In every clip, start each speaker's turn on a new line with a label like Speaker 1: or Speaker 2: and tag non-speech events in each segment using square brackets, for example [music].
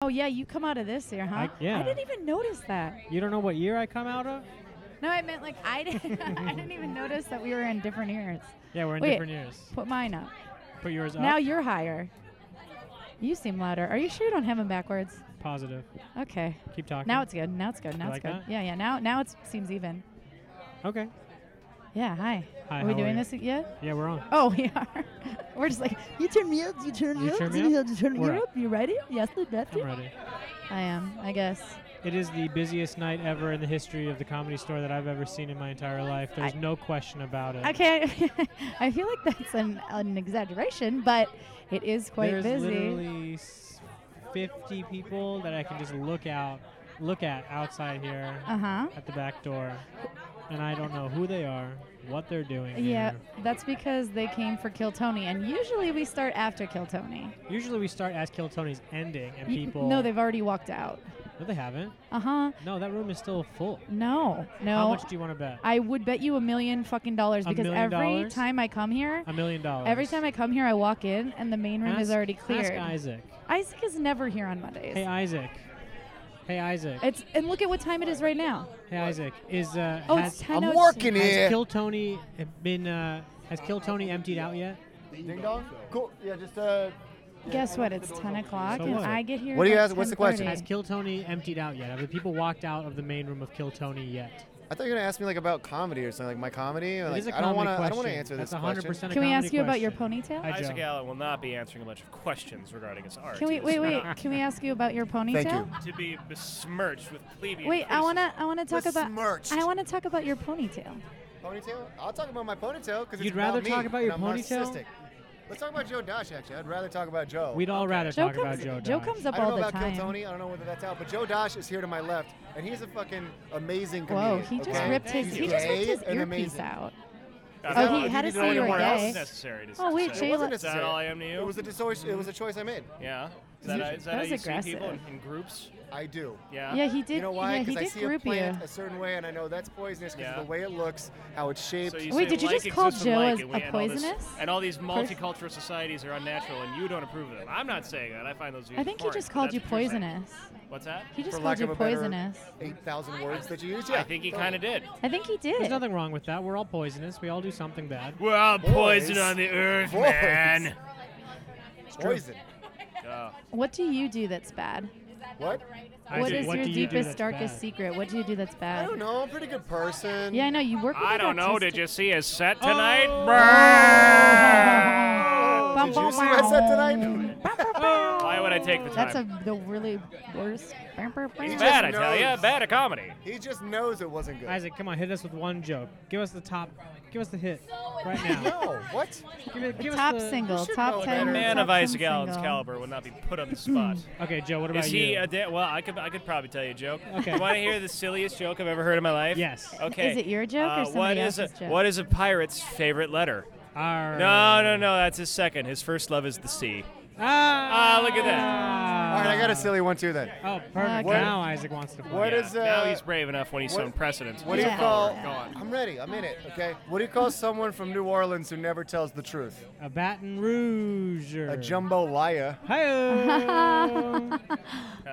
Speaker 1: Oh yeah, you come out of this year, huh?
Speaker 2: I- yeah.
Speaker 1: I didn't even notice that.
Speaker 2: You don't know what year I come out of?
Speaker 1: No, I meant like I [laughs] didn't. I didn't even notice that we were in different years.
Speaker 2: Yeah, we're in
Speaker 1: Wait.
Speaker 2: different years.
Speaker 1: Put mine up.
Speaker 2: Put yours up.
Speaker 1: Now you're higher. You seem louder. Are you sure you don't have them backwards?
Speaker 2: Positive.
Speaker 1: Okay.
Speaker 2: Keep talking.
Speaker 1: Now it's good. Now it's good. Now
Speaker 2: You
Speaker 1: it's
Speaker 2: like
Speaker 1: good.
Speaker 2: that?
Speaker 1: Yeah, yeah. Now now it seems even.
Speaker 2: okay.
Speaker 1: Yeah. Hi.
Speaker 2: Hi,
Speaker 1: Are we
Speaker 2: how
Speaker 1: doing
Speaker 2: you?
Speaker 1: this yet?
Speaker 2: Yeah, we're on.
Speaker 1: Oh, we are. [laughs] We're just like you turn me up. You turn
Speaker 2: You
Speaker 1: me up.
Speaker 2: turn me
Speaker 1: you
Speaker 2: up?
Speaker 1: You turn
Speaker 2: We're
Speaker 1: me
Speaker 2: up.
Speaker 1: up. You ready? Yes, the best.
Speaker 2: I'm ready.
Speaker 1: I am. I guess.
Speaker 2: It is the busiest night ever in the history of the comedy store that I've ever seen in my entire life. There's no question about it.
Speaker 1: Okay. [laughs] I feel like that's an, an exaggeration, but it is quite
Speaker 2: There's
Speaker 1: busy.
Speaker 2: literally s- 50 people that I can just look out, look at outside here
Speaker 1: Uh huh.
Speaker 2: at the back door, and I don't know who they are, what they're doing.
Speaker 1: Yeah,
Speaker 2: here.
Speaker 1: that's because they came for Kill Tony, and usually we start after Kill Tony.
Speaker 2: Usually we start as Kill Tony's ending, and
Speaker 1: Y-
Speaker 2: people.
Speaker 1: No, they've already walked out.
Speaker 2: No, they haven't.
Speaker 1: Uh huh.
Speaker 2: No, that room is still full.
Speaker 1: No, no.
Speaker 2: How much do you want to bet?
Speaker 1: I would bet you a million fucking dollars
Speaker 2: A
Speaker 1: because
Speaker 2: million
Speaker 1: every
Speaker 2: dollars?
Speaker 1: time I come here,
Speaker 2: A million dollars.
Speaker 1: every time I come here, I walk in and the main room is
Speaker 2: Ask-
Speaker 1: already
Speaker 2: Ask
Speaker 1: cleared.
Speaker 2: Isaac.
Speaker 1: Isaac is never here on Mondays.
Speaker 2: Hey Isaac. Hey Isaac.
Speaker 1: it's and look at what time it is right now.
Speaker 2: Hey Isaac. Is uh,
Speaker 1: Oh,
Speaker 2: has,
Speaker 1: it's ten.
Speaker 3: I'm
Speaker 1: oh-
Speaker 3: working
Speaker 2: has
Speaker 3: here.
Speaker 2: Kill Tony been? Uh, has Kill Tony emptied out yet?
Speaker 3: Ding dong. Cool. Yeah, just uh.
Speaker 1: Guess what? It's ten o'clock,
Speaker 2: So
Speaker 1: and
Speaker 2: what?
Speaker 1: I get here.
Speaker 3: What do you
Speaker 1: about
Speaker 3: ask- what's the question?
Speaker 1: 10:30.
Speaker 2: Has Kill Tony emptied out yet? Have the people walked out of the main room of Kill Tony yet?
Speaker 3: I thought you were gonna ask me like about comedy or something, like my comedy. Or,
Speaker 2: It
Speaker 3: like,
Speaker 2: is a
Speaker 3: I don't
Speaker 2: comedy
Speaker 3: wanna- I don't want to
Speaker 2: question.
Speaker 3: answer this
Speaker 2: That's 100%
Speaker 3: question.
Speaker 2: a
Speaker 1: Can we
Speaker 2: comedy
Speaker 1: ask you about your
Speaker 2: question.
Speaker 1: ponytail?
Speaker 2: I
Speaker 4: Isaac
Speaker 2: joke.
Speaker 4: Allen will not be answering a bunch of questions regarding his art.
Speaker 1: Can we
Speaker 4: He
Speaker 1: wait?
Speaker 4: is
Speaker 1: Wait.
Speaker 4: not
Speaker 1: Can we ask
Speaker 3: [laughs]
Speaker 1: you about your ponytail?
Speaker 3: you.
Speaker 4: To be besmirched with plebeian.
Speaker 1: Wait, I
Speaker 4: curses.
Speaker 1: wanna, I wanna talk about,
Speaker 3: Besmirched.
Speaker 1: I wanna talk about your ponytail.
Speaker 3: Ponytail? I'll talk about my ponytail because
Speaker 2: You'd rather talk about your ponytail?
Speaker 3: Let's talk about Joe Dosh. Actually, I'd rather talk about Joe.
Speaker 2: We'd all rather
Speaker 1: Joe
Speaker 2: talk about
Speaker 1: comes,
Speaker 2: Joe. Dodge.
Speaker 1: comes up
Speaker 3: I don't
Speaker 1: all
Speaker 3: know
Speaker 1: the
Speaker 3: about
Speaker 1: time.
Speaker 3: Kill Tony. I don't know whether that's out, but Joe Dosh is here to my left, and he's a fucking amazing comedian.
Speaker 1: Whoa, he just
Speaker 3: okay?
Speaker 1: ripped his,
Speaker 3: He's
Speaker 1: he just ripped
Speaker 3: gay
Speaker 1: his
Speaker 3: and
Speaker 1: earpiece
Speaker 3: amazing.
Speaker 1: out.
Speaker 4: I
Speaker 3: Oh,
Speaker 4: don't
Speaker 3: he
Speaker 4: know.
Speaker 3: had
Speaker 4: You
Speaker 3: to
Speaker 4: didn't
Speaker 3: see
Speaker 4: know
Speaker 3: you were
Speaker 4: anyone
Speaker 3: gay.
Speaker 4: else is necessary to
Speaker 1: Oh, wait,
Speaker 4: say.
Speaker 3: It
Speaker 1: Jayla-
Speaker 3: wasn't
Speaker 1: Is
Speaker 4: Is that
Speaker 3: necessary.
Speaker 4: all I am to you?
Speaker 3: It was a choice. It was a choice I made.
Speaker 4: yeah. Is that, is that,
Speaker 1: That
Speaker 4: how
Speaker 1: was
Speaker 4: you see people in,
Speaker 1: aggressive.
Speaker 4: in groups?
Speaker 3: I do.
Speaker 4: Yeah.
Speaker 1: Yeah, he did.
Speaker 3: you know why?
Speaker 1: Yeah, he
Speaker 3: I
Speaker 1: did
Speaker 3: see a
Speaker 1: group you.
Speaker 3: plant a certain way, and I know that's poisonous because
Speaker 4: Yeah.
Speaker 3: of the way it looks, how it's shaped.
Speaker 4: So you
Speaker 1: Wait,
Speaker 4: say
Speaker 1: did you
Speaker 4: like
Speaker 1: just call
Speaker 4: exists and
Speaker 1: Joe
Speaker 4: like
Speaker 1: as
Speaker 4: and we
Speaker 1: a
Speaker 4: end all this-
Speaker 1: poisonous?
Speaker 4: and all these
Speaker 1: Pois-
Speaker 4: multicultural societies are unnatural, and you don't approve of them. I'm not saying that. I find those. views
Speaker 1: I think he
Speaker 4: abhorrent,
Speaker 1: just
Speaker 4: but
Speaker 1: called
Speaker 4: that's
Speaker 1: you
Speaker 4: what you're saying.
Speaker 1: poisonous.
Speaker 4: What's that?
Speaker 1: He just
Speaker 3: for
Speaker 1: called
Speaker 3: lack
Speaker 1: you
Speaker 3: of a better
Speaker 1: poisonous.
Speaker 3: 8,000 words that you use.
Speaker 4: I think he kind of did.
Speaker 1: I think he
Speaker 2: There's
Speaker 1: did.
Speaker 2: nothing wrong with that. We're all poisonous. We all do something bad.
Speaker 4: We're all poison
Speaker 3: Boys.
Speaker 4: on the earth,
Speaker 3: Boys.
Speaker 4: man.
Speaker 3: poison.
Speaker 4: Oh.
Speaker 1: What do you do that's bad?
Speaker 3: What?
Speaker 2: I
Speaker 1: what
Speaker 2: do-
Speaker 1: is
Speaker 2: what
Speaker 1: your
Speaker 2: do you do
Speaker 1: deepest,
Speaker 2: that's
Speaker 1: darkest
Speaker 2: bad?
Speaker 1: secret? What do you do that's
Speaker 3: I
Speaker 1: bad?
Speaker 3: don't know. I'm a pretty good person.
Speaker 1: Yeah, I know you work. With
Speaker 4: I
Speaker 1: an
Speaker 4: don't know. Did
Speaker 1: autistic-
Speaker 4: you see his set
Speaker 2: Oh.
Speaker 4: tonight?
Speaker 2: Oh.
Speaker 1: Oh. Bum,
Speaker 3: Did
Speaker 1: bum,
Speaker 3: you see my set tonight?
Speaker 1: bum, bum, bum.
Speaker 4: Why would I take the time?
Speaker 1: That's a the really worst. Bum, bum, bum.
Speaker 3: He's
Speaker 4: bad, I
Speaker 3: just
Speaker 4: tell you.
Speaker 3: knows.
Speaker 4: Bad at comedy.
Speaker 3: He just knows it wasn't good.
Speaker 2: Isaac, come on, hit us with one joke. Give us the top. Give us the hit right now.
Speaker 3: No, what?
Speaker 2: Give it, give us
Speaker 1: top
Speaker 2: the-
Speaker 1: single,
Speaker 3: should
Speaker 1: top
Speaker 3: know
Speaker 4: A
Speaker 1: ten.
Speaker 3: better.
Speaker 4: man
Speaker 1: top
Speaker 4: of Isaac
Speaker 1: 10
Speaker 4: Allen's
Speaker 1: single.
Speaker 4: caliber would not be put on the spot.
Speaker 2: [clears throat] Okay, Joe. What about
Speaker 4: Is he
Speaker 2: you?
Speaker 4: a da- well? I could I could probably tell you a joke.
Speaker 2: Okay.
Speaker 4: You want to hear the silliest joke I've ever heard in my life?
Speaker 2: Yes.
Speaker 4: Okay.
Speaker 1: Is it your joke or
Speaker 4: Uh, what
Speaker 1: somebody
Speaker 4: is a,
Speaker 1: else's joke?
Speaker 4: What is a pirate's favorite letter?
Speaker 2: Arr.
Speaker 4: No, no, no. That's his second. His first love is the sea.
Speaker 2: Ah,
Speaker 4: Ah, look at
Speaker 1: Oh,
Speaker 4: that.
Speaker 3: All right, I got a silly one too then.
Speaker 2: Uh, Oh, perfect.
Speaker 1: Okay.
Speaker 2: Now Isaac wants to play.
Speaker 3: What
Speaker 4: yeah.
Speaker 3: is, uh,
Speaker 4: now he's brave enough when he's
Speaker 3: what-
Speaker 4: shown precedent.
Speaker 3: What do you
Speaker 1: Yeah.
Speaker 3: call?
Speaker 4: Gone.
Speaker 3: I'm ready. I'm in it. Okay. What do you call someone from New Orleans who never tells the truth?
Speaker 2: A Baton Rouge.
Speaker 3: A jumbo liar.
Speaker 2: Hi.
Speaker 1: [laughs]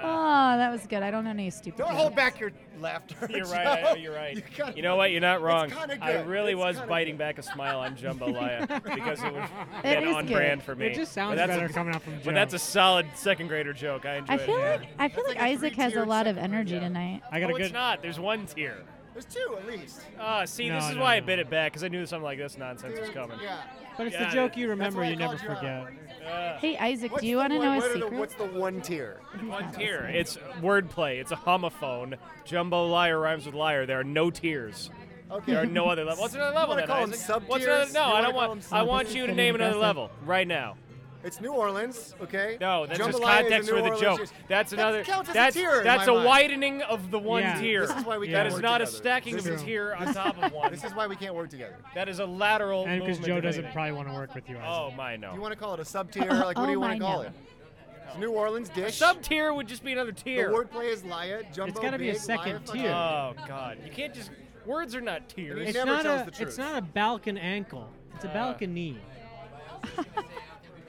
Speaker 1: Oh, that was good. I don't know any stupid.
Speaker 3: Don't
Speaker 1: jokes.
Speaker 3: hold back your laughter.
Speaker 4: [laughs] You're right. I
Speaker 3: Joe.
Speaker 4: know you're right.
Speaker 3: You
Speaker 4: You,
Speaker 3: gotta-
Speaker 4: know what? You're not wrong.
Speaker 3: kinda
Speaker 4: I
Speaker 3: good.
Speaker 4: really
Speaker 3: It's
Speaker 4: was
Speaker 3: kinda
Speaker 4: biting back a smile on Jambalaya because it was
Speaker 1: It
Speaker 4: been
Speaker 1: is
Speaker 4: on
Speaker 1: good.
Speaker 4: brand for me.
Speaker 2: it just sounds
Speaker 4: but that's
Speaker 2: better
Speaker 4: A,
Speaker 2: coming out from Joe.
Speaker 4: but that's a solid second grader joke. I enjoy
Speaker 1: I feel
Speaker 4: it.
Speaker 1: like I feel like,
Speaker 3: like a
Speaker 1: Isaac has a
Speaker 3: three-tiered
Speaker 1: lot of
Speaker 3: second
Speaker 1: energy
Speaker 3: grade, yeah.
Speaker 1: tonight.
Speaker 2: I got
Speaker 4: no,
Speaker 2: a good.
Speaker 4: it's not. There's one tier.
Speaker 3: [laughs] There's two at least.
Speaker 4: Ah, see,
Speaker 2: No,
Speaker 4: this is
Speaker 2: no,
Speaker 4: why I
Speaker 2: no.
Speaker 4: bit it back because I knew something like this nonsense was
Speaker 3: There's-
Speaker 4: coming.
Speaker 3: Yeah.
Speaker 2: But it's
Speaker 4: Yeah,
Speaker 2: the joke
Speaker 4: it-
Speaker 2: you remember,
Speaker 3: why I
Speaker 2: you never
Speaker 3: called you out.
Speaker 2: forget.
Speaker 1: Hey, Isaac,
Speaker 3: What's
Speaker 1: do you
Speaker 3: the
Speaker 1: want to
Speaker 3: one-
Speaker 1: know a
Speaker 3: what are the-
Speaker 1: secret?
Speaker 3: what's the one tier?
Speaker 4: One tier. It's wordplay. It's a homophone. Jumbo liar rhymes with liar. There are no tiers.
Speaker 3: Okay.
Speaker 4: There are no other level. What's another level?
Speaker 3: wanna
Speaker 4: then,
Speaker 3: call 'em
Speaker 4: Isaac? What's
Speaker 3: sub-tiers?
Speaker 4: another?
Speaker 3: You
Speaker 4: No, I
Speaker 3: wanna
Speaker 4: don't
Speaker 3: call
Speaker 4: want.
Speaker 3: 'em
Speaker 4: I want you to
Speaker 2: sub-tiers?
Speaker 4: name another
Speaker 2: Fantastic.
Speaker 4: level right now.
Speaker 3: It's New Orleans, okay?
Speaker 4: No, that's just
Speaker 3: Jambalaya is a
Speaker 4: context
Speaker 3: New
Speaker 4: for the
Speaker 3: Orleans
Speaker 4: joke.
Speaker 3: dish.
Speaker 4: That's
Speaker 3: That
Speaker 4: another.
Speaker 3: counts as a
Speaker 4: that's
Speaker 3: tier in
Speaker 4: that's
Speaker 3: my
Speaker 4: a
Speaker 3: mind.
Speaker 4: widening of the one
Speaker 2: Yeah.
Speaker 4: tier.
Speaker 3: This is why we
Speaker 2: Yeah.
Speaker 4: that
Speaker 3: can't
Speaker 4: is
Speaker 3: work
Speaker 4: not a
Speaker 3: together.
Speaker 4: stacking
Speaker 3: This
Speaker 4: of a
Speaker 3: is-
Speaker 4: tier on
Speaker 3: [laughs]
Speaker 4: top of one.
Speaker 3: This is why we can't work together.
Speaker 4: that is a lateral.
Speaker 2: And because
Speaker 4: because
Speaker 2: Joe doesn't probably want to work with you, Isaac.
Speaker 4: Oh my no.
Speaker 3: Do you want to call it a sub tier? Like, what do you
Speaker 1: Oh,
Speaker 3: want
Speaker 1: my
Speaker 3: to call
Speaker 1: no.
Speaker 3: it? It's New Orleans dish.
Speaker 4: Sub tier would just be another
Speaker 3: The
Speaker 4: tier.
Speaker 3: wordplay is Laya. Jumbo
Speaker 2: It's gotta be a
Speaker 3: big,
Speaker 2: second
Speaker 3: Laya fucking-
Speaker 2: tier.
Speaker 4: Oh god, you can't just. Words are not tiers.
Speaker 3: He
Speaker 2: it's
Speaker 3: never
Speaker 2: not
Speaker 3: tells
Speaker 2: a.
Speaker 3: the
Speaker 2: It's
Speaker 3: truth.
Speaker 2: not a Balkan ankle. It's a Balkan knee.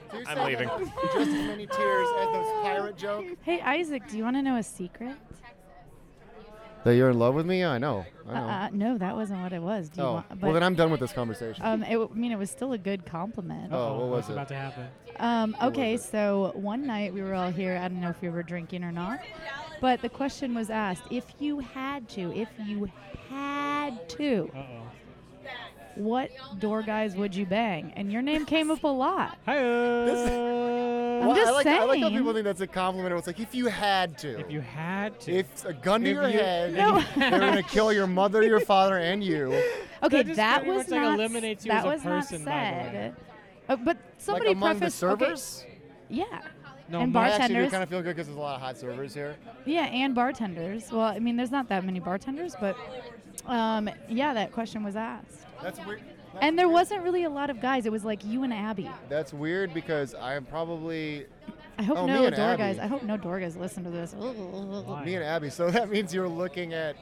Speaker 3: So you're
Speaker 4: I'm
Speaker 3: saying
Speaker 4: leaving.
Speaker 3: that Just as many tears as
Speaker 1: [laughs]
Speaker 3: those pirate joke.
Speaker 1: Hey, Isaac, do you want to know a secret?
Speaker 3: That you're in love with me? I know. I know.
Speaker 1: Uh, uh, no, that wasn't what it was. Do you
Speaker 3: oh,
Speaker 1: want, but,
Speaker 3: well then I'm done with this conversation.
Speaker 1: um, it, w- I mean, it was still a good compliment.
Speaker 3: Oh, what was
Speaker 2: what's
Speaker 3: it?
Speaker 2: about to happen?
Speaker 1: Um,
Speaker 3: was
Speaker 1: okay,
Speaker 3: it?
Speaker 1: so one night we were all here. I don't know if we were drinking or not, but the question was asked if you had to, if you had to,
Speaker 2: Uh oh.
Speaker 1: what door guys would you bang? And your name came up a lot.
Speaker 2: Hi.
Speaker 1: I'm
Speaker 3: Well,
Speaker 1: just
Speaker 3: I like, I like how
Speaker 1: saying.
Speaker 3: people think that's a compliment. It's like if you had to.
Speaker 2: If you had to.
Speaker 3: If a gun to
Speaker 2: If
Speaker 3: your
Speaker 2: you-
Speaker 3: head,
Speaker 1: No.
Speaker 3: they're
Speaker 2: [laughs]
Speaker 3: gonna kill your mother, your father, and you.
Speaker 1: Okay,
Speaker 2: just
Speaker 1: that,
Speaker 2: pretty
Speaker 1: was
Speaker 2: much, like,
Speaker 1: not
Speaker 2: eliminates you
Speaker 1: that
Speaker 2: as a
Speaker 1: was
Speaker 2: person, by
Speaker 1: not
Speaker 2: the
Speaker 1: said.
Speaker 2: way.
Speaker 1: Uh, but somebody
Speaker 3: like among the
Speaker 1: prefaced- okay,
Speaker 3: servers.
Speaker 1: yeah,
Speaker 2: no,
Speaker 1: and
Speaker 2: my-
Speaker 1: bar-
Speaker 3: Actually,
Speaker 1: bartenders.
Speaker 3: kind of feel good because there's a lot of hot servers here.
Speaker 1: yeah, and bartenders. Well, I mean, there's not that many bartenders, but um, yeah, that question was asked,
Speaker 3: That's weird. That's
Speaker 1: and there
Speaker 3: weird.
Speaker 1: wasn't really a lot of guys. It was like you and Abby.
Speaker 3: That's weird because I am probably
Speaker 1: I hope
Speaker 3: Oh, me
Speaker 1: no
Speaker 3: and
Speaker 1: door
Speaker 3: Abby.
Speaker 1: guys. I hope no door guys listen to this.
Speaker 2: Why?
Speaker 3: me and Abby. So that means you're looking at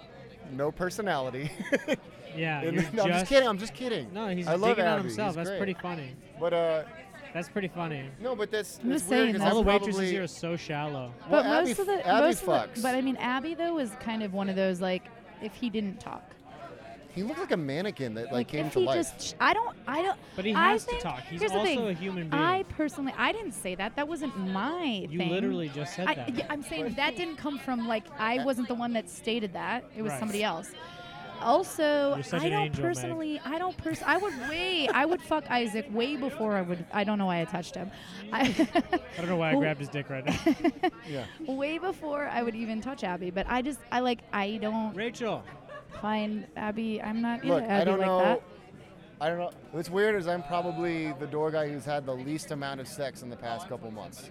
Speaker 3: no personality.
Speaker 2: [laughs] yeah,
Speaker 3: And
Speaker 2: you're
Speaker 3: then- [laughs] no, I'm just kidding. I'm just kidding.
Speaker 2: No, he's
Speaker 3: I love
Speaker 2: digging on
Speaker 3: Abby,
Speaker 2: himself.
Speaker 3: he's
Speaker 2: That's
Speaker 3: great.
Speaker 2: pretty funny.
Speaker 3: But uh,
Speaker 2: That's pretty funny.
Speaker 3: no, but that's.
Speaker 1: I'm
Speaker 3: that's
Speaker 1: just
Speaker 3: weird
Speaker 1: saying
Speaker 3: 'cause
Speaker 1: that.
Speaker 2: All
Speaker 3: I'm
Speaker 2: the
Speaker 3: probably,
Speaker 2: waitresses here are so shallow.
Speaker 3: Well,
Speaker 1: But
Speaker 3: Abby
Speaker 1: most
Speaker 3: f-
Speaker 1: of the
Speaker 3: Abby
Speaker 1: most Of
Speaker 3: fucks.
Speaker 1: the, but I mean, Abby though was kind of one of those like, if he didn't talk,
Speaker 3: He looked like a mannequin that like, came
Speaker 1: if
Speaker 3: to
Speaker 1: he
Speaker 3: life.
Speaker 1: just, I don't, I don't.
Speaker 2: But he
Speaker 1: I
Speaker 2: has to
Speaker 1: think-
Speaker 2: talk. He's
Speaker 1: here's the
Speaker 2: also
Speaker 1: thing.
Speaker 2: a human
Speaker 1: I
Speaker 2: being.
Speaker 1: personally, I didn't say that. That wasn't my
Speaker 2: You
Speaker 1: thing.
Speaker 2: literally just said
Speaker 1: I,
Speaker 2: that.
Speaker 1: yeah, I'm saying that didn't come from like I wasn't the one that stated that. It was
Speaker 2: Right.
Speaker 1: somebody else. Also,
Speaker 2: You're such
Speaker 1: I
Speaker 2: an
Speaker 1: don't
Speaker 2: angel, Meg.
Speaker 1: personally. I don't pers- I would way. I would fuck Isaac way before I would. I don't know why I touched him. I,
Speaker 2: I don't know why I
Speaker 1: Well-
Speaker 2: grabbed his dick right now.
Speaker 3: [laughs] yeah.
Speaker 1: way before I would even touch Abby. But I just. I like. I don't
Speaker 2: Rachel,
Speaker 1: find Abby. I'm not into
Speaker 3: Look,
Speaker 1: Abby
Speaker 3: I don't
Speaker 1: like
Speaker 3: know.
Speaker 1: that.
Speaker 3: I don't know. What's weird is I'm probably the door guy who's had the least amount of sex in the past couple months.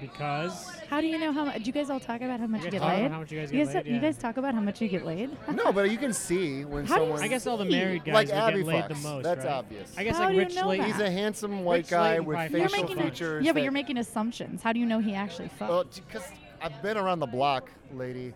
Speaker 2: because
Speaker 1: How do you know how much? Do you guys all talk about how much
Speaker 2: guys
Speaker 1: you get
Speaker 2: talk about
Speaker 1: laid?
Speaker 2: how much you guys get laid,
Speaker 1: you
Speaker 2: yeah.
Speaker 1: guys talk about how much you get laid?
Speaker 3: No, but you can see when
Speaker 1: How do you
Speaker 3: someone.
Speaker 2: I guess all the
Speaker 1: Hey.
Speaker 2: married guys
Speaker 3: Like
Speaker 2: would
Speaker 3: Abby
Speaker 2: get laid the
Speaker 3: fucks.
Speaker 2: most.
Speaker 3: That's
Speaker 2: right?
Speaker 3: obvious.
Speaker 2: I guess
Speaker 1: How
Speaker 2: like
Speaker 1: do you
Speaker 2: Rich
Speaker 1: know
Speaker 2: Lady.
Speaker 1: that?
Speaker 3: He's a handsome white
Speaker 2: Rich
Speaker 3: guy
Speaker 2: Layton
Speaker 3: with
Speaker 2: probably
Speaker 1: You're
Speaker 2: fucks.
Speaker 3: facial
Speaker 1: making
Speaker 2: fun.
Speaker 3: features.
Speaker 1: yeah, but
Speaker 3: that-
Speaker 1: you're making assumptions. How do you know he actually fucked?
Speaker 3: Well, because I've been around the block, lady.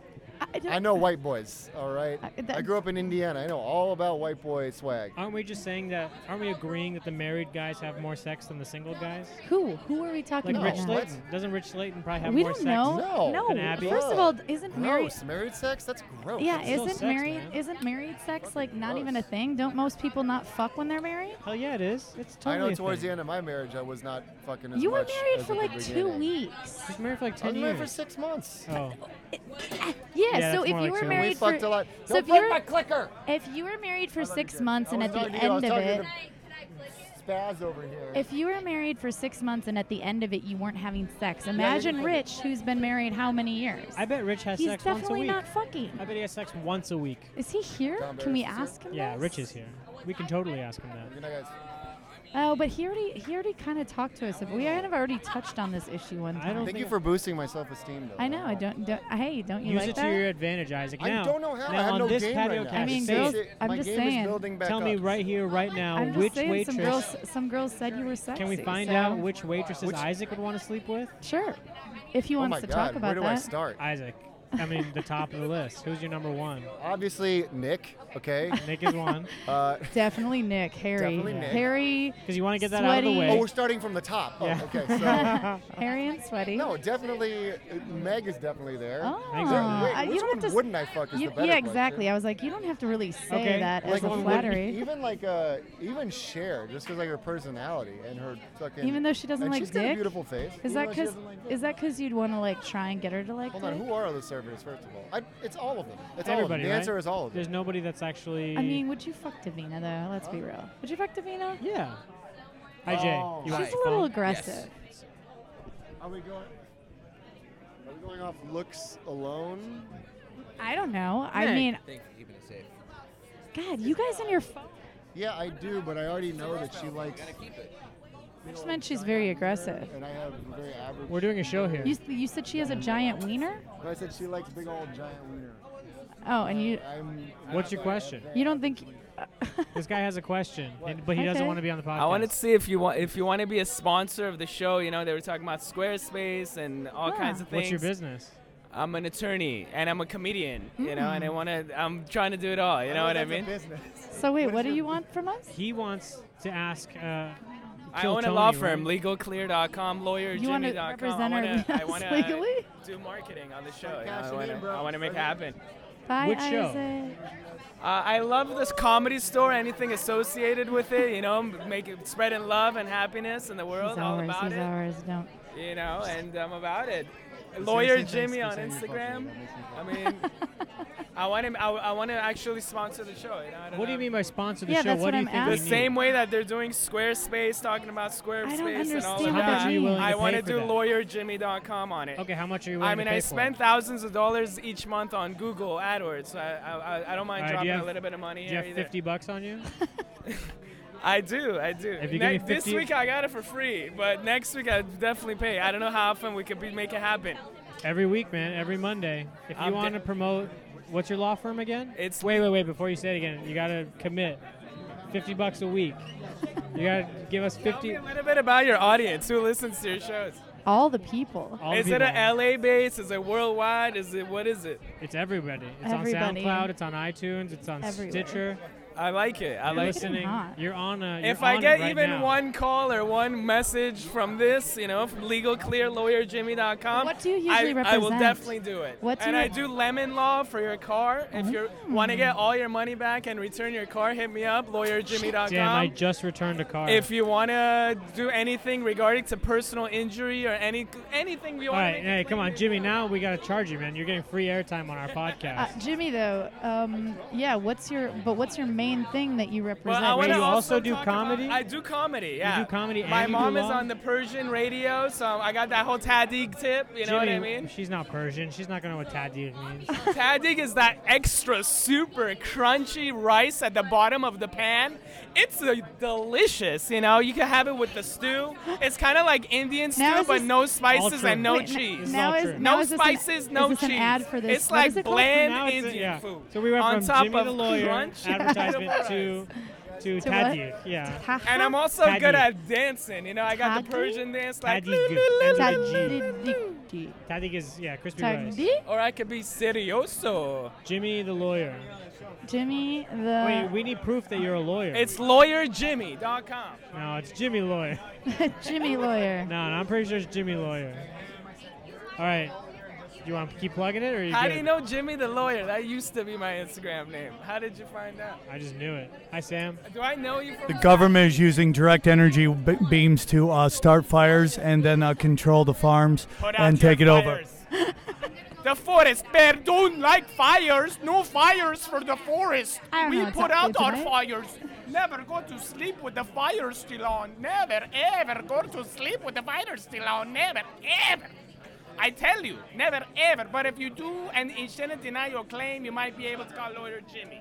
Speaker 1: don't-
Speaker 3: I know white boys, all right?
Speaker 1: I- that-
Speaker 3: I grew up in Indiana. I know all about white boy swag.
Speaker 2: Aren't we just saying that? Aren't we agreeing that the married guys have more sex than the single guys?
Speaker 1: Who? Who are we talking
Speaker 2: Like
Speaker 1: about?
Speaker 2: Rich
Speaker 1: now?
Speaker 3: Lake-
Speaker 2: Slayton. Doesn't Rich Slayton probably have
Speaker 1: we
Speaker 2: more
Speaker 1: don't
Speaker 2: sex?
Speaker 1: know.
Speaker 3: No.
Speaker 1: No.
Speaker 2: Than Abby?
Speaker 1: First of all, isn't married?
Speaker 3: Gross. Married sex? That's gross.
Speaker 1: Yeah,
Speaker 2: still
Speaker 1: isn't
Speaker 2: sex,
Speaker 1: married?
Speaker 2: man.
Speaker 1: Isn't married sex like not
Speaker 3: gross.
Speaker 1: even a thing? Don't most people not fuck when they're married?
Speaker 2: Hell yeah, it is. It's totally.
Speaker 3: I know
Speaker 2: a
Speaker 3: towards
Speaker 2: thing.
Speaker 3: the end of my marriage, I was not fucking as
Speaker 1: You were
Speaker 3: much
Speaker 1: married
Speaker 3: as
Speaker 1: for
Speaker 3: at the
Speaker 1: like two
Speaker 3: beginning.
Speaker 1: weeks.
Speaker 2: She's married for like
Speaker 3: I was
Speaker 2: ten
Speaker 3: married for
Speaker 2: years.
Speaker 3: six months.
Speaker 2: Oh,
Speaker 1: Yeah,
Speaker 2: Yeah,
Speaker 1: so
Speaker 2: that's
Speaker 1: if
Speaker 2: more
Speaker 1: you
Speaker 2: like
Speaker 1: were
Speaker 2: two. We
Speaker 3: we
Speaker 1: married for
Speaker 3: fucked a lot.
Speaker 1: so
Speaker 3: Don't
Speaker 1: if
Speaker 3: break
Speaker 1: you're-
Speaker 3: my clicker.
Speaker 1: if you were married for six months and
Speaker 3: I
Speaker 1: at the
Speaker 3: wasn't talking to you, I was
Speaker 1: end of
Speaker 3: talking
Speaker 1: it,
Speaker 3: to the Spaz over here.
Speaker 1: if you were married for six months and at the end of it you weren't having sex, imagine
Speaker 3: fucking.
Speaker 1: Rich who's been married how many years?
Speaker 2: I bet Rich has
Speaker 1: He's
Speaker 2: sex once a
Speaker 1: definitely
Speaker 2: week.
Speaker 1: not fucking.
Speaker 2: I bet he has sex once a week.
Speaker 1: Is he here?
Speaker 3: Tom
Speaker 1: Can we
Speaker 3: Barris is
Speaker 1: ask him?
Speaker 2: Yeah,
Speaker 1: this?
Speaker 2: Rich is here. We can totally ask him that.
Speaker 3: Good night, guys.
Speaker 1: Oh, but he already he already kind of talked to us. We kind of already touched on this issue one
Speaker 2: I
Speaker 1: time.
Speaker 2: don't-
Speaker 3: Thank you for boosting my self-esteem, though.
Speaker 1: I know. I don't. don't hey, don't you
Speaker 2: Use
Speaker 1: like
Speaker 2: it
Speaker 1: that?
Speaker 2: to your advantage, Isaac.
Speaker 3: I
Speaker 2: Now,
Speaker 3: don't know how.
Speaker 2: Now
Speaker 3: I have
Speaker 2: on
Speaker 3: no
Speaker 2: this
Speaker 3: game
Speaker 2: patio
Speaker 3: right now.
Speaker 2: couch,
Speaker 1: I mean,
Speaker 2: say
Speaker 1: girls-
Speaker 2: it.
Speaker 1: I'm
Speaker 3: my
Speaker 1: just
Speaker 3: game
Speaker 1: saying.
Speaker 3: Is building back
Speaker 2: tell
Speaker 3: up.
Speaker 2: me right here, right now,
Speaker 1: I'm
Speaker 2: which
Speaker 1: just saying
Speaker 2: waitress?
Speaker 1: some girls some girls said you were sexy.
Speaker 2: can we find
Speaker 1: so-
Speaker 2: out which waitresses Isaac would want to sleep with?
Speaker 1: Sure. If he
Speaker 3: Oh
Speaker 1: wants
Speaker 3: my
Speaker 1: to
Speaker 3: God,
Speaker 1: talk about
Speaker 3: where do
Speaker 1: that.
Speaker 3: I start?
Speaker 2: Isaac. I mean, the top
Speaker 1: [laughs]
Speaker 2: of the list. Who's your number one?
Speaker 3: Obviously, Nick. Okay.
Speaker 2: [laughs] Nick is one. [laughs]
Speaker 3: Uh,
Speaker 1: Definitely Nick, Harry,
Speaker 3: Definitely Nick.
Speaker 1: Harry,
Speaker 2: Because you want to get that out of the
Speaker 1: Sweaty.
Speaker 2: way.
Speaker 3: oh, we're starting from the top. Oh,
Speaker 2: Yeah.
Speaker 3: okay.
Speaker 2: [laughs]
Speaker 3: So
Speaker 1: [laughs] Harry and Sweaty.
Speaker 3: no, Oh, definitely uh, Meg is definitely there.
Speaker 1: Oh,
Speaker 2: Thanks,
Speaker 3: There-
Speaker 2: Uh,
Speaker 3: wait,
Speaker 1: I-
Speaker 3: which
Speaker 1: you don't
Speaker 3: one
Speaker 1: have to. s-
Speaker 3: wouldn't I fuck is
Speaker 1: you-
Speaker 3: the better
Speaker 1: yeah,
Speaker 3: question.
Speaker 1: exactly. I was like, you don't have to really say
Speaker 2: Okay.
Speaker 1: that
Speaker 2: Like,
Speaker 1: as a
Speaker 2: one
Speaker 3: even-
Speaker 2: wouldn't-
Speaker 1: flattery.
Speaker 3: Even like uh, even Cher, just because like her personality and her fucking.
Speaker 1: Even though she doesn't
Speaker 3: and
Speaker 1: like
Speaker 3: she's got a
Speaker 1: dick?
Speaker 3: beautiful face. even
Speaker 1: Is that
Speaker 3: though she
Speaker 1: because
Speaker 3: doesn't like dick.
Speaker 1: is that because you'd want to like try and get her to like?
Speaker 3: Hold on,
Speaker 1: dick?
Speaker 3: who are the servers first of all? I, it's all of them. It's all of
Speaker 2: Everybody,
Speaker 3: them. The
Speaker 2: right?
Speaker 3: answer is all of them.
Speaker 2: There's nobody that's actually.
Speaker 1: I mean, would you fuck Davina though? Let's be real. Would you fuck Davina?
Speaker 2: yeah. Hi Jay.
Speaker 3: Oh.
Speaker 2: You want
Speaker 1: She's
Speaker 2: your
Speaker 1: a little
Speaker 2: phone?
Speaker 1: aggressive.
Speaker 3: Are we going? Are we going off looks alone?
Speaker 1: I don't know. I mean,
Speaker 5: Thanks for keeping it safe.
Speaker 1: God, you guys and your phone.
Speaker 3: Yeah, I do, but I already know that she likes.
Speaker 1: I just meant she's very aggressive.
Speaker 3: And I have a very average.
Speaker 2: We're doing a show here.
Speaker 1: You, s- you said she has a giant wiener.
Speaker 3: I said she likes big old giant wiener.
Speaker 1: Oh, and you
Speaker 3: I'm.
Speaker 2: What's your question?
Speaker 1: you don't think?
Speaker 2: This guy has a question, and, but he doesn't
Speaker 1: Okay.
Speaker 2: want to be on the podcast.
Speaker 5: I wanted to see if you want if you want to be a sponsor of the show. You know, they were talking about Squarespace and all
Speaker 1: Yeah.
Speaker 5: kinds of
Speaker 2: What's
Speaker 5: things.
Speaker 2: your business?
Speaker 5: I'm an attorney and I'm a comedian. You know,
Speaker 1: Hmm.
Speaker 5: and I want to. I'm trying to do it all. You know what I mean?
Speaker 1: So wait, what do you want from us?
Speaker 2: He wants to ask uh,
Speaker 6: I
Speaker 2: Kill
Speaker 6: own a
Speaker 2: Tony,
Speaker 6: law firm,
Speaker 2: right?
Speaker 6: legalclear.com,
Speaker 1: You wanna
Speaker 6: lawyerjimmy.com. I
Speaker 1: represent our
Speaker 6: wanna, [laughs] I
Speaker 1: [laughs] videos
Speaker 6: wanna
Speaker 1: legally?
Speaker 6: do marketing on the show. you know,
Speaker 3: cash
Speaker 6: I
Speaker 3: it
Speaker 6: wanna-
Speaker 3: in, bro.
Speaker 6: I want to make it happen.
Speaker 1: Bye,
Speaker 2: Which show?
Speaker 1: Isaac.
Speaker 6: Uh, I love this comedy store. Anything associated with it, you know, make it, spreading love and happiness in the world.
Speaker 1: He's
Speaker 6: all
Speaker 1: ours.
Speaker 6: about
Speaker 1: He's
Speaker 6: it,
Speaker 1: ours. Don't.
Speaker 6: you know, and I'm about it.
Speaker 3: It's
Speaker 6: Lawyer
Speaker 3: the same thing
Speaker 6: Jimmy on
Speaker 3: as saying you're
Speaker 6: Instagram.
Speaker 3: fucking,
Speaker 6: I
Speaker 3: that makes me
Speaker 6: mean, [laughs] I want to. I, I want to actually sponsor the show. You know? I don't
Speaker 2: What do you
Speaker 6: know.
Speaker 2: mean by sponsor the
Speaker 1: Yeah,
Speaker 2: show?
Speaker 1: that's
Speaker 2: what
Speaker 1: what
Speaker 2: do you
Speaker 1: I'm
Speaker 2: think? we
Speaker 6: The
Speaker 1: asking.
Speaker 2: need?
Speaker 6: same way that they're doing Squarespace, talking about Squarespace
Speaker 1: I don't
Speaker 6: and all
Speaker 1: understand
Speaker 6: of
Speaker 2: How
Speaker 1: what
Speaker 2: much
Speaker 1: that
Speaker 6: that.
Speaker 2: are you
Speaker 1: means.
Speaker 2: willing to
Speaker 6: I want to
Speaker 2: pay for
Speaker 6: do
Speaker 2: that?
Speaker 6: lawyerjimmy.com on it.
Speaker 2: Okay, how much are you willing
Speaker 6: I mean,
Speaker 2: to pay
Speaker 6: I
Speaker 2: for
Speaker 6: spend
Speaker 2: it?
Speaker 6: thousands of dollars each month on Google AdWords. So I, I, I- I don't mind
Speaker 2: All right, do
Speaker 6: dropping
Speaker 2: you
Speaker 6: a
Speaker 2: have-
Speaker 6: little bit of money
Speaker 2: Do you
Speaker 6: here
Speaker 2: have
Speaker 6: either.
Speaker 2: 50 bucks on you?
Speaker 6: [laughs] I do, I do.
Speaker 2: If you give
Speaker 6: Ne-
Speaker 2: me
Speaker 6: this
Speaker 2: 50
Speaker 6: week I got it for free, but next week I definitely pay. I don't know how often we could be, make it happen.
Speaker 2: Every week, man. Every Monday. If you
Speaker 6: I'm
Speaker 2: want to
Speaker 6: de-
Speaker 2: promote, what's your law firm again?
Speaker 6: It's-
Speaker 2: wait, wait, wait. Before you say it again, you gotta commit. Fifty bucks a week. You gotta give us
Speaker 6: Tell
Speaker 2: fifty.
Speaker 6: me a little bit about your audience. Who listens to your shows?
Speaker 1: All the people.
Speaker 2: all the
Speaker 6: is it
Speaker 2: people.
Speaker 6: a LA base? Is it worldwide? Is it what is it?
Speaker 2: It's everybody. It's
Speaker 1: Everybody.
Speaker 2: on SoundCloud. It's on iTunes. It's on
Speaker 1: Everywhere.
Speaker 2: Stitcher.
Speaker 6: I like it. I
Speaker 2: You're
Speaker 6: like it.
Speaker 1: Getting
Speaker 2: listening.
Speaker 1: hot.
Speaker 2: You're on. A, you're
Speaker 6: If I
Speaker 2: on it
Speaker 6: get
Speaker 2: right
Speaker 6: even
Speaker 2: now.
Speaker 6: one call or one message from this, you know, from legalclearlawyerjimmy.com,
Speaker 1: What do you
Speaker 6: I,
Speaker 1: usually
Speaker 6: I will
Speaker 1: represent?
Speaker 6: definitely do it.
Speaker 1: What do
Speaker 6: and
Speaker 1: you- Mm-hmm.
Speaker 6: I do lemon law for your car. If you want to get all your money back and return your car, hit me up, lawyerjimmy.com.
Speaker 2: Damn! I just returned a car.
Speaker 6: if you want to do anything regarding to personal injury or any anything we
Speaker 2: all
Speaker 6: want
Speaker 2: right, hey, come on, Jimmy. Now we gotta charge you, man. You're getting free airtime on our
Speaker 1: [laughs] Uh,
Speaker 2: podcast.
Speaker 1: Jimmy, though, um, yeah. What's your but what's your main thing that you represent?
Speaker 6: I
Speaker 1: What
Speaker 6: wanna
Speaker 1: is-
Speaker 2: you also do
Speaker 6: talk about-
Speaker 2: comedy?
Speaker 6: I do comedy. Yeah,
Speaker 2: do comedy
Speaker 6: My
Speaker 2: and you do
Speaker 6: mom is
Speaker 2: law?
Speaker 6: on the Persian radio, so I got that whole Tadig tip. You know
Speaker 2: Jimmy,
Speaker 6: what I mean?
Speaker 2: she's not Persian. She's not gonna know what tadir
Speaker 1: [laughs]
Speaker 2: means.
Speaker 6: Tadig is that extra super crunchy rice at the bottom of the pan. It's uh, delicious, you know. You can have it with the stew. It's kind of like Indian
Speaker 1: Now
Speaker 6: stew,
Speaker 1: is
Speaker 6: but
Speaker 1: this-
Speaker 6: no spices
Speaker 2: Ultra.
Speaker 6: and no
Speaker 1: Wait, n-
Speaker 6: cheese.
Speaker 1: Now
Speaker 2: It's
Speaker 1: is,
Speaker 2: all true.
Speaker 1: now
Speaker 6: no
Speaker 1: is this an-
Speaker 6: spices, no
Speaker 1: is this
Speaker 6: cheese.
Speaker 1: An ad for this.
Speaker 6: It's
Speaker 1: What
Speaker 6: like
Speaker 1: is it called?
Speaker 6: bland
Speaker 2: Now it's-
Speaker 6: Indian
Speaker 2: yeah.
Speaker 6: food.
Speaker 2: So we went
Speaker 6: on
Speaker 2: from
Speaker 6: top
Speaker 2: Jimmy
Speaker 6: of
Speaker 2: the lawyer
Speaker 6: crunch [laughs]
Speaker 2: advertisement
Speaker 6: rice.
Speaker 2: to to,
Speaker 1: To what?
Speaker 2: Tadir. Yeah.
Speaker 1: Ha-
Speaker 6: And I'm also
Speaker 2: Tadig.
Speaker 6: good at dancing. You know, I got
Speaker 1: Tadig?
Speaker 6: the Persian dance like.
Speaker 2: Tadig. Ends
Speaker 1: ha-
Speaker 2: with a G.
Speaker 1: di-
Speaker 2: Tadig is yeah, crispy rice.
Speaker 1: di-
Speaker 6: Or I could be serioso.
Speaker 2: Jimmy the lawyer.
Speaker 1: Jimmy the
Speaker 2: Wait, we need proof that you're a lawyer.
Speaker 6: It's lawyerjimmy.com.
Speaker 2: no, it's Jimmy lawyer.
Speaker 1: [laughs] Jimmy lawyer.
Speaker 2: No, no, I'm pretty sure it's Jimmy lawyer. All right. You want to keep plugging it or you
Speaker 6: How
Speaker 2: good?
Speaker 6: do you know Jimmy the lawyer? That used to be my Instagram name. How did you find out?
Speaker 2: I just knew it. Hi Sam.
Speaker 6: Do I know you from
Speaker 7: The government is using direct energy b- beams to uh, start fires and then uh, control the farms
Speaker 6: Put out
Speaker 7: and
Speaker 6: your
Speaker 7: take it over.
Speaker 6: fires. the forest bear don't like fires. No fires for the forest.
Speaker 1: I don't
Speaker 6: we
Speaker 1: know what's
Speaker 6: put
Speaker 1: up
Speaker 6: out
Speaker 1: with
Speaker 6: our
Speaker 1: tonight.
Speaker 6: fires. Never go to sleep with the fire still on. Never ever go to sleep with the fire still on. Never ever. I tell you, never ever. But if you do and he shouldn't deny your claim, you might be able to call lawyer Jimmy.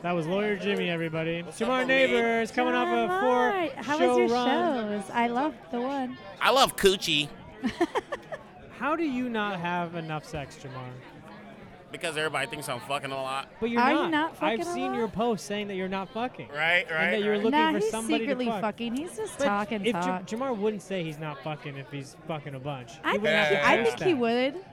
Speaker 2: That was lawyer Jimmy, everybody. Jamar Neighbors coming off a four
Speaker 1: How
Speaker 2: show
Speaker 1: was your
Speaker 2: run.
Speaker 1: shows? I loved the one.
Speaker 8: I love coochie
Speaker 2: [laughs] How do you not have enough sex, Jamar?
Speaker 8: because everybody thinks I'm fucking a lot.
Speaker 2: But you're
Speaker 1: Are you
Speaker 2: not.
Speaker 1: not
Speaker 2: I've
Speaker 1: fucking a
Speaker 2: seen
Speaker 1: lot?
Speaker 2: your post saying that you're not fucking.
Speaker 8: Right,
Speaker 2: And that
Speaker 8: right.
Speaker 2: you're
Speaker 8: right.
Speaker 2: looking
Speaker 1: nah,
Speaker 2: for
Speaker 1: he's
Speaker 2: somebody
Speaker 1: secretly
Speaker 2: to fuck.
Speaker 1: fucking. He's just
Speaker 2: But
Speaker 1: talking
Speaker 2: if
Speaker 1: talk.
Speaker 2: Ja- Jamar wouldn't say he's not fucking if he's fucking a bunch. He
Speaker 1: I
Speaker 2: would
Speaker 1: think,
Speaker 2: not
Speaker 1: he, I
Speaker 2: post
Speaker 1: think he
Speaker 2: that.
Speaker 1: would.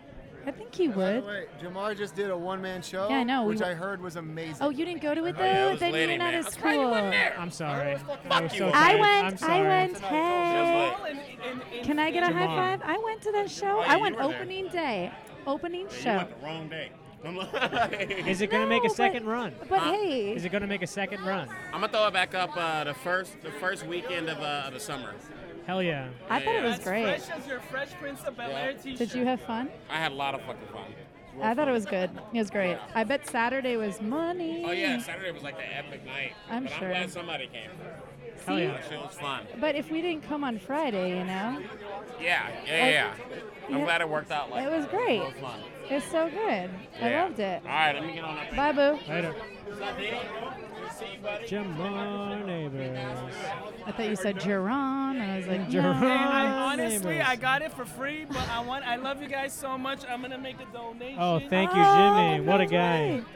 Speaker 1: I think he
Speaker 6: Oh,
Speaker 3: By the
Speaker 1: would.
Speaker 3: way, Jamar just did a one-man show.
Speaker 1: Yeah, I know. We
Speaker 3: Which
Speaker 1: w-
Speaker 3: I heard was amazing.
Speaker 1: Oh, you didn't go to it though.
Speaker 8: yeah, it was
Speaker 1: then
Speaker 8: lady
Speaker 1: you're not
Speaker 8: night.
Speaker 1: as
Speaker 8: That's right, you
Speaker 1: cool.
Speaker 8: weren't there.
Speaker 2: I'm sorry.
Speaker 8: Fuck
Speaker 2: I'm
Speaker 8: you.
Speaker 2: so
Speaker 1: I
Speaker 2: sorry. I'm
Speaker 1: went. I
Speaker 2: sorry.
Speaker 1: went. Hey,
Speaker 8: Just
Speaker 1: can I get a high
Speaker 2: Jamar.
Speaker 1: five? I went to that show.
Speaker 8: Oh, yeah,
Speaker 1: I
Speaker 8: you
Speaker 1: went
Speaker 8: were there.
Speaker 1: opening day, opening
Speaker 8: You
Speaker 1: show.
Speaker 8: went the wrong day. I'm
Speaker 2: [laughs] Is it gonna make
Speaker 1: No,
Speaker 2: a
Speaker 1: but-
Speaker 2: second run?
Speaker 1: But hey,
Speaker 2: Is it gonna make a second run?
Speaker 8: gonna throw it back up uh, the first the first weekend of, uh, of the summer.
Speaker 2: Hell yeah.
Speaker 1: I thought it was
Speaker 6: As
Speaker 1: great.
Speaker 6: fresh as your Fresh Prince of Bel Air t-shirt.
Speaker 1: Did you have fun?
Speaker 8: I had a lot of fucking fun.
Speaker 1: I thought it was good. It was great. I bet Saturday was money.
Speaker 8: Oh yeah, Saturday was like the epic night.
Speaker 1: I'm
Speaker 8: but
Speaker 1: sure.
Speaker 8: I'm glad somebody came.
Speaker 2: Hell yeah.
Speaker 8: It was fun.
Speaker 1: But if we didn't come on Friday, you know,
Speaker 8: Yeah, yeah, yeah. yeah. I'm
Speaker 1: yeah.
Speaker 8: glad it worked out like
Speaker 1: It was
Speaker 8: that.
Speaker 1: great.
Speaker 8: It was fun.
Speaker 1: it's so good. I
Speaker 8: Yeah.
Speaker 1: loved it.
Speaker 8: All right, let me get on up.
Speaker 1: Bye, boo.
Speaker 2: Later. Jamar Neighbors.
Speaker 1: I thought you said Geron, and I was like,
Speaker 2: Geron.
Speaker 1: no.
Speaker 6: And I
Speaker 2: Ah,
Speaker 6: honestly,
Speaker 2: neighbors.
Speaker 6: I got it for free, but I want. I love you guys so much. I'm gonna make a donation.
Speaker 2: Oh, thank you,
Speaker 1: Oh,
Speaker 2: Jimmy. What a
Speaker 1: no
Speaker 2: guy.
Speaker 1: way.
Speaker 6: Donation.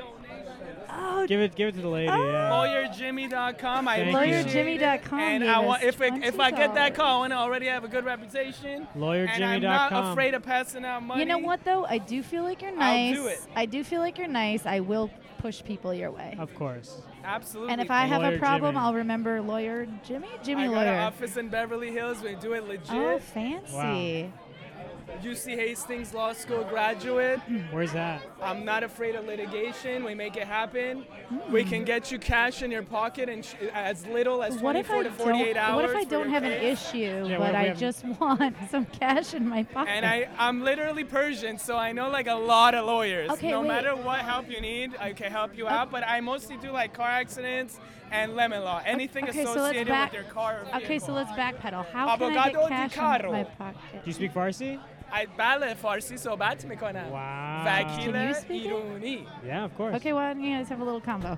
Speaker 1: Oh,
Speaker 2: Give it, give it to the lady. Yeah.
Speaker 6: LawyerJimmy.com. I
Speaker 2: Thank you.
Speaker 6: appreciate
Speaker 1: LawyerJimmy.com
Speaker 6: it. And
Speaker 1: gave
Speaker 6: I want
Speaker 1: us
Speaker 6: if it, if I get that
Speaker 1: $20.
Speaker 6: call, I want to already have a good reputation. And I'm
Speaker 2: LawyerJimmy.com.
Speaker 6: not afraid of passing out money.
Speaker 1: You know what though? I do feel like you're
Speaker 6: I'll
Speaker 1: nice.
Speaker 6: do it.
Speaker 1: I do feel like you're nice. I will push people your way.
Speaker 2: Of course.
Speaker 6: Absolutely.
Speaker 1: And if I have
Speaker 2: Lawyer
Speaker 1: a problem,
Speaker 2: Jimmy.
Speaker 1: I'll remember lawyer Jimmy, Jimmy
Speaker 6: I got an
Speaker 1: lawyer.
Speaker 6: office in Beverly Hills. We do it legit.
Speaker 1: Oh, fancy.
Speaker 6: UC Hastings Law School graduate.
Speaker 2: Where's that?
Speaker 6: I'm not afraid of litigation. We make it happen.
Speaker 1: Hmm.
Speaker 6: We can get you cash in your pocket and sh- as little as
Speaker 1: What if
Speaker 6: 24
Speaker 1: I
Speaker 6: to 48
Speaker 1: don't?
Speaker 6: hours.
Speaker 1: What if I
Speaker 6: for
Speaker 1: don't
Speaker 6: your
Speaker 1: have an
Speaker 6: case.
Speaker 1: issue,
Speaker 2: Yeah, what
Speaker 1: but
Speaker 2: if we
Speaker 1: I
Speaker 2: have-
Speaker 1: just [laughs] want some cash in my pocket?
Speaker 6: And I, I'm literally Persian, so I know like a lot of lawyers.
Speaker 1: Okay,
Speaker 6: no
Speaker 1: wait.
Speaker 6: matter what help you need, I can help you out. But I mostly do like car accidents and lemon law, anything
Speaker 1: okay, so let's
Speaker 6: associated
Speaker 1: back.
Speaker 6: with your car. Or
Speaker 1: okay, so
Speaker 6: vehicle.
Speaker 1: let's backpedal. How can I
Speaker 6: Abogado
Speaker 1: get
Speaker 6: di
Speaker 1: cash in
Speaker 6: carro.
Speaker 1: my
Speaker 2: Do you
Speaker 1: pocket?
Speaker 2: speak Farsi? [laughs]
Speaker 6: I بله فارسی صحبت میکنم.
Speaker 2: Wow.
Speaker 1: Can you
Speaker 6: وکیل
Speaker 1: speak it?
Speaker 6: ایرانی.
Speaker 2: Yeah, of course.
Speaker 1: Okay, why don't you guys have a little combo?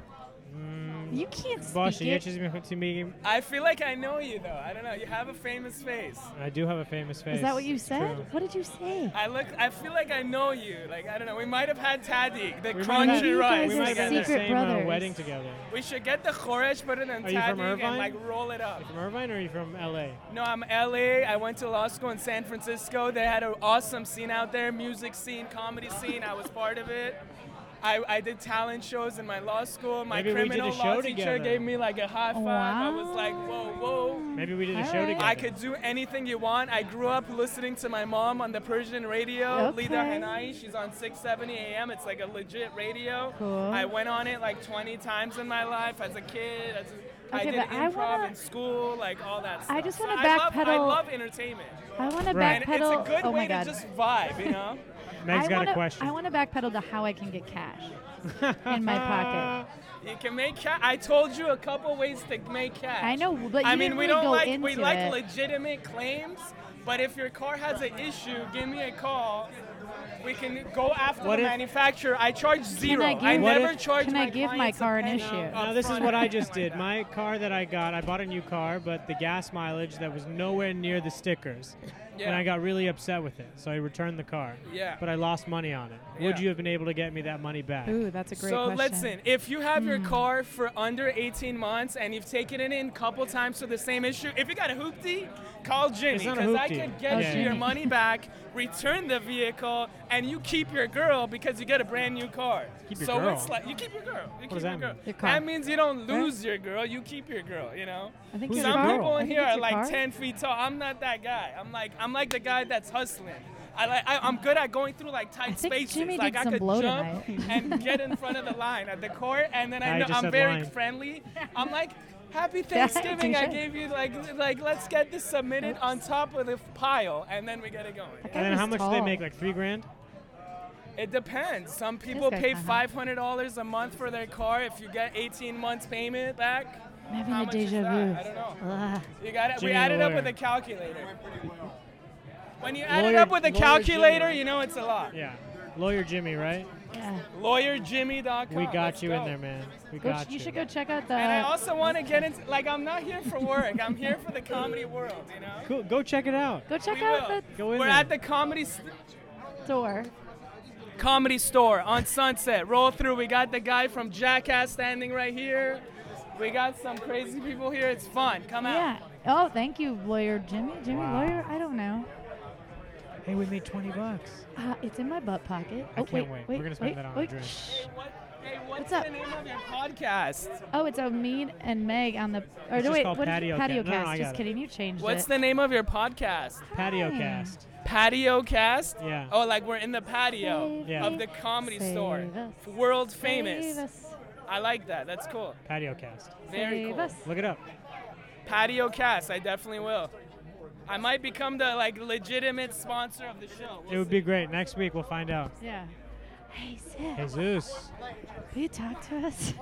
Speaker 2: Mm,
Speaker 1: You can't speak
Speaker 2: Bosh, you
Speaker 1: it.
Speaker 2: choose me to me.
Speaker 6: I feel like I know you though. I don't know. You have a famous face.
Speaker 2: I do have a famous face.
Speaker 1: Is that what you
Speaker 2: It's
Speaker 1: said?
Speaker 2: true.
Speaker 1: What did you say?
Speaker 6: I look. I feel like I know you. Like I don't know. We might have had Tadik, the
Speaker 2: We might have
Speaker 6: crunch
Speaker 2: had-
Speaker 6: and rice.
Speaker 1: guys
Speaker 2: We
Speaker 1: are
Speaker 2: might have been
Speaker 6: together.
Speaker 2: the
Speaker 1: secret
Speaker 2: same
Speaker 1: brothers.
Speaker 2: Uh, wedding together.
Speaker 6: We should get the khoresh, put it in
Speaker 2: Are you from
Speaker 6: Tadik,
Speaker 2: Irvine?
Speaker 6: and like roll it up.
Speaker 2: From Irvine or are you from LA?
Speaker 6: No, I'm LA. I went to law school in San Francisco. They had an awesome scene out there, music scene, comedy scene. I was part of it. I, I did talent shows in my law school. My
Speaker 2: Maybe we did
Speaker 6: criminal
Speaker 2: a
Speaker 6: law
Speaker 2: show
Speaker 6: teacher
Speaker 2: together.
Speaker 6: gave me like a high five. I was like, whoa, whoa.
Speaker 2: Maybe we did a
Speaker 1: All
Speaker 2: show
Speaker 1: right.
Speaker 2: together.
Speaker 6: I could do anything you want. I grew up listening to my mom on the Persian radio,
Speaker 1: Okay.
Speaker 6: Lida Hanai. She's on 670 AM. It's like a legit radio.
Speaker 1: Cool.
Speaker 6: I went on it like 20 times in my life as a kid. As a, I
Speaker 1: Okay,
Speaker 6: did
Speaker 1: but I
Speaker 6: improv
Speaker 1: wanna-
Speaker 6: in school, like all that stuff.
Speaker 1: I just wanna
Speaker 6: so I love- I
Speaker 1: backpedal-
Speaker 6: love entertainment.
Speaker 1: I want to
Speaker 6: And
Speaker 2: Right.
Speaker 6: it's a
Speaker 1: backpedal.
Speaker 6: good
Speaker 1: oh
Speaker 6: way
Speaker 1: my
Speaker 6: to
Speaker 1: god.
Speaker 6: just vibe, you know?
Speaker 2: Meg's
Speaker 1: I
Speaker 2: got
Speaker 1: wanna,
Speaker 2: a question.
Speaker 1: I want to backpedal to how I can get cash in my pocket.
Speaker 6: [laughs] you can make cash. I told you a couple ways to make cash.
Speaker 1: I know, but you
Speaker 6: I mean,
Speaker 1: didn't
Speaker 6: we
Speaker 1: really
Speaker 6: don't
Speaker 1: go
Speaker 6: like
Speaker 1: into
Speaker 6: we like
Speaker 1: it.
Speaker 6: legitimate claims, but if your car has an issue, give me a call. We can go after
Speaker 2: What
Speaker 6: the
Speaker 2: if-
Speaker 6: manufacturer. I charge zero.
Speaker 1: I give-
Speaker 2: What
Speaker 6: never
Speaker 2: if-
Speaker 6: charge.
Speaker 1: can
Speaker 6: my
Speaker 1: I give my
Speaker 6: clients a
Speaker 1: car an
Speaker 6: penny
Speaker 1: issue?
Speaker 6: up
Speaker 2: Now this is
Speaker 6: front
Speaker 2: what
Speaker 6: or
Speaker 2: I
Speaker 6: anything
Speaker 2: just
Speaker 6: like
Speaker 2: did.
Speaker 6: that.
Speaker 2: My car that I got, I bought a new car, but the gas mileage that was nowhere near the stickers, and
Speaker 6: Yeah.
Speaker 2: I got really upset with it. So I returned the car.
Speaker 6: Yeah.
Speaker 2: But I lost money on it. Would
Speaker 6: Yeah.
Speaker 2: you have been able to get me that money back?
Speaker 1: Ooh, that's a great
Speaker 6: so
Speaker 1: question. Hmm.
Speaker 6: listen, if you have your car for under 18 months and you've taken it in a couple times for the same issue, if you got a hoopty, call Jimmy
Speaker 2: not a
Speaker 6: because I
Speaker 2: hoopty.
Speaker 6: could get
Speaker 1: Oh,
Speaker 6: you your
Speaker 1: Jimmy.
Speaker 6: money
Speaker 1: [laughs]
Speaker 6: back, return the vehicle, and you keep your girl because you get a brand new car.
Speaker 2: Keep your
Speaker 6: so
Speaker 2: girl?
Speaker 6: it's like you keep your girl. You keep
Speaker 2: does
Speaker 6: your
Speaker 2: that
Speaker 6: girl.
Speaker 2: mean?
Speaker 1: Your car.
Speaker 6: That means you don't lose your girl. You keep your girl. You know.
Speaker 1: I think
Speaker 2: Who's
Speaker 1: your
Speaker 2: your
Speaker 6: Some
Speaker 1: car?
Speaker 2: girl?
Speaker 6: people
Speaker 1: I
Speaker 6: in
Speaker 1: think
Speaker 6: here
Speaker 1: it's
Speaker 6: are
Speaker 1: your
Speaker 6: like
Speaker 1: car.
Speaker 6: 10 feet tall. I'm not that guy. I'm like I'm like the guy that's hustling. I like I, I'm good at going through like tight
Speaker 1: think
Speaker 6: spaces.
Speaker 1: Jimmy
Speaker 6: like
Speaker 1: did
Speaker 6: I
Speaker 1: some
Speaker 6: could
Speaker 1: blow
Speaker 6: jump
Speaker 1: tonight.
Speaker 6: and get in front of the line at the court, and then
Speaker 2: I
Speaker 6: I know
Speaker 2: just
Speaker 6: I'm
Speaker 2: said
Speaker 6: very
Speaker 2: line.
Speaker 6: friendly. I'm like.
Speaker 1: [laughs]
Speaker 6: Happy Thanksgiving! I
Speaker 1: touche.
Speaker 6: gave you like like let's get this submitted on top of the pile, and then we get it going.
Speaker 1: That guy
Speaker 2: And then how
Speaker 1: was
Speaker 2: much do they
Speaker 1: tall.
Speaker 2: make? Like three grand?
Speaker 6: It depends. Some people
Speaker 1: guy
Speaker 6: pay
Speaker 1: kinda-
Speaker 6: five hundred dollars a month for their car. If you get eighteen months payment back,
Speaker 1: I'm having
Speaker 6: how
Speaker 1: a
Speaker 6: much is
Speaker 1: deja
Speaker 6: that?
Speaker 1: vu. Uh,
Speaker 6: I don't know.
Speaker 1: Ugh.
Speaker 6: You got it. We
Speaker 2: Jimmy
Speaker 6: added up
Speaker 2: Lawyer.
Speaker 6: with a calculator. When you add it
Speaker 2: Lawyer-
Speaker 6: up with a
Speaker 2: Lawyer
Speaker 6: calculator,
Speaker 2: Jimmy.
Speaker 6: you know it's a lot.
Speaker 2: Yeah. Lawyer Jimmy, right?
Speaker 1: Yeah.
Speaker 6: LawyerJimmy.com.
Speaker 2: We got
Speaker 6: Let's
Speaker 2: you
Speaker 6: go.
Speaker 2: in there, man. We
Speaker 1: Go
Speaker 2: got
Speaker 1: ch- you should go check out the.
Speaker 6: And I also want to get into like I'm not here for work. I'm here for the comedy
Speaker 1: [laughs]
Speaker 6: world. You know.
Speaker 2: Cool. Go check it out.
Speaker 1: go check
Speaker 6: We
Speaker 1: out
Speaker 6: will.
Speaker 1: the
Speaker 2: Go in
Speaker 6: We're
Speaker 2: there.
Speaker 6: at the comedy st-
Speaker 1: store.
Speaker 6: comedy store on Sunset. Roll through. We got the guy from Jackass standing right here. We got some crazy people here. It's fun. Come out.
Speaker 1: Yeah. Oh, thank you, lawyer Jimmy. Jimmy
Speaker 2: Wow.
Speaker 1: lawyer. I don't know.
Speaker 2: Hey, we made 20 bucks.
Speaker 1: Uh, it's in my butt pocket.
Speaker 2: I
Speaker 1: oh,
Speaker 2: can't
Speaker 1: wait,
Speaker 2: wait.
Speaker 1: wait.
Speaker 2: We're gonna spend
Speaker 1: wait,
Speaker 2: that on a
Speaker 1: wait,
Speaker 2: drink.
Speaker 1: shh.
Speaker 6: What, hey, what's,
Speaker 1: What's up?
Speaker 6: the name of your podcast?
Speaker 1: Oh, it's Omid and Meg on the. Or
Speaker 2: It's
Speaker 1: no,
Speaker 2: just
Speaker 1: wait,
Speaker 2: called
Speaker 1: what is
Speaker 2: Patio
Speaker 1: it?
Speaker 2: Cat.
Speaker 1: patio
Speaker 2: No, no,
Speaker 1: cast?
Speaker 2: I
Speaker 1: just
Speaker 2: got it.
Speaker 1: kidding. You changed
Speaker 6: What's
Speaker 1: it.
Speaker 6: the name of your podcast?
Speaker 2: Patio
Speaker 1: Hi.
Speaker 2: cast.
Speaker 6: Patio cast?
Speaker 2: Yeah.
Speaker 6: Oh, like we're in the patio
Speaker 1: Save
Speaker 2: Yeah.
Speaker 6: of the comedy
Speaker 1: Save
Speaker 6: store.
Speaker 1: us.
Speaker 6: World
Speaker 1: Save
Speaker 6: famous.
Speaker 1: us.
Speaker 6: I like that. That's cool.
Speaker 2: Patio cast.
Speaker 6: Very
Speaker 1: Save
Speaker 6: cool.
Speaker 1: us.
Speaker 2: Look it up.
Speaker 6: Patio cast. I definitely will. I might become the like legitimate sponsor of the show.
Speaker 2: It
Speaker 6: We'll
Speaker 2: would be great. Next week we'll find out.
Speaker 1: Yeah. Hey, Sid,
Speaker 2: Jesus.
Speaker 1: will you talk to us?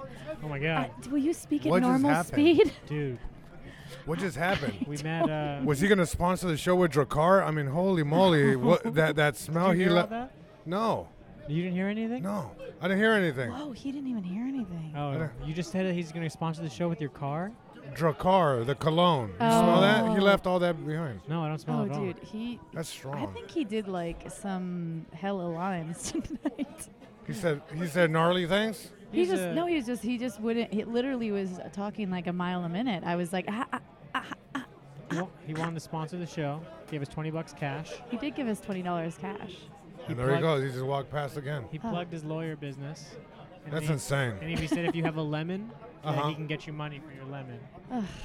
Speaker 2: Oh my
Speaker 1: Uh,
Speaker 2: God,
Speaker 1: will you speak at
Speaker 9: What just
Speaker 1: normal
Speaker 9: happened?
Speaker 1: speed? [laughs]
Speaker 2: dude.
Speaker 9: What just happened?
Speaker 2: We met. Uh,
Speaker 9: Was he gonna sponsor the show with Dracar? I mean,
Speaker 2: [laughs]
Speaker 9: holy
Speaker 1: [laughs]
Speaker 9: moly! What that that smell
Speaker 2: did you
Speaker 9: he
Speaker 2: hear all
Speaker 9: left?
Speaker 2: that?
Speaker 9: No,
Speaker 2: You didn't hear anything?
Speaker 9: no, I didn't hear anything.
Speaker 1: Whoa, he didn't even hear anything.
Speaker 2: Oh, you just said that he's going to sponsor the show with your car?
Speaker 9: Dracar, the cologne. You smell that? He
Speaker 1: Oh.
Speaker 9: left all that behind.
Speaker 2: No, I don't smell
Speaker 1: Oh,
Speaker 2: it at all.
Speaker 1: dude, he.
Speaker 9: That's
Speaker 1: I
Speaker 9: strong.
Speaker 1: think he did like some hella lines [laughs] tonight.
Speaker 9: He said he said gnarly things.
Speaker 1: He
Speaker 2: He's
Speaker 1: just
Speaker 2: a-
Speaker 1: no, he was just he just wouldn't. He literally was talking like a mile a minute. I was like, ah, ah.
Speaker 2: He wa- He wanted to sponsor the show. Gave us 20 bucks cash.
Speaker 1: he did give us twenty dollars cash.
Speaker 9: And there he
Speaker 2: plugged-
Speaker 9: goes. He just walked past again.
Speaker 2: He plugged his lawyer business. and
Speaker 9: That's
Speaker 2: he-
Speaker 9: insane.
Speaker 2: And he said if you have a lemon, that
Speaker 9: Uh-huh.
Speaker 2: he can get you money for your lemon.